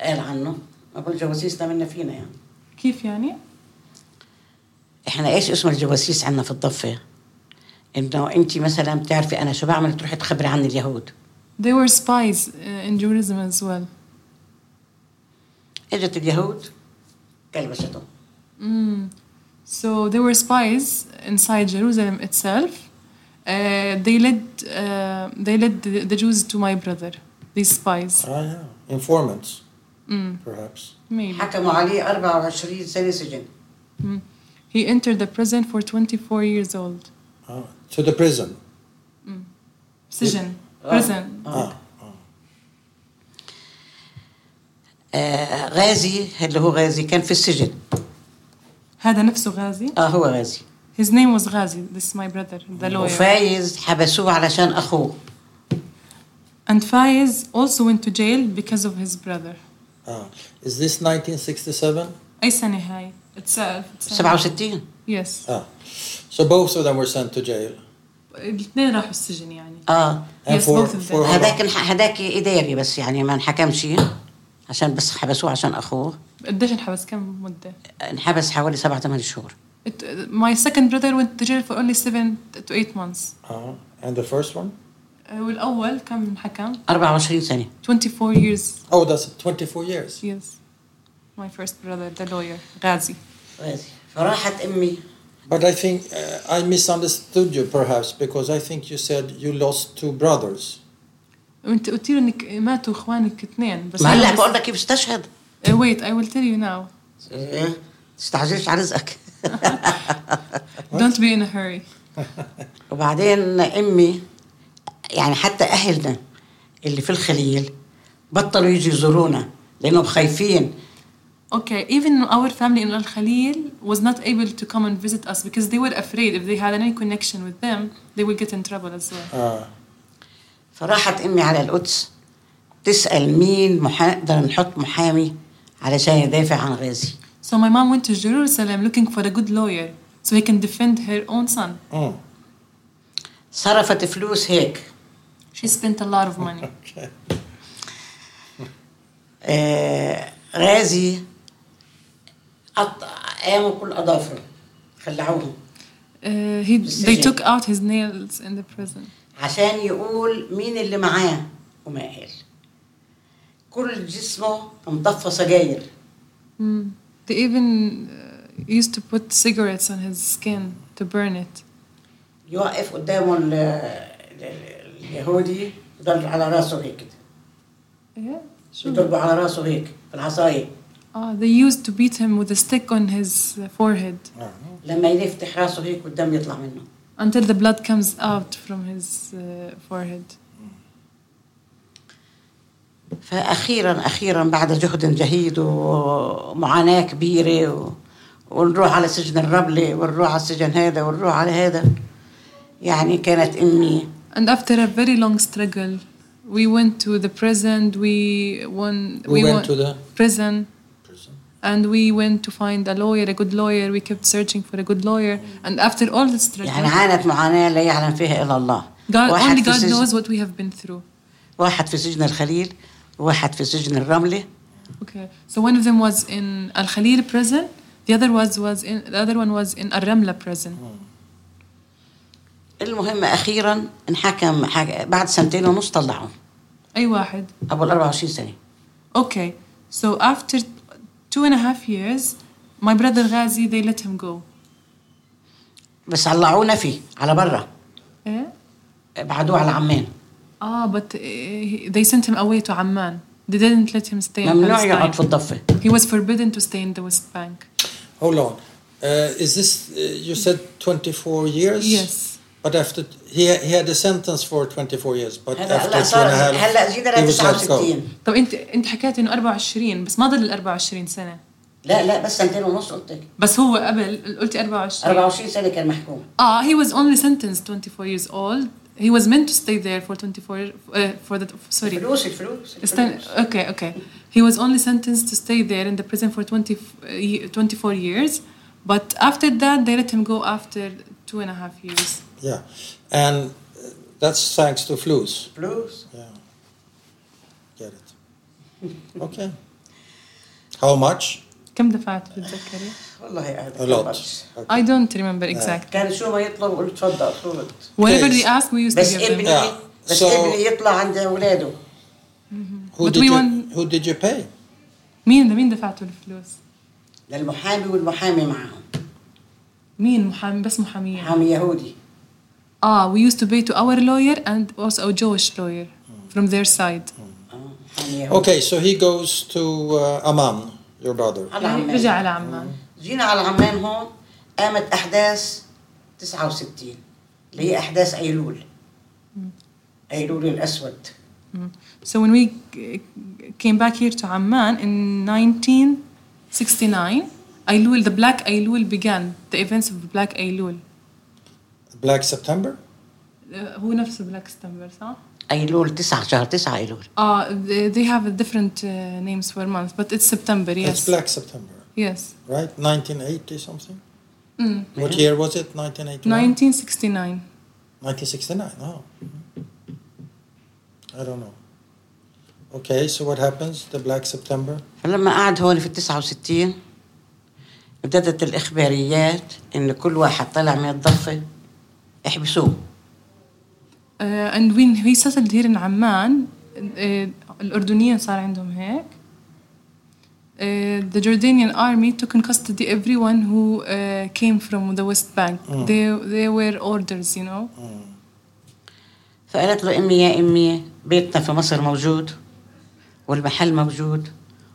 S1: قال عنه ابو الجواسيس ده منا فينا يعني
S2: كيف يعني؟
S1: احنا ايش اسم الجواسيس عندنا في الضفه؟ انه انت مثلا بتعرفي انا شو بعمل تروحي تخبري عني اليهود
S2: They were spies uh, in Jerusalem as well.
S1: اجت اليهود كلبشتهم
S2: Mm. So they were spies inside Jerusalem itself. Uh, they led uh, they led the, the Jews to my brother. These spies,
S3: Ah, yeah. Informants. Mm. Perhaps.
S2: maybe.
S1: حكموا عليه 24 سنه سجن
S2: Mm. He entered the prison for 24 years old.
S3: Ah. To the prison.
S2: Prison,
S1: Oh.
S2: prison.
S1: آه.
S3: Ah. ah.
S1: آه غازي اللي هو غازي كان في السجن
S2: هذا نفسه غازي.
S1: اه هو غازي
S2: His name was Ghazi. This is my brother, the lawyer.
S1: وفايز حبسوه علشان اخوه
S2: And Faiz also went to jail because of his brother.
S3: Ah. Is this 1967?
S2: أي سنة هاي؟ It's, uh, it's
S1: 67
S2: Yes.
S3: Ah. So both of them were sent to jail.
S2: الاثنين راحوا السجن يعني.
S1: اه
S3: And
S2: Yes,
S3: for,
S2: both of them.
S3: for how long?
S1: هذاك هذاك اداري بس يعني ما انحكمش عشان بس حبسوه عشان اخوه
S2: قديش انحبس كم مدة؟
S1: انحبس حوالي سبعة ثمان شهور
S2: It, my second brother went to jail for only seven to eight months.
S3: Ah. And the first one?
S2: Uh, والأول كم انحكم؟
S1: 24 سنة
S2: 24 years.
S3: Oh, that's 24 years.
S2: Yes. My first brother, the lawyer, Ghazi.
S1: غازي فراحت أمي
S3: But I think uh, I misunderstood you perhaps because I think you said you lost two brothers.
S2: وانت قلت له انك ماتوا اخوانك اثنين بس
S1: ما هلا
S2: أنا
S1: بقول لك بستشهد
S2: Uh, wait, I will tell you now.
S1: إيه؟ تستعجلش على رزقك
S2: Don't be in a hurry.
S1: وبعدين أمي يعني حتى أهلنا اللي في الخليل بطلوا يجي يزورونا لأنهم خايفين
S2: Okay, even our family in Al Khalil was not able to come and visit us because they were afraid if they had any connection with them, they would get in trouble as well.
S3: Ah.
S1: فراحت أمي على القدس تسأل مين محا- نقدر نحط محامي علشان يدافع عن غازي
S2: So my mom went to Jerusalem looking for a good lawyer so he can defend her own son.
S3: Mm.
S1: صرفت فلوس هيك
S2: She spent a lot of money.
S3: Okay.
S1: آه غازي قطع قاموا كل أظافره خلعوهم
S2: Uh, he, they took out his nails in the prison
S1: عشان يقول مين اللي معاه وما قال كل جسمه مضفى سجاير
S2: Mm. They even uh, used to put cigarettes on his skin to burn it.
S1: يوقف قدامه ال- ال- ال- اليهودي يضرب على راسه هيك كده
S2: Yeah,
S1: يضربه على راسه هيك بالعصايه
S2: Ah, they used to beat him with a stick on his uh, forehead
S1: لما يفتح راسه هيك والدم يطلع منه
S2: until the blood comes out from his uh, forehead.
S1: فأخيرا أخيرا بعد جهد جهيد ومعاناة كبيرة و... ونروح على سجن الربلة ونروح على السجن هذا ونروح على هذا يعني كانت أمي
S2: And after a very long struggle, we went to the prison. We won.
S3: We went
S2: won-
S3: to the-
S2: prison. And we went to find a lawyer, a good lawyer. We kept searching for a good lawyer. And after all the struggle,
S1: يعني عانت معاناة لا يعلم فيها إلا الله
S2: God, only
S1: في
S2: God
S1: سجن
S2: knows what we have been through.
S1: واحد في سجن الخليل واحد في سجن الرملة
S2: Okay. So one of them was in Al Khalil prison. The other was was in the other one was in Al Ramla prison.
S1: المهم أخيرا انحكم حك... بعد سنتين ونص طلعوه
S2: أي واحد.
S1: أبو ال 24 سنة
S2: Okay. So after two and a half years, my brother Ghazi, they let him go.
S1: بس طلعونا فيه على برا
S2: إيه؟
S1: بعدوه على عمان
S2: Ah, but uh, he- they sent him away to Amman. They didn't let him stay in
S1: ممنوع يقعد في
S2: Palestine.
S1: الضفة
S2: He was forbidden to stay in the West Bank.
S3: Hold on. Uh, is this, uh, you said 24 years?
S2: Yes.
S3: But after, he, he had a sentence for 24 years, but
S1: هلا
S3: after
S1: هلا صار
S3: two and a half,
S1: هلا زيد
S3: he
S1: على
S3: was let go.
S1: 69
S2: طب انت انت حكيت انه 24 بس ما ضل ال 24 سنه
S1: لا لا بس سنتين ونص قلت لك
S2: بس هو قبل قلتي 24
S1: 24 سنه كان محكوم
S2: Ah, he was only sentenced 24 years old. He was meant to stay there for 24 uh, for the sorry.
S1: الفلوس الفلوس
S2: Stan-
S1: الفلوس.
S2: okay, okay. He was only sentenced to stay there in the prison for 20, uh, ye- 24 years, but after that they let him go after two and a half years.
S3: Yeah. And uh, that's thanks to flus.
S1: فلوس
S3: Yeah. Get it. *laughs* Okay. How much?
S2: كم دفعت بتتذكري؟
S1: والله أهلا.
S3: A lot.
S2: I don't remember exactly.
S1: كان شو ما يطلب قلت تفضل خذ
S2: Whenever
S3: Please.
S2: they asked, we used to
S1: بس
S2: give them.
S1: ابني
S3: Yeah.
S1: بس
S3: So-
S1: ابني يطلع عند اولاده
S3: Who
S2: But
S3: did
S2: we
S3: you
S2: want-
S3: who did you pay?
S2: مين مين دفعته الفلوس؟
S1: للمحامي والمحامي معاهم
S2: مين محامي بس محاميين؟
S1: محامي يهودي
S2: Ah, we used to pay to our lawyer and also a Jewish lawyer from their side.
S1: آه، محامي يهودي
S3: Okay, so he goes to uh, Amman, your brother.
S1: على
S2: رجع
S1: عمان
S2: على عمان.
S1: جينا على عمان هون قامت احداث 69 اللي هي احداث ايلول ايلول الاسود
S2: So when we uh, came back here to Amman in 1969, Aylul, the Black Aylul began, the events of Black Aylul.
S3: Black September?
S2: Uh, هو نفسه Black September صح؟
S1: ايلول 9 شهر 9 ايلول
S2: Uh, they they have different uh, names for months, but it's September, yes.
S3: It's Black September,
S2: Yes,
S3: right? 1980 something?
S2: Mm.
S3: What year was it? 1981?
S2: 1969.
S3: 1969, oh. I don't know. Okay, so what happens? The Black September?
S1: فلما قعد هون في ال 69 ابتدت الإخباريات إن كل واحد طلع من الضفة احبسوه
S2: Uh, and when he settled here in Amman, uh, الأردنيين صار عندهم هيك. Uh, the Jordanian army took in custody everyone who uh, came from the West Bank. They, they were orders, you know.
S1: فقالت له أمي يا أمي بيتنا في مصر موجود والمحل موجود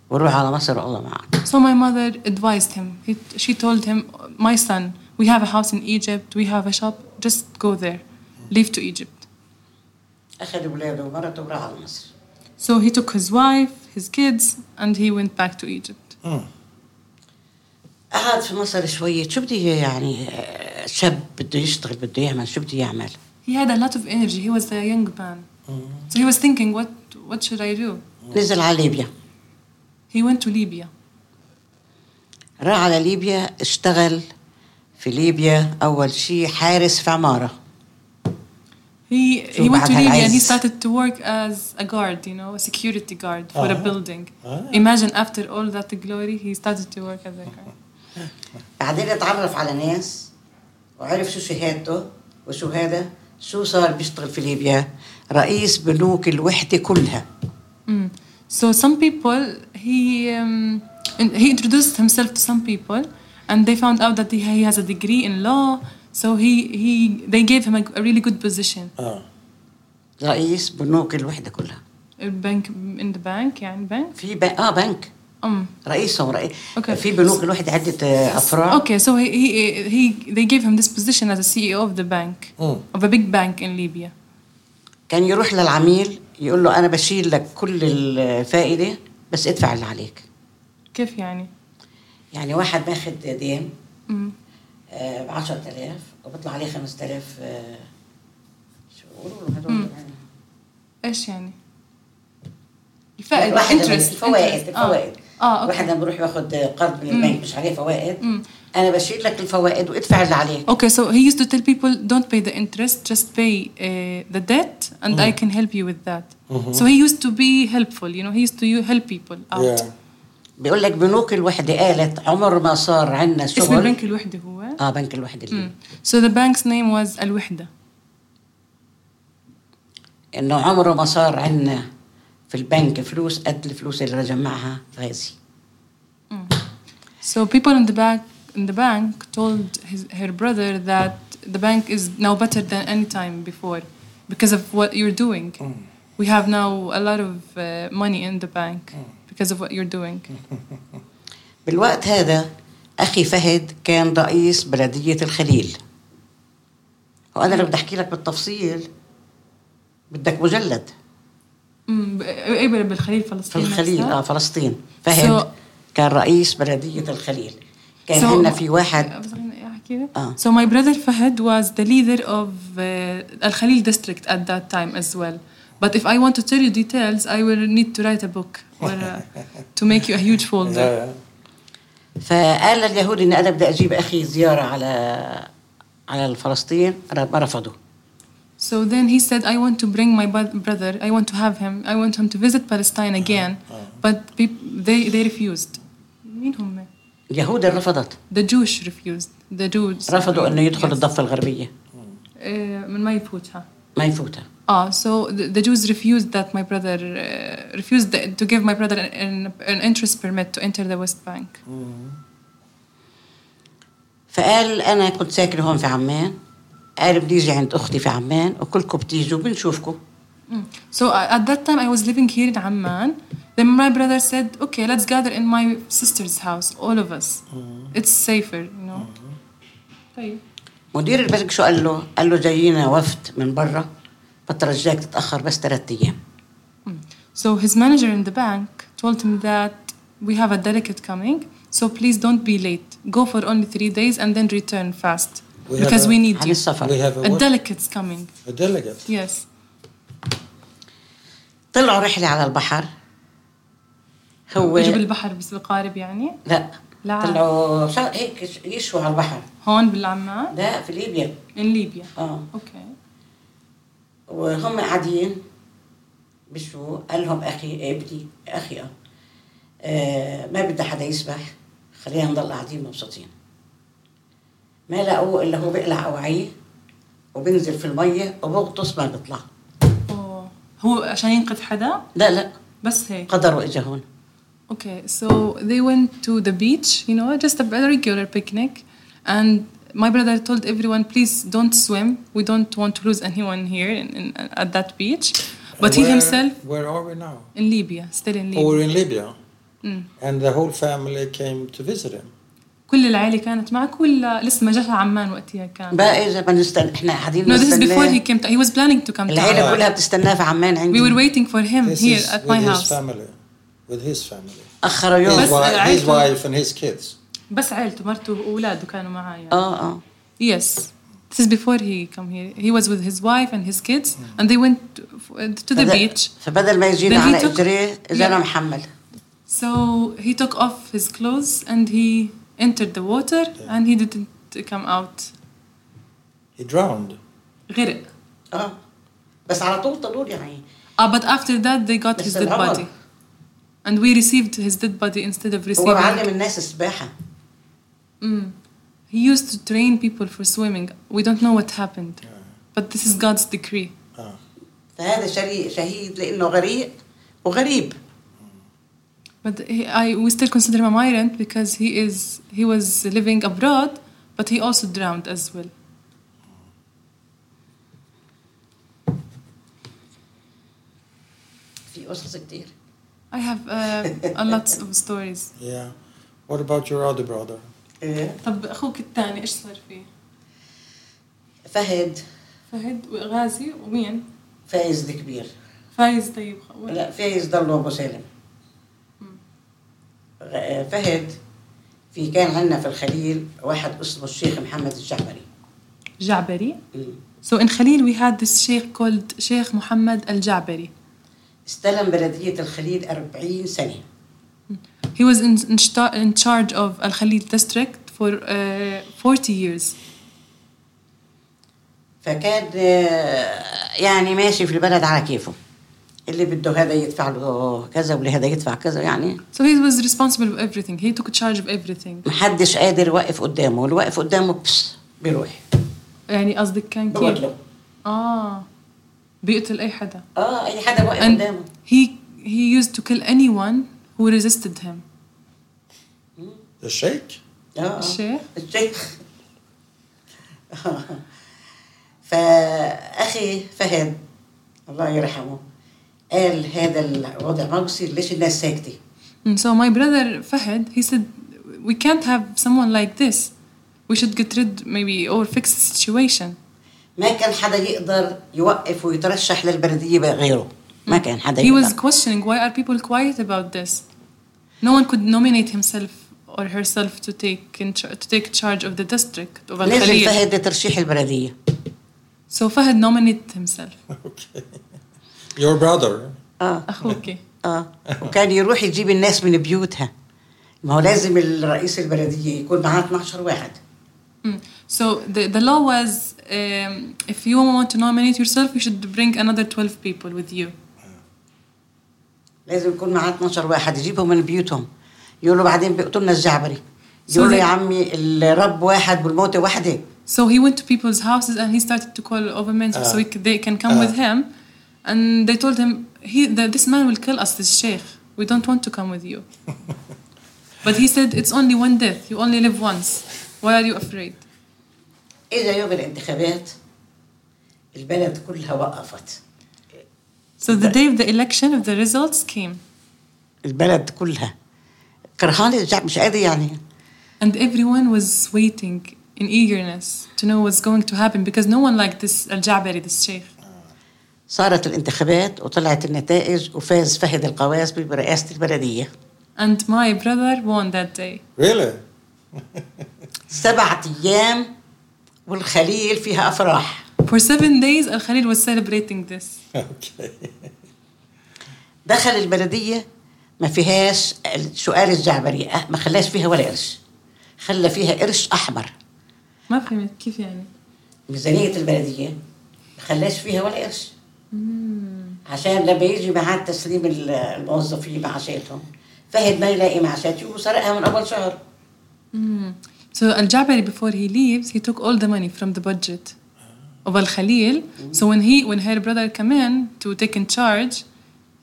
S1: وروح على مصر والله معك
S2: So my mother advised him. He, she told him, My son, we have a house in Egypt, we have a shop, just go there, leave to Egypt.
S1: أخذ أولاده ومرته وراح على مصر
S2: So he took his wife, his kids, and he went back to Egypt.
S3: Hmm,
S1: قعد في مصر شوية شو بده إياه يعني آه، شاب بده يشتغل بده يعمل شو بده يعمل
S2: He had a lot of energy. He was a young man. So he was thinking, what, what should I do?
S1: نزل على ليبيا
S2: He went to Libya.
S1: راح على ليبيا اشتغل في ليبيا أول شيء حارس في عمارة
S2: He,
S1: So
S2: he went
S1: بعد
S2: to Libya and he
S1: هالعز.
S2: started to work as a guard, you know, a security guard for a
S3: Ah.
S2: building.
S3: Ah.
S2: Imagine after all that glory, he started to work as a guard.
S1: بعدين اتعرف على ناس وعرف شو شهادته وشو هذا شو صار بيشتغل في ليبيا رئيس بنوك الوحدة كلها
S2: Mm. So some people, he um, and he introduced himself to some people, and they found out that he, he has a degree in law. So he he they gave him a, a really good position
S3: ah,
S1: رئيس بنوك الوحده كلها
S2: a bank in the bank يعني bank.
S1: في ب... اه بنك
S2: Um,
S1: رئيسهم رئيس
S2: أوكي.
S1: في بنوك الوحده عده آه، افرع
S2: Okay, so he, he he they gave him this position as a CEO of the bank
S3: Mm.
S2: of a big bank in Libya.
S1: كان يروح للعميل يقول له انا بشيل لك كل الفائده بس ادفع اللي عليك
S2: كيف يعني؟
S1: يعني واحد ماخد ديم
S2: Mm.
S1: ب 10000 وبيطلع عليه 5000 آه، شو بيقولوا له هدول يعني؟
S2: ايش يعني؟
S1: لا،
S2: الفائدة
S1: واحد لما-
S2: interest-
S1: فوائد
S2: interest. آه.
S1: فوائد
S2: اه اوكي
S1: واحد لما بيروح ياخد قرض من البنك مش عليه فوائد
S2: مم.
S1: انا بشيل لك الفوائد وادفع اللي عليك
S2: Okay, so he used to tell people, don't pay the interest, just pay uh, the debt, and I can help you with that. So he used to be helpful, you know, he used to you- help people out.
S3: Yeah.
S1: بيقول لك بنوك الوحده قالت عمر ما صار عندنا
S2: اسم
S1: شغل
S2: البنك الوحدة هو.
S1: اه بنك الوحده اللي
S2: So the bank's name was الوحدة.
S1: انه عمره ما صار عندنا في البنك فلوس قد الفلوس اللي بجمعها في هذه
S2: So people in the bank in the bank told his, her brother that the bank is now better than any time before because of what you're doing. We have now a lot of uh, money in the bank because of what you're doing.
S1: بالوقت هذا اخي فهد كان رئيس بلديه الخليل وانا لو بدي احكي لك بالتفصيل بدك مجلد
S2: Mm, ب- أي بلد بالخليل
S1: في
S2: فلسطين
S1: الخليل
S2: نفسها؟
S1: اه فلسطين فهد
S2: So-
S1: كان رئيس بلديه الخليل كان
S2: So-
S1: عندنا في واحد
S2: بس خليني أحكي لك.
S1: آه.
S2: So my brother Fahad was the leader of uh, Al-Khalil district at that time as well. But if I want to tell you details, I will need to write a book or uh, to make you a huge folder.
S3: *laughs* Yeah.
S1: فقال لليهودي ان انا بدي اجيب اخي زياره على على فلسطين ما رفضوا
S2: So then he said, I want to bring my bro- brother, I want to have him, I want him to visit Palestine again. But peop they, they refused. مين هم؟
S1: اليهود اللي رفضت
S2: The Jewish refused. The Jews.
S1: رفضوا انه يدخل
S2: Yes.
S1: الضفه الغربيه
S2: آه، من ما يفوتها.
S1: ما يفوتها
S2: Ah, so the, the Jews refused that my brother uh, refused the, to give my brother an, an interest permit to enter the West Bank.
S1: فقال انا كنت ساكن هون في عمان قال بدي اجي عند اختي في عمان وكلكم بتيجوا بنشوفكم
S2: Mm. So uh, at that time, I was living here in Amman. Then my brother said, "Okay, let's gather in my sister's house, all of us.
S3: Mm-hmm.
S2: It's safer, you know." طيب.
S1: مدير البنك شو قال له؟ قال له جايينا وفد من برا بترجاك تتاخر بس ثلاث ايام
S2: Mm. So his manager in the bank told him that we have a delegate coming, so please don't be late. Go for only three days and then return fast
S3: We have
S2: because
S3: a-
S2: we need
S1: عن
S2: you.
S1: السفر
S3: We have a,
S2: A
S3: what?
S2: delegate's coming.
S3: a delegate.
S2: Yes.
S1: طلعوا رحله على البحر هو
S2: وجب البحر بس بالقارب يعني
S1: لا
S2: لا.
S1: طلعوا شا- هيك ش- يشوا على البحر
S2: هون بالعمان
S1: ده في ليبيا
S2: in Libya.
S1: اه
S2: Okay.
S1: وهم قاعدين بشوا قال لهم اخي ابني اخي اه آه، ما بدي حدا يسبح خلينا نضل قاعدين مبسوطين ما لقوا الا هو بيقلع اوعيه وبينزل في الميه وبغطس ما بيطلع
S2: Oh. هو عشان ينقذ حدا
S1: لا لا
S2: بس هيك.
S1: قدر واجا هون
S2: Okay, so they went to the beach, you know, just a regular picnic. And my brother told everyone, please don't swim. We don't want to lose anyone here in, in, at that beach. But he
S3: Where-
S2: himself
S3: Where are we now?
S2: in Libya, still in
S3: Oh,
S2: Libya. Mm.
S3: we're in Libya. And the whole family came to visit him.
S2: كل العائلة كانت معك ولا لسه ما جاش عمان وقتها كان؟
S1: بقى اذا بنستنى احنا قاعدين
S2: No, this is before he
S1: بنستناه
S2: came. To, he was planning to come to
S1: العيله
S2: Amman.
S1: كلها بتستناه في عمان
S2: We were
S1: عندي
S2: waiting for him
S3: This
S2: Hmm, here
S3: is
S2: at
S3: with
S2: my
S3: his
S2: house. uh,
S3: family. With his family.
S1: اخروا
S3: His,
S1: يوم
S2: بس
S3: wi- his
S2: عيلته-
S3: wife and his kids.
S2: بس عيلته مرته وأولاده كانوا معايا.
S1: اه اه
S2: Yes. This is before he come here. He was with his wife and his kids, and they went to, to the
S1: فبد-
S2: beach.
S1: فبدل ما يجينا
S2: Then he
S1: على
S2: took-
S1: اجريه اجانا
S2: Yeah.
S1: محمل
S2: So he took off his clothes and he entered the water, and he didn't come out.
S3: He drowned.
S2: غرق.
S1: اه بس على طول طلول يعني
S2: Uh, but after that, they got
S1: بس
S2: his dead
S1: الأمر.
S2: body, and we received his dead body instead of
S1: هو معلم
S2: receiving.
S1: الناس السباحه
S2: Mm. He used to train people for swimming. We don't know what happened, but this is God's decree.
S1: فهذا شري- شهيد لانه غريق وغريب
S2: But he, I we still consider him a migrant because he is he was living abroad, but he also drowned as well.
S1: في قصص كتير
S2: I have uh, a lot of stories.
S3: Yeah. What about your other brother?
S1: إيه.
S2: طب أخوك الثاني إيش صار فيه؟
S1: فهد
S2: فهد وغازي ومين؟
S1: فايز دي كبير
S2: فايز طيب خ-
S1: لا فايز ضل ابو سالم غ- فهد في كان عندنا في الخليل واحد اسمه الشيخ محمد الجعبري
S2: جعبري So in Khalil we had this sheikh called Sheikh Muhammad Al-Jabari.
S1: استلم بلدية الخليل 40 سنة
S2: He was in, in, sta- in charge of Al-Khalil district for uh, 40 years.
S1: فكان آه، يعني ماشي في البلد على كيفه اللي بده هذا يدفع له كذا واللي هذا يدفع كذا يعني
S2: So he was responsible for everything. He took charge of everything.
S1: محدش قادر واقف قدامه اللي واقف قدامه بس بيروح
S2: يعني قصدك كان
S1: بقول
S2: كيف؟
S1: له
S2: آه بيقتل أي حدا.
S1: اه اي حدا واقف
S2: And
S1: قدامه
S2: he he used to kill anyone who resisted him.
S3: The sheikh?
S1: آه، اه
S2: الشيخ
S1: الشيخ *laughs* فأخي فهد الله يرحمه قال هذا الوضع ما بصير ليش الناس ساكتة
S2: And so my brother Fahd, he said, we can't have someone like this. We should get rid, maybe, or fix the situation.
S1: ما كان حدا يقدر يوقف ويترشح للبلدية بقى غيره ما كان حدا
S2: He was
S1: يقدر
S2: questioning why are people quiet about this. No one could nominate himself or herself to take in char- to take charge of the district of Al
S1: لازم
S2: Khalil.
S1: فهد لترشيح البلدية
S2: So Fahd nominated himself. *laughs*
S3: Okay. Your brother?
S1: اه
S2: أخوكي.
S1: اه وكان يروح يجيب الناس من بيوتها ما هو لازم الرئيس البلدية يكون معاه 12 واحد
S2: Mm. So the, the law was um, if you want to nominate yourself, you should bring another 12 people with you.
S1: لازم يكون معاه 12 واحد يجيبهم من بيوتهم يقولوا بعدين بيقتلنا الجعبري
S2: So
S1: يقولوا
S2: they-
S1: يا عمي الرب واحد والموت واحدة
S2: So he went to people's houses and he started to call over men so he, could- they can come with him. And they told him, he, that this man will kill us, this sheikh. We don't want to come with you. but he said, it's only one death. You only live once. Why are you afraid?
S1: إذا يوم الانتخابات البلد كلها وقفت
S2: So the day of the election, of the results came.
S1: البلد كلها كرهان الشعب مش قادر يعني
S2: And everyone was waiting in eagerness to know what's going to happen because no one liked this Al-Jabari, this sheikh.
S1: صارت الانتخابات وطلعت النتائج وفاز فهد القواسبي برئاسة البلدية
S2: And my brother won that day.
S3: Really? *laughs*
S1: سبعة أيام والخليل فيها أفراح
S2: For seven days, Al-Khalil was celebrating this.
S3: Okay.
S1: دخل البلدية ما فيهاش سؤال الجعبري أه، ما خلاش فيها ولا قرش خلى فيها قرش أحمر
S2: ما فهمت كيف يعني؟
S1: ميزانية البلدية ما خلاش فيها ولا قرش عشان لما يجي ميعاد تسليم ال- الموظفين معاشاتهم فهد ما يلاقي معاشاته وسرقها من أول شهر
S2: So Al-Jabari before he leaves, he took all the money from the budget of Al-Khalil. So when he when her brother came in to take in charge,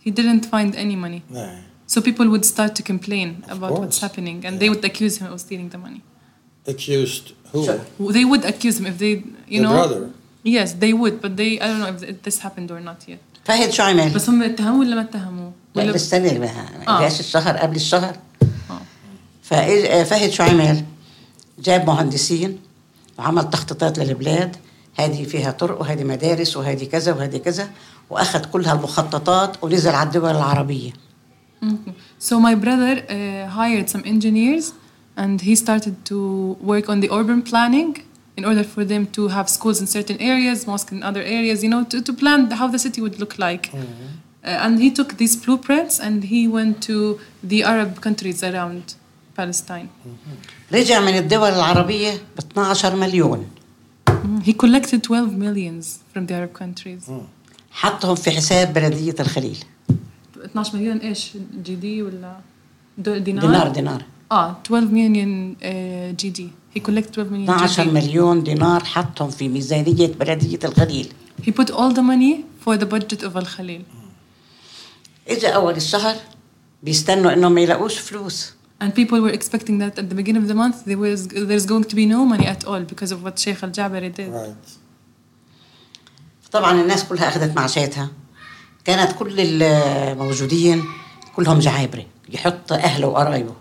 S2: he didn't find any money.
S3: No.
S2: So people would start to complain about what's
S3: course.
S2: happening and they would accuse him of stealing the money.
S3: Accused who?
S1: Sure.
S2: They would accuse him if they, you
S3: the
S2: know.
S3: brother.
S2: Yes, they would, but they I don't know if th- this happened or not yet.
S1: فهد شو عمل؟
S2: بس هم اتهموه ولا ما اتهموه؟
S1: لا
S2: ولا-
S1: بالسنة ما
S2: آه.
S1: ما جاش الشهر قبل الشهر
S2: آه.
S1: فإج- آه، فهد شو عمل؟ جاب مهندسين وعمل تخطيطات للبلاد هذه فيها طرق وهذه مدارس وهذه كذا وهذه كذا واخذ كل هالمخططات ونزل على الدول العربيه
S2: Mhm. So my brother uh, hired some engineers, and he started to work on the urban planning in order for them to have schools in certain areas, mosques in other areas. You know, to, to plan how the city would look like. Uh, and he took these blueprints and he went to the Arab countries around Palestine.
S1: رجع من الدول العربيه ب 12 مليون
S2: Mm-hmm. He collected 12 millions from the Arab countries.
S1: حطهم في حساب بلديه الخليل
S2: 12 مليون ايش جي دي ولا دو- دينار؟
S1: دينار دينار
S2: اه 12 مليون uh, جي دي. He collected 12 million GD.
S1: 12 مليون دينار حطهم في ميزانيه بلديه الخليل
S2: He put all the money for the budget of Al Khalil.
S1: اجى اول الشهر بيستنوا انهم ما يلاقوش فلوس
S2: And people were expecting that at the beginning of the month there was there's going to be no money at all because of what Sheikh Al Jabari did.
S3: Right.
S1: طبعا الناس كلها اخذت معاشاتها كانت كل الموجودين كلهم جعابره يحط اهله وقرايبه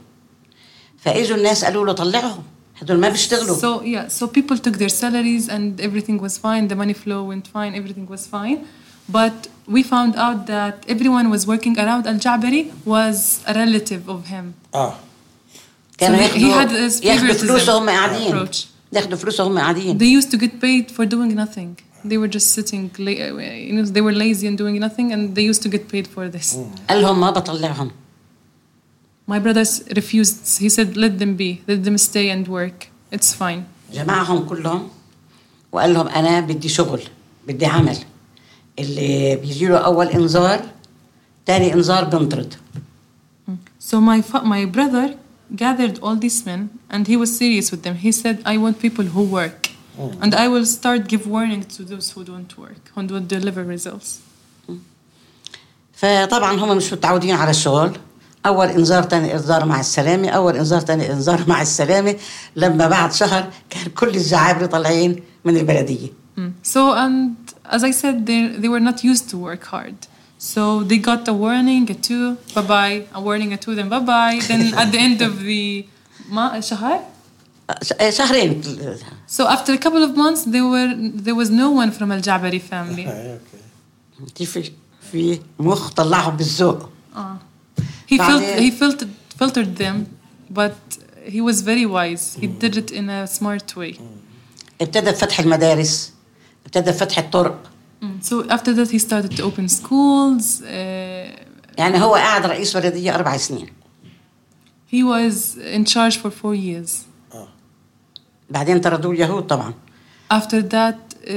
S1: فاجوا الناس قالوا له طلعهم هدول ما بيشتغلوا
S2: So yeah, so people took their salaries and everything was fine. The money flow went fine. Everything was fine, but we found out that everyone was working around Al Jabari was a relative of him.
S3: Ah,
S1: كانوا
S2: So he- he had
S1: ياخدوا
S2: his
S1: ياخدوا
S2: favoritism
S1: فلوسهم قاعدين
S2: approach.
S1: ياخدوا فلوسهم قاعدين
S2: They used to get paid for doing nothing. They were just sitting, la- you know, they were lazy and doing nothing, and they used to get paid for this.
S1: قال لهم ما بطلعهم
S2: My brothers refused. He said, "Let them be. Let them stay and work. It's fine."
S1: جمعهم كلهم وقال لهم انا بدي شغل بدي عمل اللي بيجي له اول انذار تاني انذار بنطرد
S2: So my fa- my brother gathered all these men, and he was serious with them. He said, "I want people who work, and I will start give warning to those who don't work, who don't deliver results."
S1: فطبعا هم مش متعودين على الشغل اول انذار تاني انذار مع السلامه اول انذار تاني انذار مع السلامه لما بعد شهر كان كل الزعابره طالعين من البلديه
S2: Hmm. So and as I said, they they were not used to work hard. So they got a warning, a two, bye bye, a warning, a two, then bye bye. Then at the end of the ma- shahar,
S1: ش- أه، شهرين
S2: so after a couple of months, they were there was no one from Al Jabari
S3: *laughs*
S2: family.
S3: okay.
S1: في في مخ طلعهم بالذوق
S2: Ah. He felt
S1: بعدين-
S2: he filtered filtered them, but he was very wise. He did it in a smart way.
S1: ابتدى بفتح المدارس ابتدى بفتح الطرق
S2: Mm. So after that, he started to open schools. Uh,
S1: يعني هو قاعد رئيس بلديه اربع سنين
S2: he was in charge for four years.
S3: Ah,
S1: بعدين طردوه اليهود طبعا
S2: After that, uh,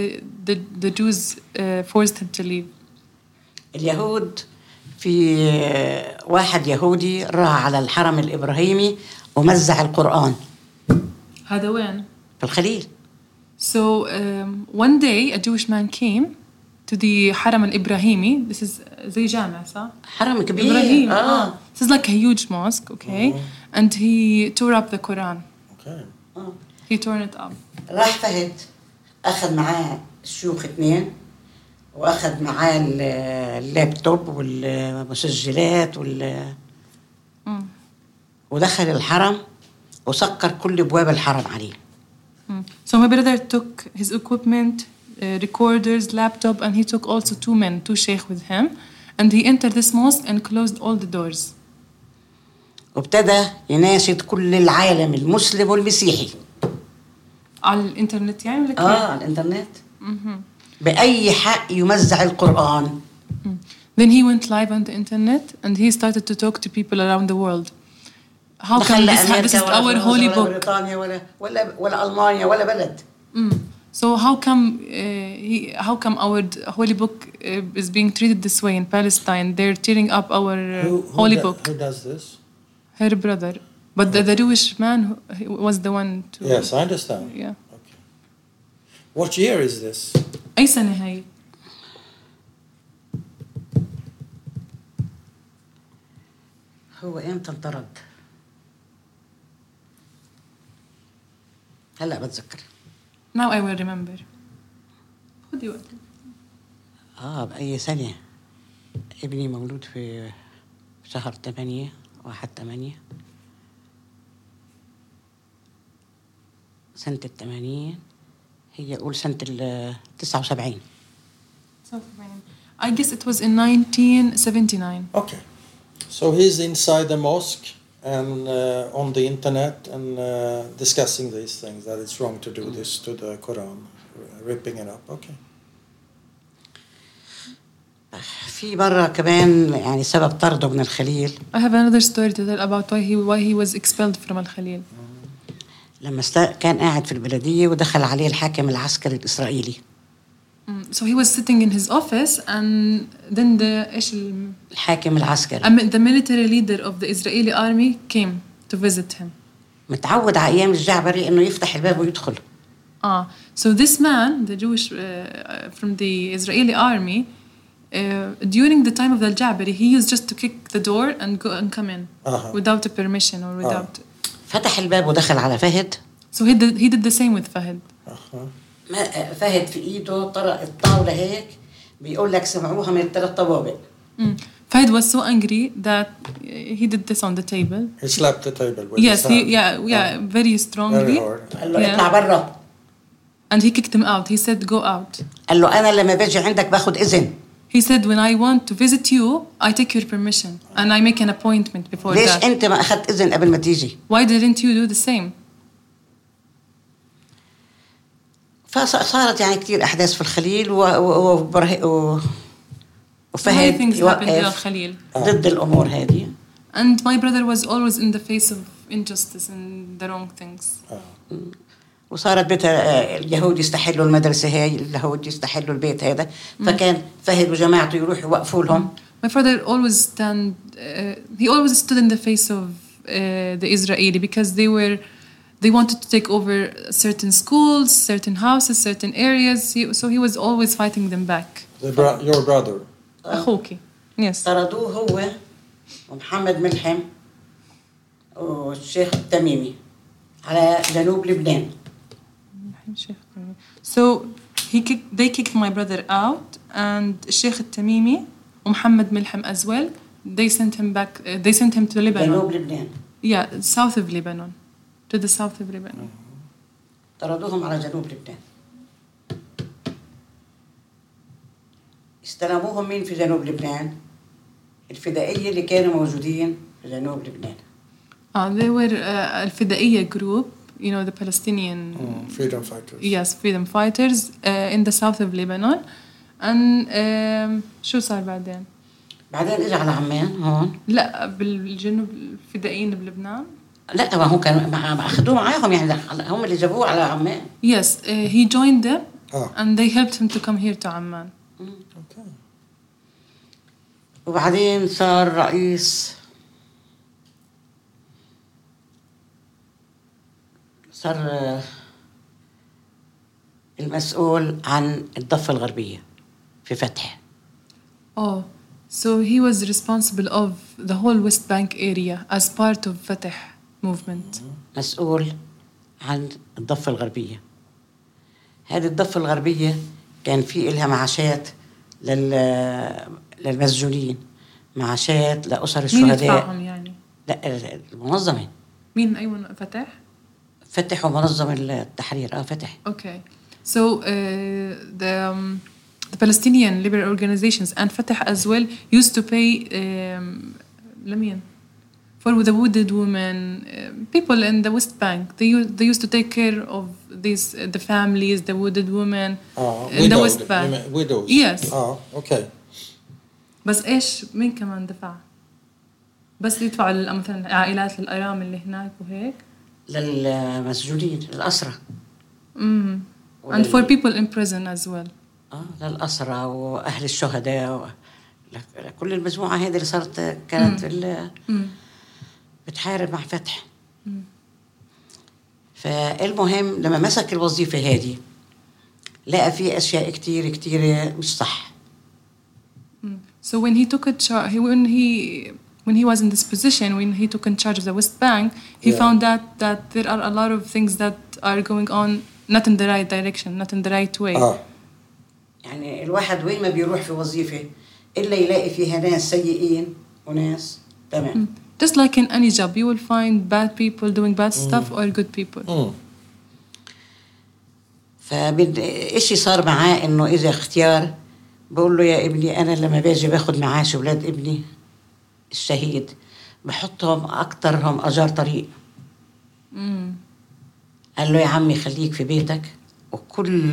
S2: the the Jews uh, forced him to leave.
S1: اليهود في آه، واحد يهودي راح على الحرم الابراهيمي ومزع القران
S2: هذا وين?
S1: في الخليل
S2: So um, one day, a Jewish man came to the Haram al-Ibrahimi. This is زي جامع صح?
S1: حرم كبير
S2: Ibrahim.
S1: آه.
S2: ah. This is like a huge mosque, okay? And he tore up the Quran.
S3: Okay.
S1: آه.
S2: He tore it up.
S1: راح فهد اخذ معاه الشيوخ اثنين واخذ معاه ال- اللابتوب والمسجلات وال
S2: مم.
S1: ودخل الحرم وسكر كل ابواب الحرم عليه
S2: Mm. So my brother took his equipment, uh, recorders, laptop, and he took also two men, two sheikh with him. And he entered this mosque and closed all the doors.
S1: وابتدى يناشد كل العالم المسلم والمسيحي
S2: على الانترنت يعني ولا
S1: اه
S2: كيف؟
S1: على الانترنت باي حق يمزع القران
S2: Mm. Then he went live on the internet and he started to talk to people around the world. How can
S1: لا
S2: this happen? This is
S1: ولا
S2: our
S1: فرنسا
S2: holy
S1: ولا
S2: book.
S1: بريطانيا ولا ولا ولا المانيا ولا بلد
S2: Mm. So how come uh, he, how come our d- holy book uh, is being treated this way in Palestine? They're tearing up our uh, holy
S3: do-
S2: book.
S3: Who does this?
S2: her brother. But the, the Jewish man who, he was the one to.
S3: Yes, I understand.
S2: Yeah.
S3: Okay. What year is this?
S2: أي سنة هاي؟
S1: هو امتى انطرد؟ هلا بتذكر
S2: Now I will remember. خذي وقتك.
S1: اه باي سنه ابني مولود في شهر 8 واحد 8 سنة ال 80 هي قول سنة ال 79
S2: I guess it was in 1979.
S3: Okay. So he's inside the mosque and uh, on the internet and uh, discussing these things that it's wrong to do
S2: Mm.
S3: this to the Quran, r- ripping it up. Okay.
S1: في مرة كمان يعني سبب طرده من الخليل
S2: I have another story to tell about why he why he was expelled from Al Khalil.
S1: لما است- كان قاعد في البلدية ودخل عليه الحاكم العسكري الإسرائيلي
S2: Mm, So he was sitting in his office, and then the إيش ال-
S1: الحاكم العسكري
S2: um, the military leader of the Israeli army came to visit him.
S1: متعود على أيام الجعبري إنه يفتح الباب ويدخل
S2: uh, Ah, so this man, the Jewish uh, from the Israeli army, Uh, during the time of the Al-Jabari, he used just to kick the door and go and come in
S3: Uh-huh.
S2: without a permission or without.
S1: فتح الباب ودخل على فهد
S2: So he did, he did the same with Fahid.
S3: Uh-huh.
S1: ما فهد في ايده طرق الطاوله هيك بيقول لك سمعوها من الثلاث طوابق
S2: Mm. Fahid was so angry that uh, he did this on the table.
S3: He slapped the table with
S2: Yes,
S3: his hand.
S2: he, yeah, yeah, very strongly.
S3: Very hard.
S1: قال له
S2: Yeah.
S1: اطلع برا
S2: And he kicked him out. He said, Go out.
S1: قال له انا لما باجي عندك باخد اذن
S2: He said, When I want to visit you, I take your permission and I make an appointment before
S1: ليش
S2: that.
S1: انت ما اخذت اذن قبل ما تيجي
S2: Why didn't you do the same?
S1: فصارت يعني كتير احداث في الخليل و... و... وبره... و...
S2: Many
S1: وفهد
S2: things happened in Al
S1: يوقف
S2: Khalil.
S1: ضد الامور هذه
S2: And my brother was always in the face of injustice and the wrong things.
S3: Ah.
S1: وصارت بيت آه، اليهود يستحلوا المدرسه هاي اليهود يستحلوا البيت هذا فكان فهد وجماعته يروحوا يوقفوا لهم
S2: My father always stand. Uh, he always stood in the face of uh, the Israeli because they were, they wanted to take over certain schools, certain houses, certain areas. He, so he was always fighting them back.
S3: The bro- your brother.
S2: أخوكي. Yes.
S1: طردوه هو ومحمد ملحم والشيخ التميمي على جنوب لبنان
S2: So he kicked, they kicked my brother out and Sheikh Tamimi, Muhammad Milham as well. They sent him back. Uh, they sent him to Lebanon.
S1: جنوب لبنان
S2: Yeah, south of Lebanon, to the south of Lebanon.
S1: طردوهم على جنوب لبنان استلموهم مين في جنوب لبنان الفدائية اللي كانوا موجودين في جنوب لبنان
S2: Uh, they were uh, Al Fidaiya group, you know, the Palestinian,
S3: Freedom fighters.
S2: yes, freedom fighters uh, in the south of Lebanon. And um, شو صار بعدين؟
S1: بعدين اجى على عمان هون
S2: لا بالجنوب الفدائيين بلبنان
S1: لا ما هو كان مع مع- اخدوه معاهم يعني على- هم اللي جابوه على عمان
S2: Yes, uh, he joined them
S3: Ah.
S2: and they helped him to come here to Amman.
S3: Okay.
S1: وبعدين صار رئيس صار آه، المسؤول عن الضفة الغربية في فتح
S2: Oh, so he was responsible of the whole West Bank area as part of Fatah movement.
S1: Mm-hmm. مسؤول عن الضفة الغربية هذه الضفة الغربية كان في إلها معاشات لل... للمسجونين معاشات لأسر
S2: مين
S1: الشهداء
S2: يدفعهم يعني؟
S1: لا ال- المنظمة
S2: مين أيون فتح؟
S1: فتحوا منظمة التحرير اه فتح
S2: Okay, so uh, the um, the Palestinian liberal organizations and Fatah as well used to pay um, لمين? For the wounded women, um people in the West Bank, they used, they used to take care of these uh, the families, the wounded women
S3: Ah,
S2: in the
S3: widowed.
S2: West
S3: You
S2: Bank.
S3: mean Widows.
S2: Yes.
S3: Ah, okay.
S2: بس ايش مين كمان دفع؟ بس يدفعوا لل- مثلا العائلات للأيام اللي هناك وهيك.
S1: للمسجونين للأسرة
S2: Mm. And for people in prison as well.
S1: اه للأسرة وأهل الشهداء و... لك- كل المجموعة هذه اللي صارت كانت ال...
S2: Mm.
S1: بتحارب مع فتح فالمهم لما مسك الوظيفة هذه لقى في أشياء كتير كتير مش صح
S2: Mm. So when he took a char- he when he when he was in this position, when he took in charge of the West Bank, he
S3: Yeah.
S2: found out that there are a lot of things that are going on not in the right direction, not in the right way.
S3: Ah,
S1: يعني الواحد وين ما بيروح في وظيفة إلا يلاقي فيها ناس سيئين وناس تمام
S2: Just like in any job, you will find bad people doing bad stuff or good people.
S3: mm.
S1: فبد إشي صار معاه إنه إذا اختيار بقول له يا ابني أنا لما باجي باخد معاش ولاد ابني الشهيد بحطهم أكترهم أجار طريق
S2: Mm.
S1: قال له يا عمي خليك في بيتك وكل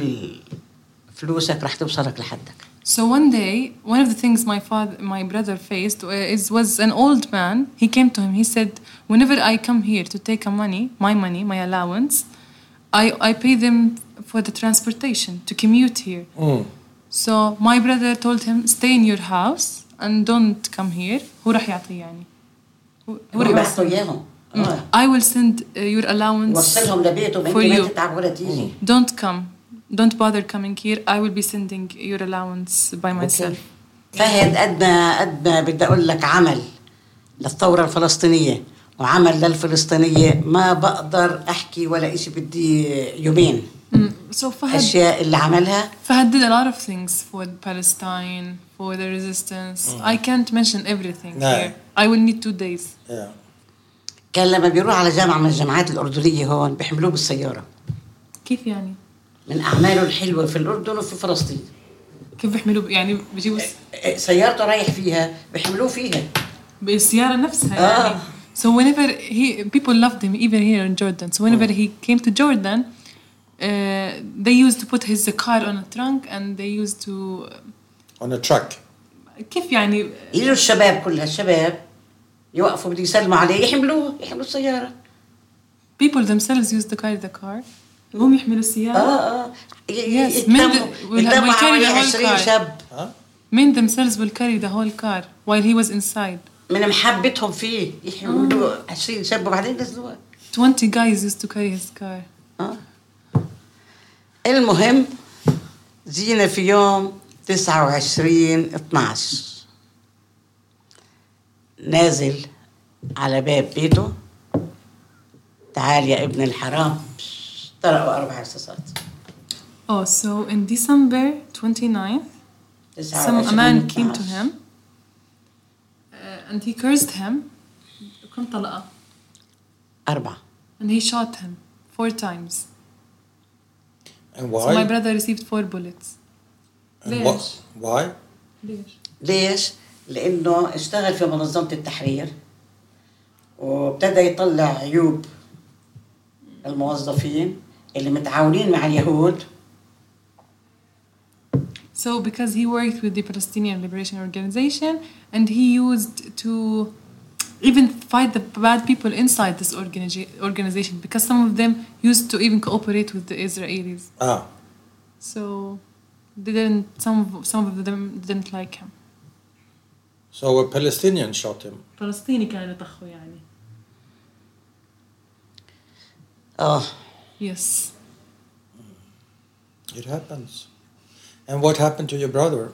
S1: فلوسك رح توصلك لحدك
S2: So one day, one of the things my father, my brother faced uh, is was an old man. He came to him. He said, "Whenever I come here to take a money, my money, my allowance, I I pay them for the transportation to commute here."
S3: Mm.
S2: So my brother told him, "Stay in your house and don't come here." هو راح يعطيه يعني. هو هو راح
S1: وربحته
S2: يعطيه.
S1: اياهم آه.
S2: I will send uh, your allowance
S1: وصلهم لبيتهم انت
S2: for
S1: ما
S2: you.
S1: تتعب ولا تيجي
S2: Don't come. Don't bother coming here. I will be sending your allowance by myself.
S1: إيه. فهد قد ما قد ما بدي اقول لك عمل للثوره الفلسطينيه وعمل للفلسطينيه ما بقدر احكي ولا إشي بدي يومين
S2: Mm. So Fahad,
S1: الاشياء اللي عملها
S2: Fahad did a lot of things for Palestine, for the resistance. I can't mention everything
S3: No.
S2: here. I will need two days.
S3: Yeah.
S1: كان لما بيروح على جامعه من الجامعات الاردنيه هون بيحملوه بالسياره
S2: كيف يعني؟
S1: من اعماله الحلوه في الاردن وفي فلسطين إيه،
S2: كيف بيحملوه ب- يعني بيجيبوا س-
S1: سيارته رايح فيها بيحملوه فيها
S2: بالسيارة نفسها
S1: آه.
S2: يعني. So whenever he people loved him even here in Jordan. So whenever he came to Jordan, uh, they used to put his car on a trunk and they used to
S3: On a truck.
S2: كيف يعني
S1: يجوا الشباب كلها الشباب يوقفوا بده يسلموا عليه يحملوه يحملوا السياره
S2: people themselves used to carry the car وهم يحملوا السيارة
S1: اه اه ي- ي-
S2: Yes,
S1: يتلموا-
S2: men will- will
S1: يتلموا
S2: carry
S1: حوالي
S2: the whole
S1: 20
S2: car.
S1: شاب
S3: Huh?
S2: men themselves will carry the whole car while he was inside.
S1: من محبتهم فيه يحملوا 20 شاب وبعدين نزلوه
S2: 20 guys used to carry his car.
S1: آه. المهم جينا في يوم 29 12 نازل على باب بيته تعال يا ابن الحرام طرقوا اربع رصاصات
S2: Oh, so in December 29th, some a
S1: 29
S2: man came
S1: 12.
S2: to him uh, and he cursed him. كم طلقة.
S1: اربعه
S2: And he shot him four times. So
S3: And
S2: my
S3: why?
S2: brother received four bullets.
S3: and
S2: ليش؟
S3: what? Why?
S1: ليش؟ لأنه اشتغل في منظمة التحرير وابتدى يطلع عيوب الموظفين اللي متعاونين مع اليهود
S2: So because he worked with the Palestinian Liberation Organization and he used to even fight the bad people inside this organi- organization because some of them used to even cooperate with the Israelis.
S3: Ah,
S2: So they didn't some of, some of them didn't like him.
S3: so a Palestinian shot him.
S2: فلسطيني كان يطخه يعني.
S1: اه
S2: Yes.
S3: It happens. And what happened to your brother?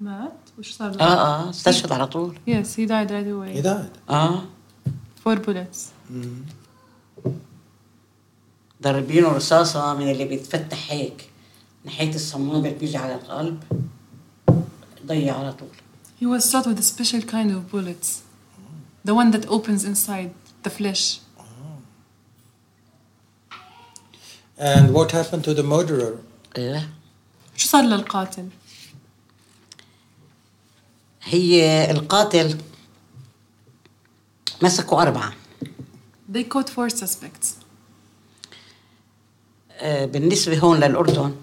S2: مات وش صار
S1: اه
S2: له؟
S1: اه استشهد على طول
S2: Yes, he died right away.
S3: He died.
S1: اه
S2: Four bullets.
S1: ضاربينه رصاصة من اللي بيتفتح هيك ناحية الصمام اللي بيجي على القلب ضيع على طول
S2: He was shot with a special kind of bullets. The one that opens inside the flesh.
S3: And what happened to the murderer?
S1: لا
S2: شو صار للقاتل؟
S1: هي القاتل مسكوا أربعة
S2: They caught four suspects.
S1: آه، بالنسبة هون للأردن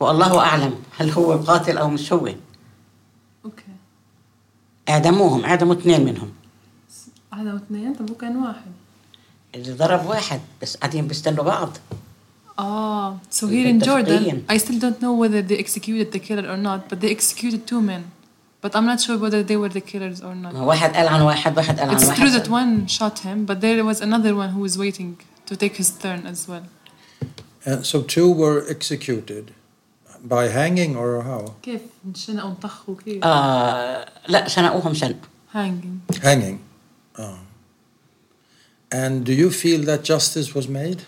S1: والله أعلم هل هو القاتل أو مش هو
S2: Okay.
S1: اعدموهم اعدموا اثنين منهم
S2: هذا واثنين طب هو كان واحد.
S1: اللي ضرب واحد بس قاعدين بيستنوا بعض
S2: Ah, so here in Jordan,
S1: متفقين.
S2: I still don't know whether they executed the killer or not, but they executed two men. But I'm not sure whether they were the killers or not.
S1: ما واحد قال عن واحد واحد قال عن
S2: It's true that
S1: واحد
S2: one shot him, but there was another one who was waiting to take his turn as well.
S3: And Uh, so two were executed by hanging or how?
S2: كيف انشنقوا انطخوا كيف؟
S1: آه لا شنقوهم شنق
S2: Hanging.
S3: Hanging. Oh. And do you feel that justice was made?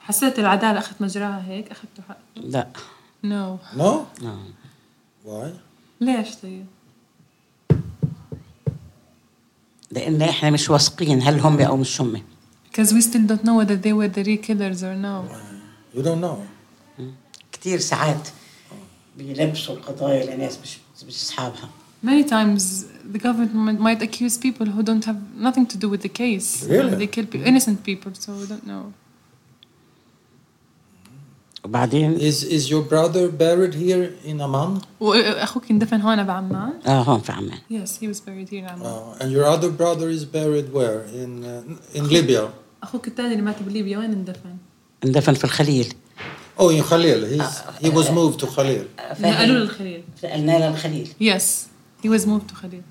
S2: حسيت العدالة أخذت مجراها هيك أخذتوا حق.
S1: لا
S2: No.
S3: No?
S1: آه.
S3: Why?
S2: ليش طيب؟
S1: لان احنا مش واثقين هل هم او مش هم
S2: Because we still don't know whether they were the real killers or no.
S3: You don't know.
S1: كتير ساعات بيلبسوا القضايا لناس مش مش اصحابها
S2: Many times the government might accuse people who don't have nothing to do with the case.
S3: Really?
S2: They kill pe- innocent people, so we don't know.
S1: وبعدين
S3: Is is your brother buried here in Amman?
S2: وأخوك اندفن هون بعمان.
S1: اه هون في عمان
S2: Yes, he was buried here in عمان.
S3: Oh, and your other brother is buried where? In uh, in Libya.
S2: أخوك الثاني اللي مات بليبيا وين اندفن؟
S1: اندفن في الخليل
S3: Oh, in Khalil. He's, he was moved to Khalil.
S2: نقلوه للخليل.
S1: نقلنا للخليل
S2: Yes, he was moved to Khalil.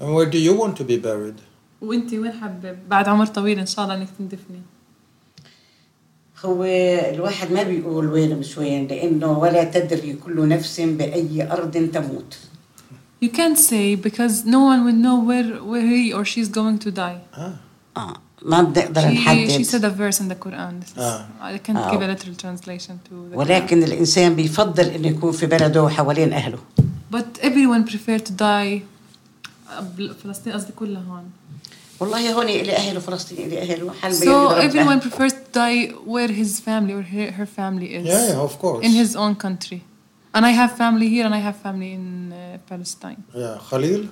S3: And where do you want to be buried?
S2: وانتي وين حابب بعد عمر طويل ان شاء الله انك تندفني
S1: هو الواحد ما بيقول وين مش وين لانه ولا تدري كل نفس باي ارض تموت
S2: You can't say because no one would know where, where he or she's going to die.
S1: اه ما بنقدر
S2: She, she said
S1: نحدد
S2: a verse in the Quran. This is, I can't give a literal translation to the Quran.
S1: ولكن الانسان بيفضل انه يكون في بلده وحوالين اهله
S2: But everyone prefer to die uh, بل- فلسطين قصدي كلها هون.
S1: والله هون إلي أهله فلسطين إلي أهله حل
S2: So everyone prefers to die where his family or her, her family is.
S3: Yeah, yeah, of course.
S2: In his own country. And I have family here and I have family in uh, Palestine.
S3: Yeah, Khalil.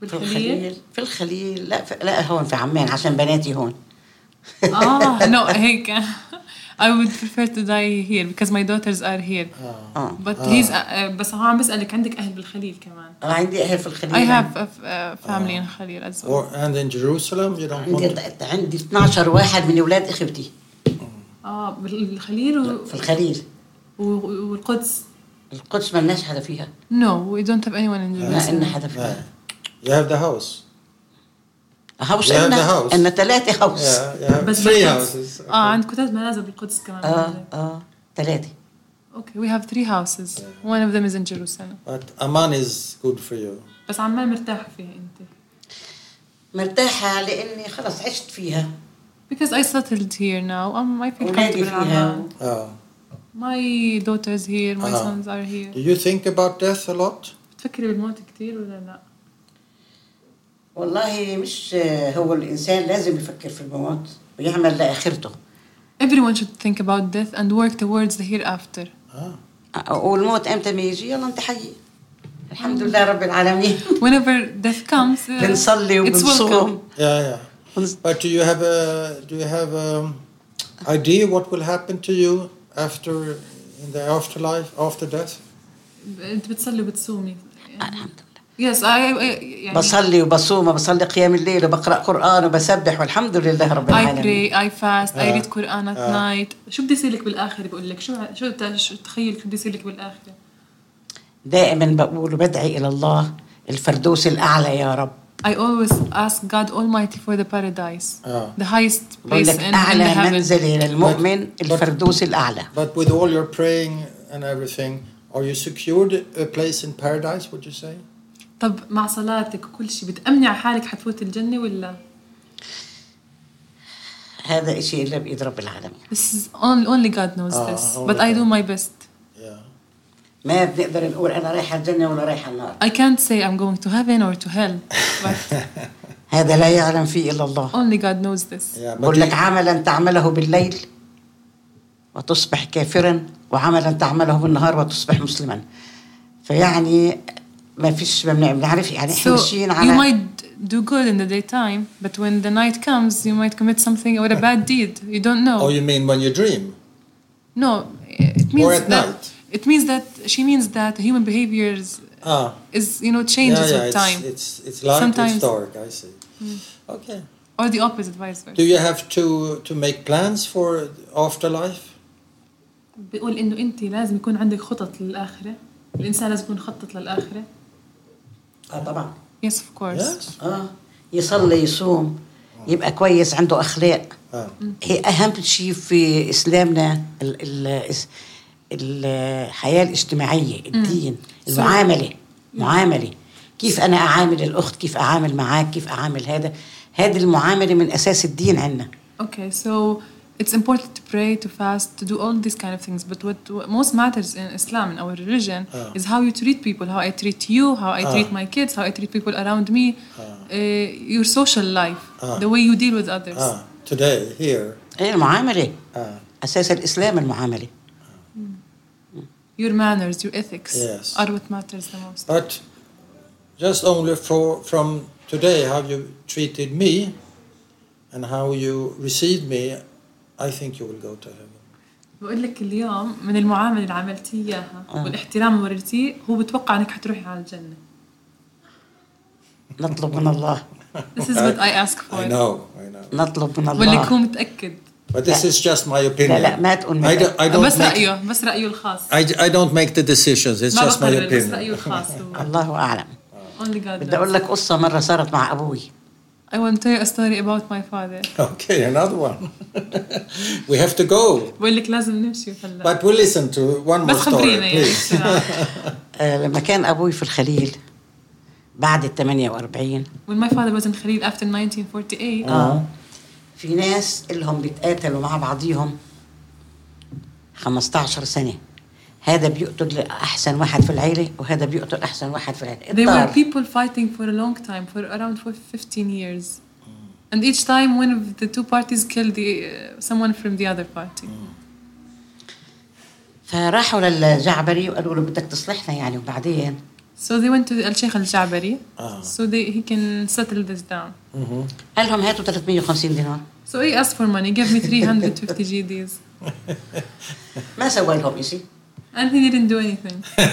S1: في الخليل في الخليل لا في لا هون في عمان عشان بناتي هون
S2: ah, no, هيك. I would prefer to die here because my daughters are here.
S3: Ah,
S1: آه.
S2: But he's uh, بس هو عم بسألك عندك أهل بالخليل كمان.
S1: آه، عندي أهل في الخليل
S2: I have a f- a family in Khalil as well.
S3: Ah. Or, and in Jerusalem, you don't
S1: عندي
S3: want to.
S1: عندي 12 واحد من أولاد إخوتي
S2: اه بالخليل و...
S1: في الخليل
S2: و- والقدس.
S1: القدس ما لناش حدا فيها
S2: No, we don't have anyone in
S3: Uh,
S1: ما لنا
S2: Jerusalem.
S1: حدا فيها
S3: Yeah. You have the house.
S1: هاوس
S3: You have the
S1: إلنا
S3: house.
S1: إلنا ثلاثة هاوس
S3: Yeah, you have
S2: بس
S3: three
S2: بالقدس.
S3: houses. Uh.
S2: اه عندكم ثلاث منازل بالقدس كمان.
S1: آه آه ثلاثة
S2: Okay, we have three houses. One of them is in Jerusalem.
S3: But Amman is good for you.
S2: بس عمال مرتاح فيه أنت.
S1: مرتاحة لأني خلص عشت فيها
S2: Because I settled here now. Um, I feel
S1: أولادي
S2: comfortable in
S1: فيها
S2: Amman.
S3: Oh.
S2: My daughters here, my
S3: آه.
S2: sons are here.
S3: Do you think about death a lot?
S2: بتفكري بالموت كتير ولا لا؟
S1: والله مش هو الإنسان لازم يفكر في الموت ويعمل لآخرته
S2: Everyone should think about death and work towards the hereafter.
S3: Ah.
S1: والموت امتى ما يجي يلا انت حي الحمد لله رب
S2: *laughs*
S1: العالمين
S2: Whenever death comes, uh,
S1: بنصلي
S2: it's welcome.
S1: وبنصوم
S3: Yeah, yeah. But do you have a do you have um idea what will happen to you after in the afterlife after death?
S2: أنت بتصلي وبتصومي.
S1: الحمد
S2: Yes, I, I يعني
S1: بصلي وبصوم وبصلي قيام الليل وبقرا قران وبسبح والحمد لله رب
S2: I
S1: العالمين
S2: pray, I fast, I read Quran at
S3: آه.
S2: night. شو بدي يصير لك بالآخرة بقول لك؟ شو شو ت- شو تخيل شو بدي يصير لك بالآخرة؟
S1: دائما بقول وبدعي الى الله الفردوس الاعلى يا رب
S2: I always ask God Almighty for the paradise,
S3: آه.
S2: the highest
S1: بقول
S2: place
S1: لك
S2: in, in the
S1: اعلى
S2: heaven.
S1: منزل للمؤمن الفردوس الاعلى
S3: But with all your praying and everything, are you secured a place in paradise? Would you say?
S2: طب مع صلاتك وكل شيء بتأمني على حالك حتفوت الجنة ولا؟
S1: هذا شيء الا بايد رب العالمين
S2: This is only, only God knows
S3: آه،
S2: this,
S3: only
S2: but I do
S3: God.
S2: my best.
S3: Yeah.
S1: ما بنقدر نقول انا رايحه الجنه ولا رايحه النار
S2: I can't say I'm going to heaven or to hell,
S3: *laughs*
S2: but
S1: هذا لا يعلم فيه الا الله
S2: only God knows this.
S3: Yeah. But
S1: بقول
S3: do
S1: لك
S3: you,
S1: عملا تعمله بالليل وتصبح كافرا وعملا تعمله بالنهار وتصبح مسلما فيعني ما فيش ما بنع- بنعرف يعني احنا
S3: *laughs*
S2: So
S1: ماشيين
S2: you
S1: على
S2: might do good in the daytime, but when the night comes, you might commit something or a bad deed. You don't know.
S3: oh, you mean when you dream?
S2: No, it means
S3: Or at
S2: that
S3: night.
S2: it means that she means that human behaviors
S3: Ah.
S2: is you know changes
S3: yeah, yeah.
S2: with
S3: It's,
S2: time
S3: it's it's light.
S2: Sometimes- Hmm.
S3: It's dark. I see. Okay.
S2: or the opposite, vice versa.
S3: Do you have to to make plans for afterlife?
S2: بيقول انه انت لازم يكون عندك خطط للاخره الانسان لازم يكون مخطط للاخره
S1: اه طبعا
S2: Yes, of course.
S3: Yes.
S1: اه يصلي يصوم يبقى كويس عنده اخلاق
S3: Ah.
S1: هي اهم شيء في اسلامنا ال- ال- الس- الحياه الاجتماعيه الدين المعامله معامله كيف انا اعامل الاخت كيف اعامل معاك كيف اعامل هذا هذه المعامله من اساس الدين عندنا
S2: Okay, so it's important to pray, to fast, to do all these kind of things. But what, what most matters in Islam, in our religion,
S3: Ah.
S2: is how you treat people, how I treat you, how I treat my kids, how I treat people around me, uh, your social life,
S3: Ah.
S2: the way you deal with others.
S3: Ah. Today here.
S1: ايه المعامله
S3: Ah.
S1: اساس الاسلام المعامله
S2: Your manners, your ethics
S3: Yes.
S2: are what matters the most.
S3: But just only for from today, how you treated me and how you received me, I think you will go to heaven.
S2: بقول لك اليوم من المعامله اللي عملتي اياها والاحترام اللي وريتيه هو بتوقع انك حتروحي على الجنه.
S1: نطلب من الله
S2: This is what I ask for.
S3: I know, I know.
S1: نطلب من
S2: واللي
S1: الله
S2: يكون متاكد
S3: But this is just my
S1: لا
S3: opinion.
S1: لا ما تقول
S3: I don't,
S1: متى.
S3: I don't
S2: بس
S3: make,
S2: رايه بس رايه الخاص
S3: I, I don't make the decisions. It's
S2: ما
S3: just my
S2: بقرر بس رايه
S3: opinion.
S2: الخاص هو
S3: *laughs*
S1: الله اعلم
S2: only God
S1: بدي اقول
S2: knows.
S1: لك قصه مره صارت مع ابوي
S2: I will tell you a story about my father.
S3: Okay, another one. *laughs* we have to go,
S2: بقول لك لازم نمشي هلا
S3: but we'll listen to one more
S2: بس
S3: story,
S2: خبرينا
S3: *laughs*
S2: يعني
S3: please.
S2: شو-
S1: آه، لما كان ابوي في الخليل بعد ال 48
S2: when my father was in Khalil after 1948
S1: اه في ناس اللي هم بيتقاتلوا مع بعضيهم 15 سنه هذا بيقتل احسن واحد في العيله وهذا بيقتل احسن واحد في العيله
S2: There were
S1: الطار.
S2: people fighting for a long time, for around for 15 years. And each time one of the two parties killed the, uh, someone from the other party.
S3: Mm.
S1: فراحوا للجعبري وقالوا له بدك تصلحنا يعني وبعدين
S2: So they went to Al Sheikh Al Jabari
S3: Uh-huh.
S2: so they, he can settle this down.
S1: قال لهم هاتوا 350 دينار
S2: So he asked for money, give me 350 GDs.
S1: ما سوى لهم شيء
S2: And he didn't do anything.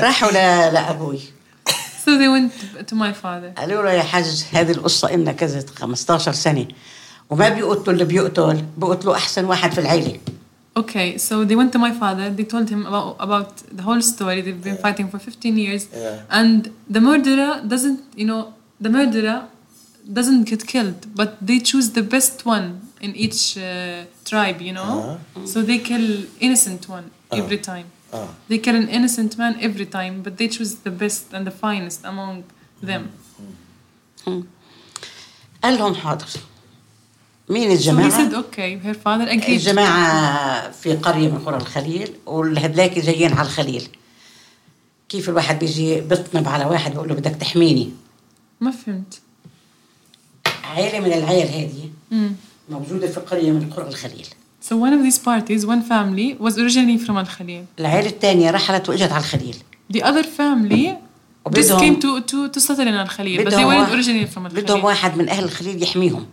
S1: راحوا ل- لابوي
S2: So they went to my father.
S1: قالوا له يا حاج هذه القصه إن كذا 15 سنه وما بيقتلوا اللي بيقتل بيقتلوا احسن واحد في العيله
S2: Okay, so they went to my father. They told him about, about the whole story. They've been fighting for 15 years.
S3: Yeah.
S2: And the murderer doesn't, you know, the murderer doesn't get killed, but they choose the best one in each uh, tribe, you know? So they kill innocent one every time. They kill an innocent man every time, but they choose the best and the finest among them.
S1: قال لهم حاضر مين
S2: So he
S1: الجماعه
S2: said, okay, her father agreed.
S1: الجماعة في قرية من قرى الخليل والهدلاكي جايين على الخليل كيف الواحد بيجي بيطنب على واحد بيقول له بدك تحميني
S2: ما فهمت.
S1: عيلة من العيال هذه
S2: Mm.
S1: موجودة في قرية من قرى الخليل
S2: So one of these parties, one family, was originally from Al-Khalil.
S1: العيلة الثانية رحلت وإجت على الخليل
S2: The other family just
S1: وبدهم-
S2: came to to to settle in Al Khalil, but they
S1: بدهم
S2: weren't
S1: واحد,
S2: originally from Al
S1: بدهم
S2: Khalil.
S1: واحد من أهل الخليل يحميهم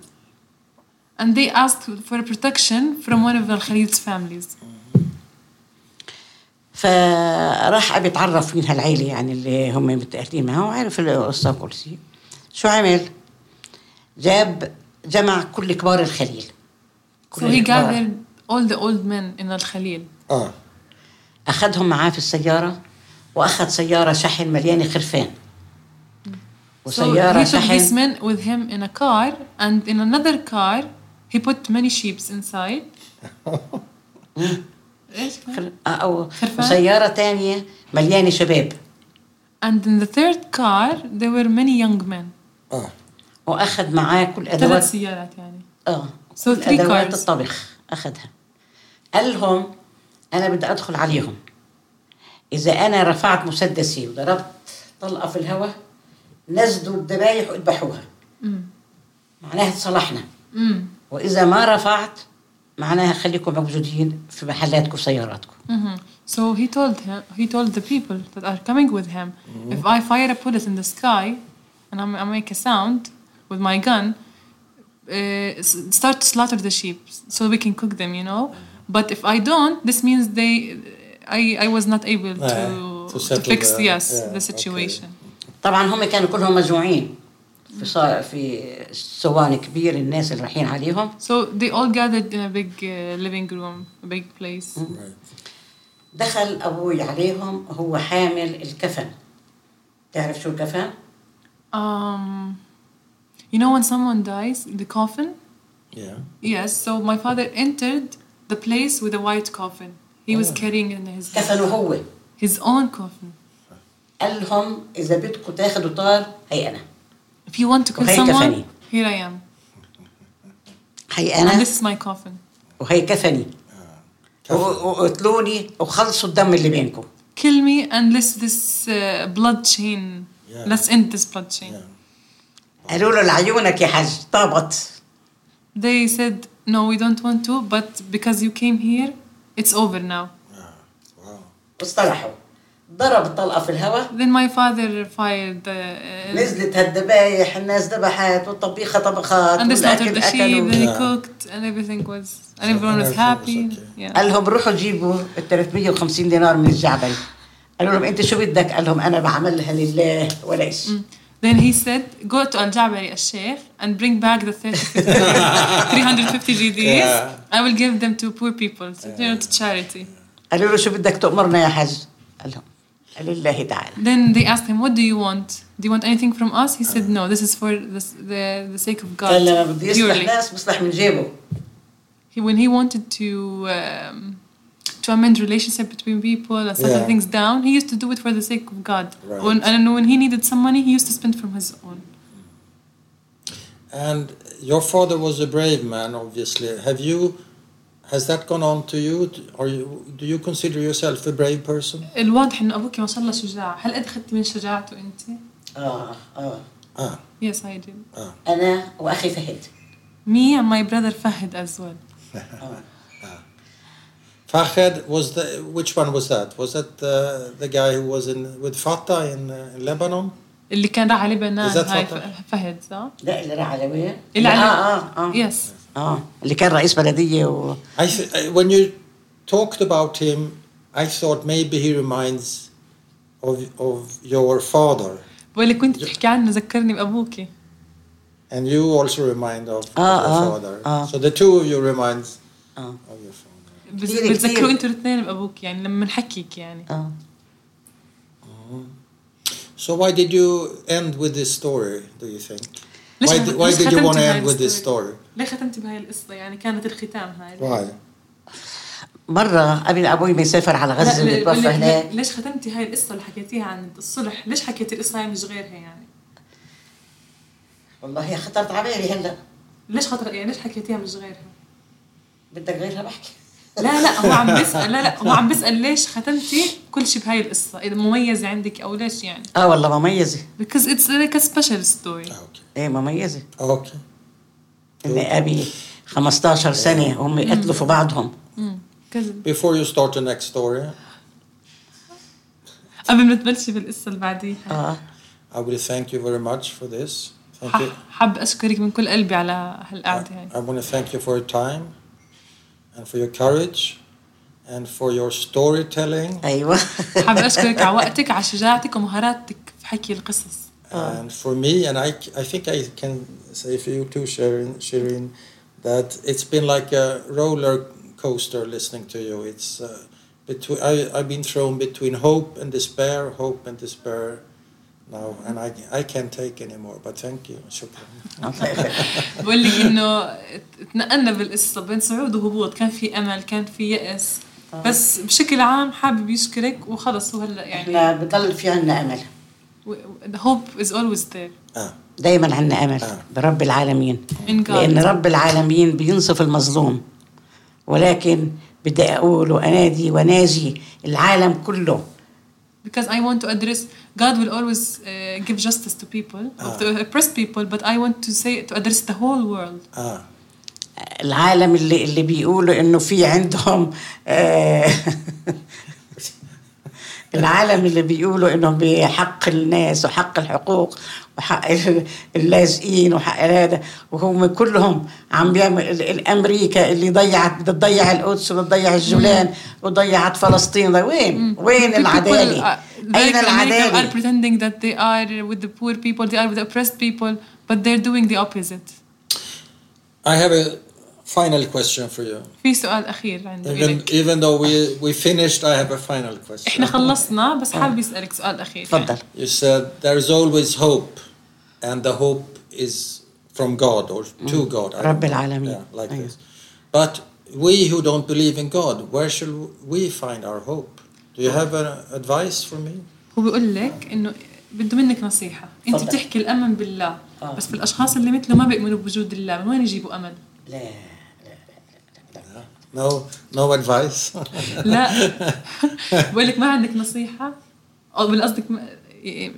S2: And they asked for protection from one of Al Khalil's families.
S1: فراح أبي يتعرف مين هالعيلة يعني اللي هم متأهلين معها وعرف القصة وكل شيء شو عمل؟ جاب جمع كل كبار الخليل
S2: So he
S1: الكبار.
S2: gathered all the old men in Al Khalil.
S3: Ah,
S1: أخدهم معاه في السيارة وأخد سيارة شحن مليانة خرفان
S2: So
S1: وسيارة
S2: he took these
S1: شحن
S2: men with him in a car, and in another car he put many sheeps inside. إيش؟
S1: خر- آه، أو
S2: خرفان؟
S1: وسيارة تانية مليانة شباب
S2: And in the third car there were many young men.
S3: ah.
S1: وأخد معاه كل أدوات
S2: ثلاث سيارات يعني.
S1: آه
S2: So
S1: كل
S2: three
S1: أدوات
S2: cars.
S1: الطبخ أخدها قال لهم أنا بدي أدخل عليهم إذا أنا رفعت مسدسي وضربت طلقة في الهواء نزلوا الذبايح واذبحوها معناها تصلحنا
S2: Mm.
S1: وإذا ما رفعت معناها خليكم موجودين في محلاتكم سياراتكم
S2: hmm So he told him, he told the people that are coming with him,
S3: Mm-hmm.
S2: if I fire a bullet in the sky, and I'm, I make a sound with my gun, uh, s- start to slaughter the sheep so we can cook them, you know.
S3: Mm-hmm.
S2: But if I don't, this means they, I, I was not able
S3: Yeah,
S2: to,
S3: Eh, to
S2: to,
S3: settle
S2: fix
S3: the-
S2: yes
S3: yeah,
S2: the
S3: okay.
S2: situation.
S1: طبعا هم كانوا كلهم مجموعين في صا... في سوان كبير الناس اللي رايحين عليهم
S2: So they all gathered in a big uh, living room, a big place.
S3: Right.
S1: دخل ابوي عليهم هو حامل الكفن تعرف شو الكفن؟
S2: Um, you know when someone dies, the coffin.
S3: Yeah.
S2: Yes, so my father entered the place with a white coffin. He
S3: Oh.
S2: was carrying in his
S1: كفنه هو
S2: his own coffin.
S1: قال لهم اذا بدكم تاخذوا طار هي انا
S2: If you want to kill
S1: وهي
S2: someone,
S1: كفني.
S2: here I am.
S1: هي
S2: And
S1: انا
S2: this is my coffin.
S1: يعني وهي كفني و- و- وقتلوني وخلصوا الدم اللي بينكم
S2: Kill me and let's this uh, blood chain.
S3: Yeah.
S2: Let's end this blood chain.
S3: Yeah.
S1: قالوا له لعيونك يا حاج طابت
S2: They said, "No, we don't want to, but because you came here, it's over now."
S3: Ah, wow.
S1: واصطلحوا ضرب الطلقه في الهواء
S2: Then my father fired the uh,
S1: نزلت هالذبايح الناس ذبحت والطبيخه طبخات
S2: and they slaughtered
S1: والأكل
S2: the sheep.
S1: أكلوا.
S2: Then he
S3: Yeah.
S2: cooked, and everything was and everyone was
S3: everything
S2: happy.
S3: was okay.
S2: Yeah.
S1: قال لهم روحوا جيبوا ال 350 دينار من الجعبري قالوا لهم انت شو بدك؟ قال لهم انا بعملها لله ولا شيء
S2: Mm. Then he said, go to Al Jabari Al Sheikh and bring back the 30,
S3: *laughs*
S2: 350 GDs.
S3: Yeah.
S2: I will give them to poor people, so, you know, to charity.
S1: قالوا له شو بدك تأمرنا يا حاج؟ قال لهم لله تعالى
S2: Then they asked him, "What do you want? Do you want anything from us?" He
S3: Uh.
S2: said, "No. This is for the the, the sake of God
S1: كان لما بده يصلح
S2: purely."
S1: ناس بيصلح من جيبه
S2: He, when he wanted to um, to amend relationship between people and settle
S3: Yeah.
S2: things down, he used to do it for the sake of God.
S3: Right.
S2: When, and when he needed some money, he used to spend from his own.
S3: And your father was a brave man, obviously. Have you? Has that gone on to you? D- Are you? Do you consider yourself a brave person?
S2: الواضح إنه أبوك ما شاء الله شجاع. هل قد أخذت من شجاعته أنت؟
S1: اه اه
S3: Ah,
S2: Yes, I did.
S1: انا واخي فهد
S2: Me and my brother Fahid as well.
S3: Fahed was the. Which one was that? Was that the the guy who was in with Fatah in, uh, in Lebanon?
S2: اللي كان راح على لبنان
S3: Is that
S2: هاي
S3: Fatah?
S2: ف- فهد صح؟
S1: لا اللي راح علوية
S2: اللي على-
S1: اه اه اه
S2: Yes.
S1: اه اللي كان رئيس بلديه و...
S3: I th- I- when you talked about him, I thought maybe he reminds of of your father,
S2: واللي كنت تحكي عنه ذكرني بأبوكي.
S3: and you also remind of of
S1: Ah,
S3: your
S1: ah,
S3: father.
S1: ah.
S3: So the two of you reminds
S1: اه
S3: of your father.
S2: بز-
S1: كتير-
S2: بتذكروا
S1: كتير.
S2: انتوا الاثنين بابوك يعني لما نحكيك يعني
S1: اه
S3: So why did you end with this story? Do you think?
S2: ليش
S3: Why,
S2: ختمت-
S3: did, why
S2: ليش
S3: did you
S2: ختمت
S3: want to
S2: بهاي
S3: end with this
S2: الستوري؟
S3: story?
S2: ليه ختمت بهاي القصه يعني كانت الختام هاي
S3: Why?
S1: مره قبل ابوي ما يسافر على
S2: لا،
S1: غزه
S2: لا،
S1: اللي توفى
S2: لا،
S1: هناك
S2: ليش ختمتي هاي القصه اللي حكيتيها عن الصلح ليش حكيتي القصه هاي مش غيرها يعني
S1: والله يا خطرت على بالي هلا
S2: ليش خطر يعني ليش حكيتيها مش غيرها
S1: بدك غيرها بحكي
S2: لا لا هو عم بيسال لا لا هو عم بيسال ليش ختمتي كل شيء بهاي القصه اذا مميزه عندك او ليش يعني
S1: اه والله مميزه
S2: because it's like a special story
S3: Okay.
S1: ايه مميزه
S3: Okay.
S1: ان ابي 15 سنه وهم يقتلوا في بعضهم
S2: كذا
S3: Before you start the next story,
S2: قبل ما تبلشي بالقصه اللي بعديها
S1: اه
S3: I will thank you very much for this. Thank you.
S2: ح- حاب اشكرك من كل قلبي على هالقعده هاي
S3: I want to thank you for your time and for your courage and for your storytelling
S1: ايوه
S2: حابة
S1: *laughs*
S2: أشكرك على وقتك على شجاعتك ومهاراتك في حكي القصص
S3: and Um, for me. And I, c- I think I can say for you too, Shirin, Shirin that it's been like a roller coaster listening to you. It's uh, between I, I've been thrown between hope and despair, hope and despair now, and I, I can't take anymore. But thank you. Shukran.
S2: بقول لك إنه تنقلنا بالقصة بين صعود وهبوط كان في أمل كان في يأس بس بشكل عام حابب يشكرك وخلص وهلا يعني
S1: احنا بضل في عنا امل
S2: hope is always there
S1: دايما عنا امل برب العالمين
S2: In God.
S1: لان رب العالمين بينصف المظلوم ولكن بدي اقول وانادي وناجي العالم كله
S2: because I want to address God will always uh, give justice to people to oppressed people but I want to say to address the whole world
S3: Ah,
S1: العالم اللي اللي بيقولوا انه في عندهم آه، *laughs* العالم اللي بيقولوا انه بحق الناس وحق الحقوق وحق ال- اللاجئين وحق هذا وهم كلهم عم بيعمل ال- ال- امريكا اللي ضيعت بتضيع القدس وبتضيع الجولان وضيعت فلسطين وين وين
S2: The people
S1: العداله
S2: are-
S1: اين
S2: like America are
S1: العداله
S2: pretending that they are with the poor people they are with the oppressed people but they're doing the opposite
S3: I have a final question for you.
S2: في سؤال اخير عنده
S3: Even,
S2: إلك.
S3: even though we, we finished, I have a final
S2: احنا
S3: question.
S2: خلصنا بس
S3: آه.
S2: حابب اسالك سؤال اخير
S1: تفضل
S3: You said there is always hope, and the hope is from God or to God. I
S1: رب
S3: don't know.
S1: العالمين.
S3: Yeah, like
S1: Yeah.
S3: this. But we who don't believe in God, where shall we find our hope? Do you have an advice for me?
S2: هو بيقول لك انه بده منك نصيحه انت
S1: تفضل.
S2: بتحكي الامن بالله
S1: آه.
S2: بس بالاشخاص اللي مثله ما بيؤمنوا بوجود الله من وين يجيبوا امل
S1: لا
S3: No, no advice. *laughs* Ah,
S2: لا بقول لك ما عندك نصيحه او بالقصدك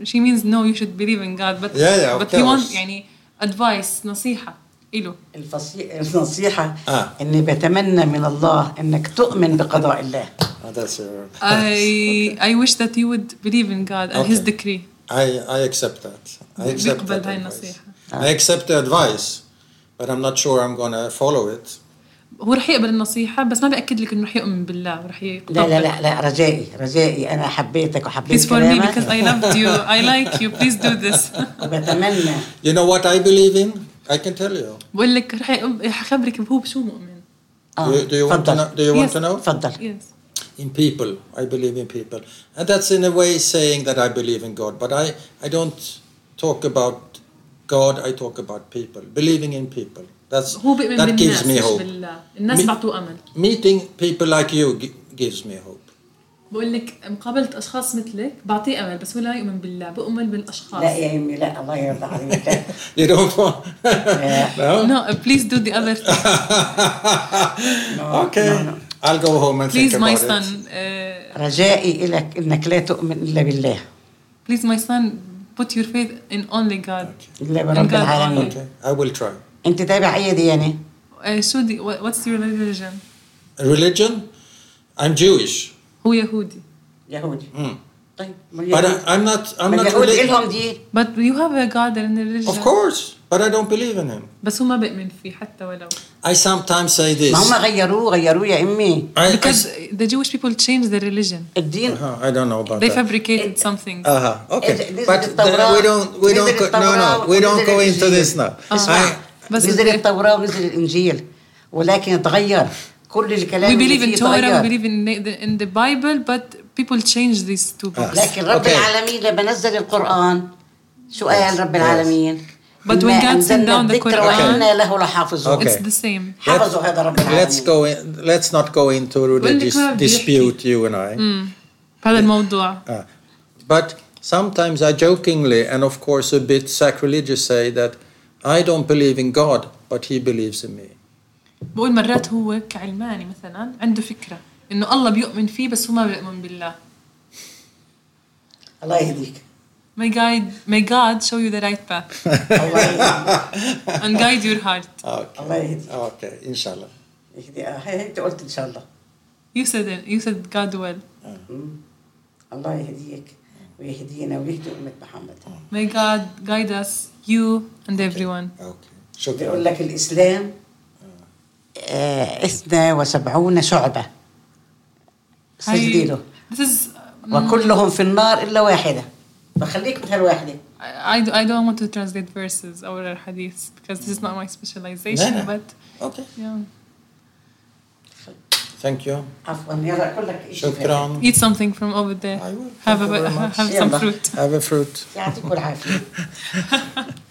S2: شي مينز نو يو شود بليف ان جاد بس
S3: Yeah, yeah, of
S2: بس هي
S3: course.
S2: يعني ادفايس نصيحه له
S1: الفصي... النصيحه
S3: آه.
S1: اني بتمنى من الله انك تؤمن بقضاء الله
S3: Oh, that's your.
S2: I I wish that you would believe in God and His
S3: Okay.
S2: decree.
S3: I, I accept that. I accept
S2: بيقبل
S3: that
S2: هاي
S3: advice.
S2: النصيحة.
S3: I accept the advice, but I'm not sure I'm going to follow it.
S2: هو رح يقبل النصيحة بس ما بأكد لك إنه رح يؤمن بالله ورح يقبل
S1: لا لا لا لا رجائي رجائي انا حبيتك
S2: Please
S1: وحبيت
S2: for me
S1: كلامك
S2: because I loved you. I like you. Please do this. *laughs*
S1: وبتمنى
S3: You know what I believe in? I can tell you.
S2: بقول لك رح يقب- رح أخبرك هو بشو مؤمن.
S1: اه
S3: Do you, do you want to
S1: تفضل
S3: know? Do you want
S2: Yes.
S3: to know?
S1: تفضل
S2: Yes.
S3: in people. I believe in people. And that's in a way saying that I believe in God. But I, I don't talk about God, I talk about people. Believing in people. That's,
S4: هو بيؤمن
S3: that
S4: بالناس
S3: gives me
S4: مش
S3: hope.
S4: بالله الناس
S3: مي-
S4: بعطوه امل
S3: Meeting people like you gi- gives me hope. *laughs*
S4: بقول لك مقابله اشخاص مثلك بعطيه امل بس هو لا يؤمن بالله بؤمن بالاشخاص
S1: لا يا امي لا الله يرضى عليك آه، لا.
S3: You don't want.
S1: Yeah.
S3: no?
S2: No, uh, please do the
S3: *laughs*
S2: other thing.
S1: No,
S3: okay.
S1: Uh, no, no.
S3: I'll go home and
S2: Please,
S3: think
S2: my
S3: about it.
S2: son. Uh,
S1: رجائي لك انك لا تؤمن الا بالله
S2: please, my son, put your faith in only God.
S1: الا
S2: And
S1: برب
S2: God
S1: العالمين
S2: only.
S3: Okay, I will try.
S1: انت تابع اي ديانه؟
S2: Uh, شو دي, what- what's your religion?
S3: Religion? I'm Jewish, Hmm.
S2: هو يهودي.
S1: يهودي طيب ما
S3: but
S1: اليهود-
S3: I, I'm not. I'm
S1: ما
S3: not
S1: اليهود
S3: religious.
S1: الهم دين
S2: But you have a God in religion.
S3: Of course, but I don't believe in him.
S2: بس هو ما بيؤمن فيه حتى ولو.
S3: I sometimes say this.
S1: ما هم غيروه غيروه يا امي
S3: I, I
S2: Because
S3: s-
S2: the Jewish people change their religion.
S1: الدين
S3: Uh-huh, I don't know about
S2: They
S3: that.
S2: fabricated something.
S3: Uh-huh. Okay,
S1: Is- this
S3: but
S1: is
S3: the-
S1: Torah.
S3: we don't. We
S1: This
S3: don't.
S1: is
S3: Go, no,
S1: Torah.
S3: no. We
S1: This
S3: don't
S1: is
S3: go into
S1: Injil.
S3: this now.
S1: اسمع
S3: I,
S2: بس إيه؟
S1: نزل
S2: بدي-
S1: التوراة ونزل الإنجيل ولكن تغير كل الكلام
S2: We
S1: اللي
S2: believe in
S1: فيه
S2: Torah, we
S1: تغير.
S2: believe in the, in the Bible, but people change these two books.
S3: Yes.
S1: لكن رب
S3: Okay.
S1: العالمين لما نزل القرآن شو قال رب العالمين؟
S2: But when
S1: إنا
S2: God sent
S1: أنزلنا
S2: down the
S1: الذكر
S2: Quran-
S1: وإنا له لحافظون
S3: Okay.
S2: It's the same.
S1: حفظوا هذا رب العالمين
S3: let's go. In, let's not go into religious
S4: ما بدي أحكي.
S3: dispute. You and I.
S2: Mm. Hmm. هذا الموضوع.
S3: Ah. But sometimes I jokingly and of course a bit sacrilegious say that I don't believe in God, but He believes in me.
S2: بقول مرات هو كعلماني مثلا عنده فكرة إنه الله بيؤمن فيه بس هو ما بيؤمن بالله.
S1: الله يهديك
S2: May guide, may God show you the right path
S1: الله يهديك
S3: *laughs*
S2: and guide your heart.
S3: Okay.
S1: الله يهديك
S3: Okay, inshallah.
S1: يهدي آه، هي أنت قلت إن شاء الله
S2: You said it. You said God well.
S1: الله يهديك ويهدينا ويهدي أمة محمد
S2: May God guide us, you and everyone.
S3: Okay.
S1: بيقول
S3: Shukran.
S1: لك الإسلام آه، اثنا وسبعون شعبة سجديله
S2: This is.
S1: وكلهم في النار إلا واحدة فخليك من هالواحدة
S2: I, I do- I don't want to translate verses or hadiths because this is not my specialization.
S3: No, no.
S2: But
S3: Okay.
S2: yeah,
S3: Thank you.
S1: عفوا يلا أقول لك شيء فاتك.
S3: Shukran.
S2: eat something from over there.
S3: I will.
S2: Have
S3: Thank you
S2: a
S3: very much.
S2: have some
S1: Yeah.
S2: fruit.
S3: Have a fruit.
S1: يعطيكم العافية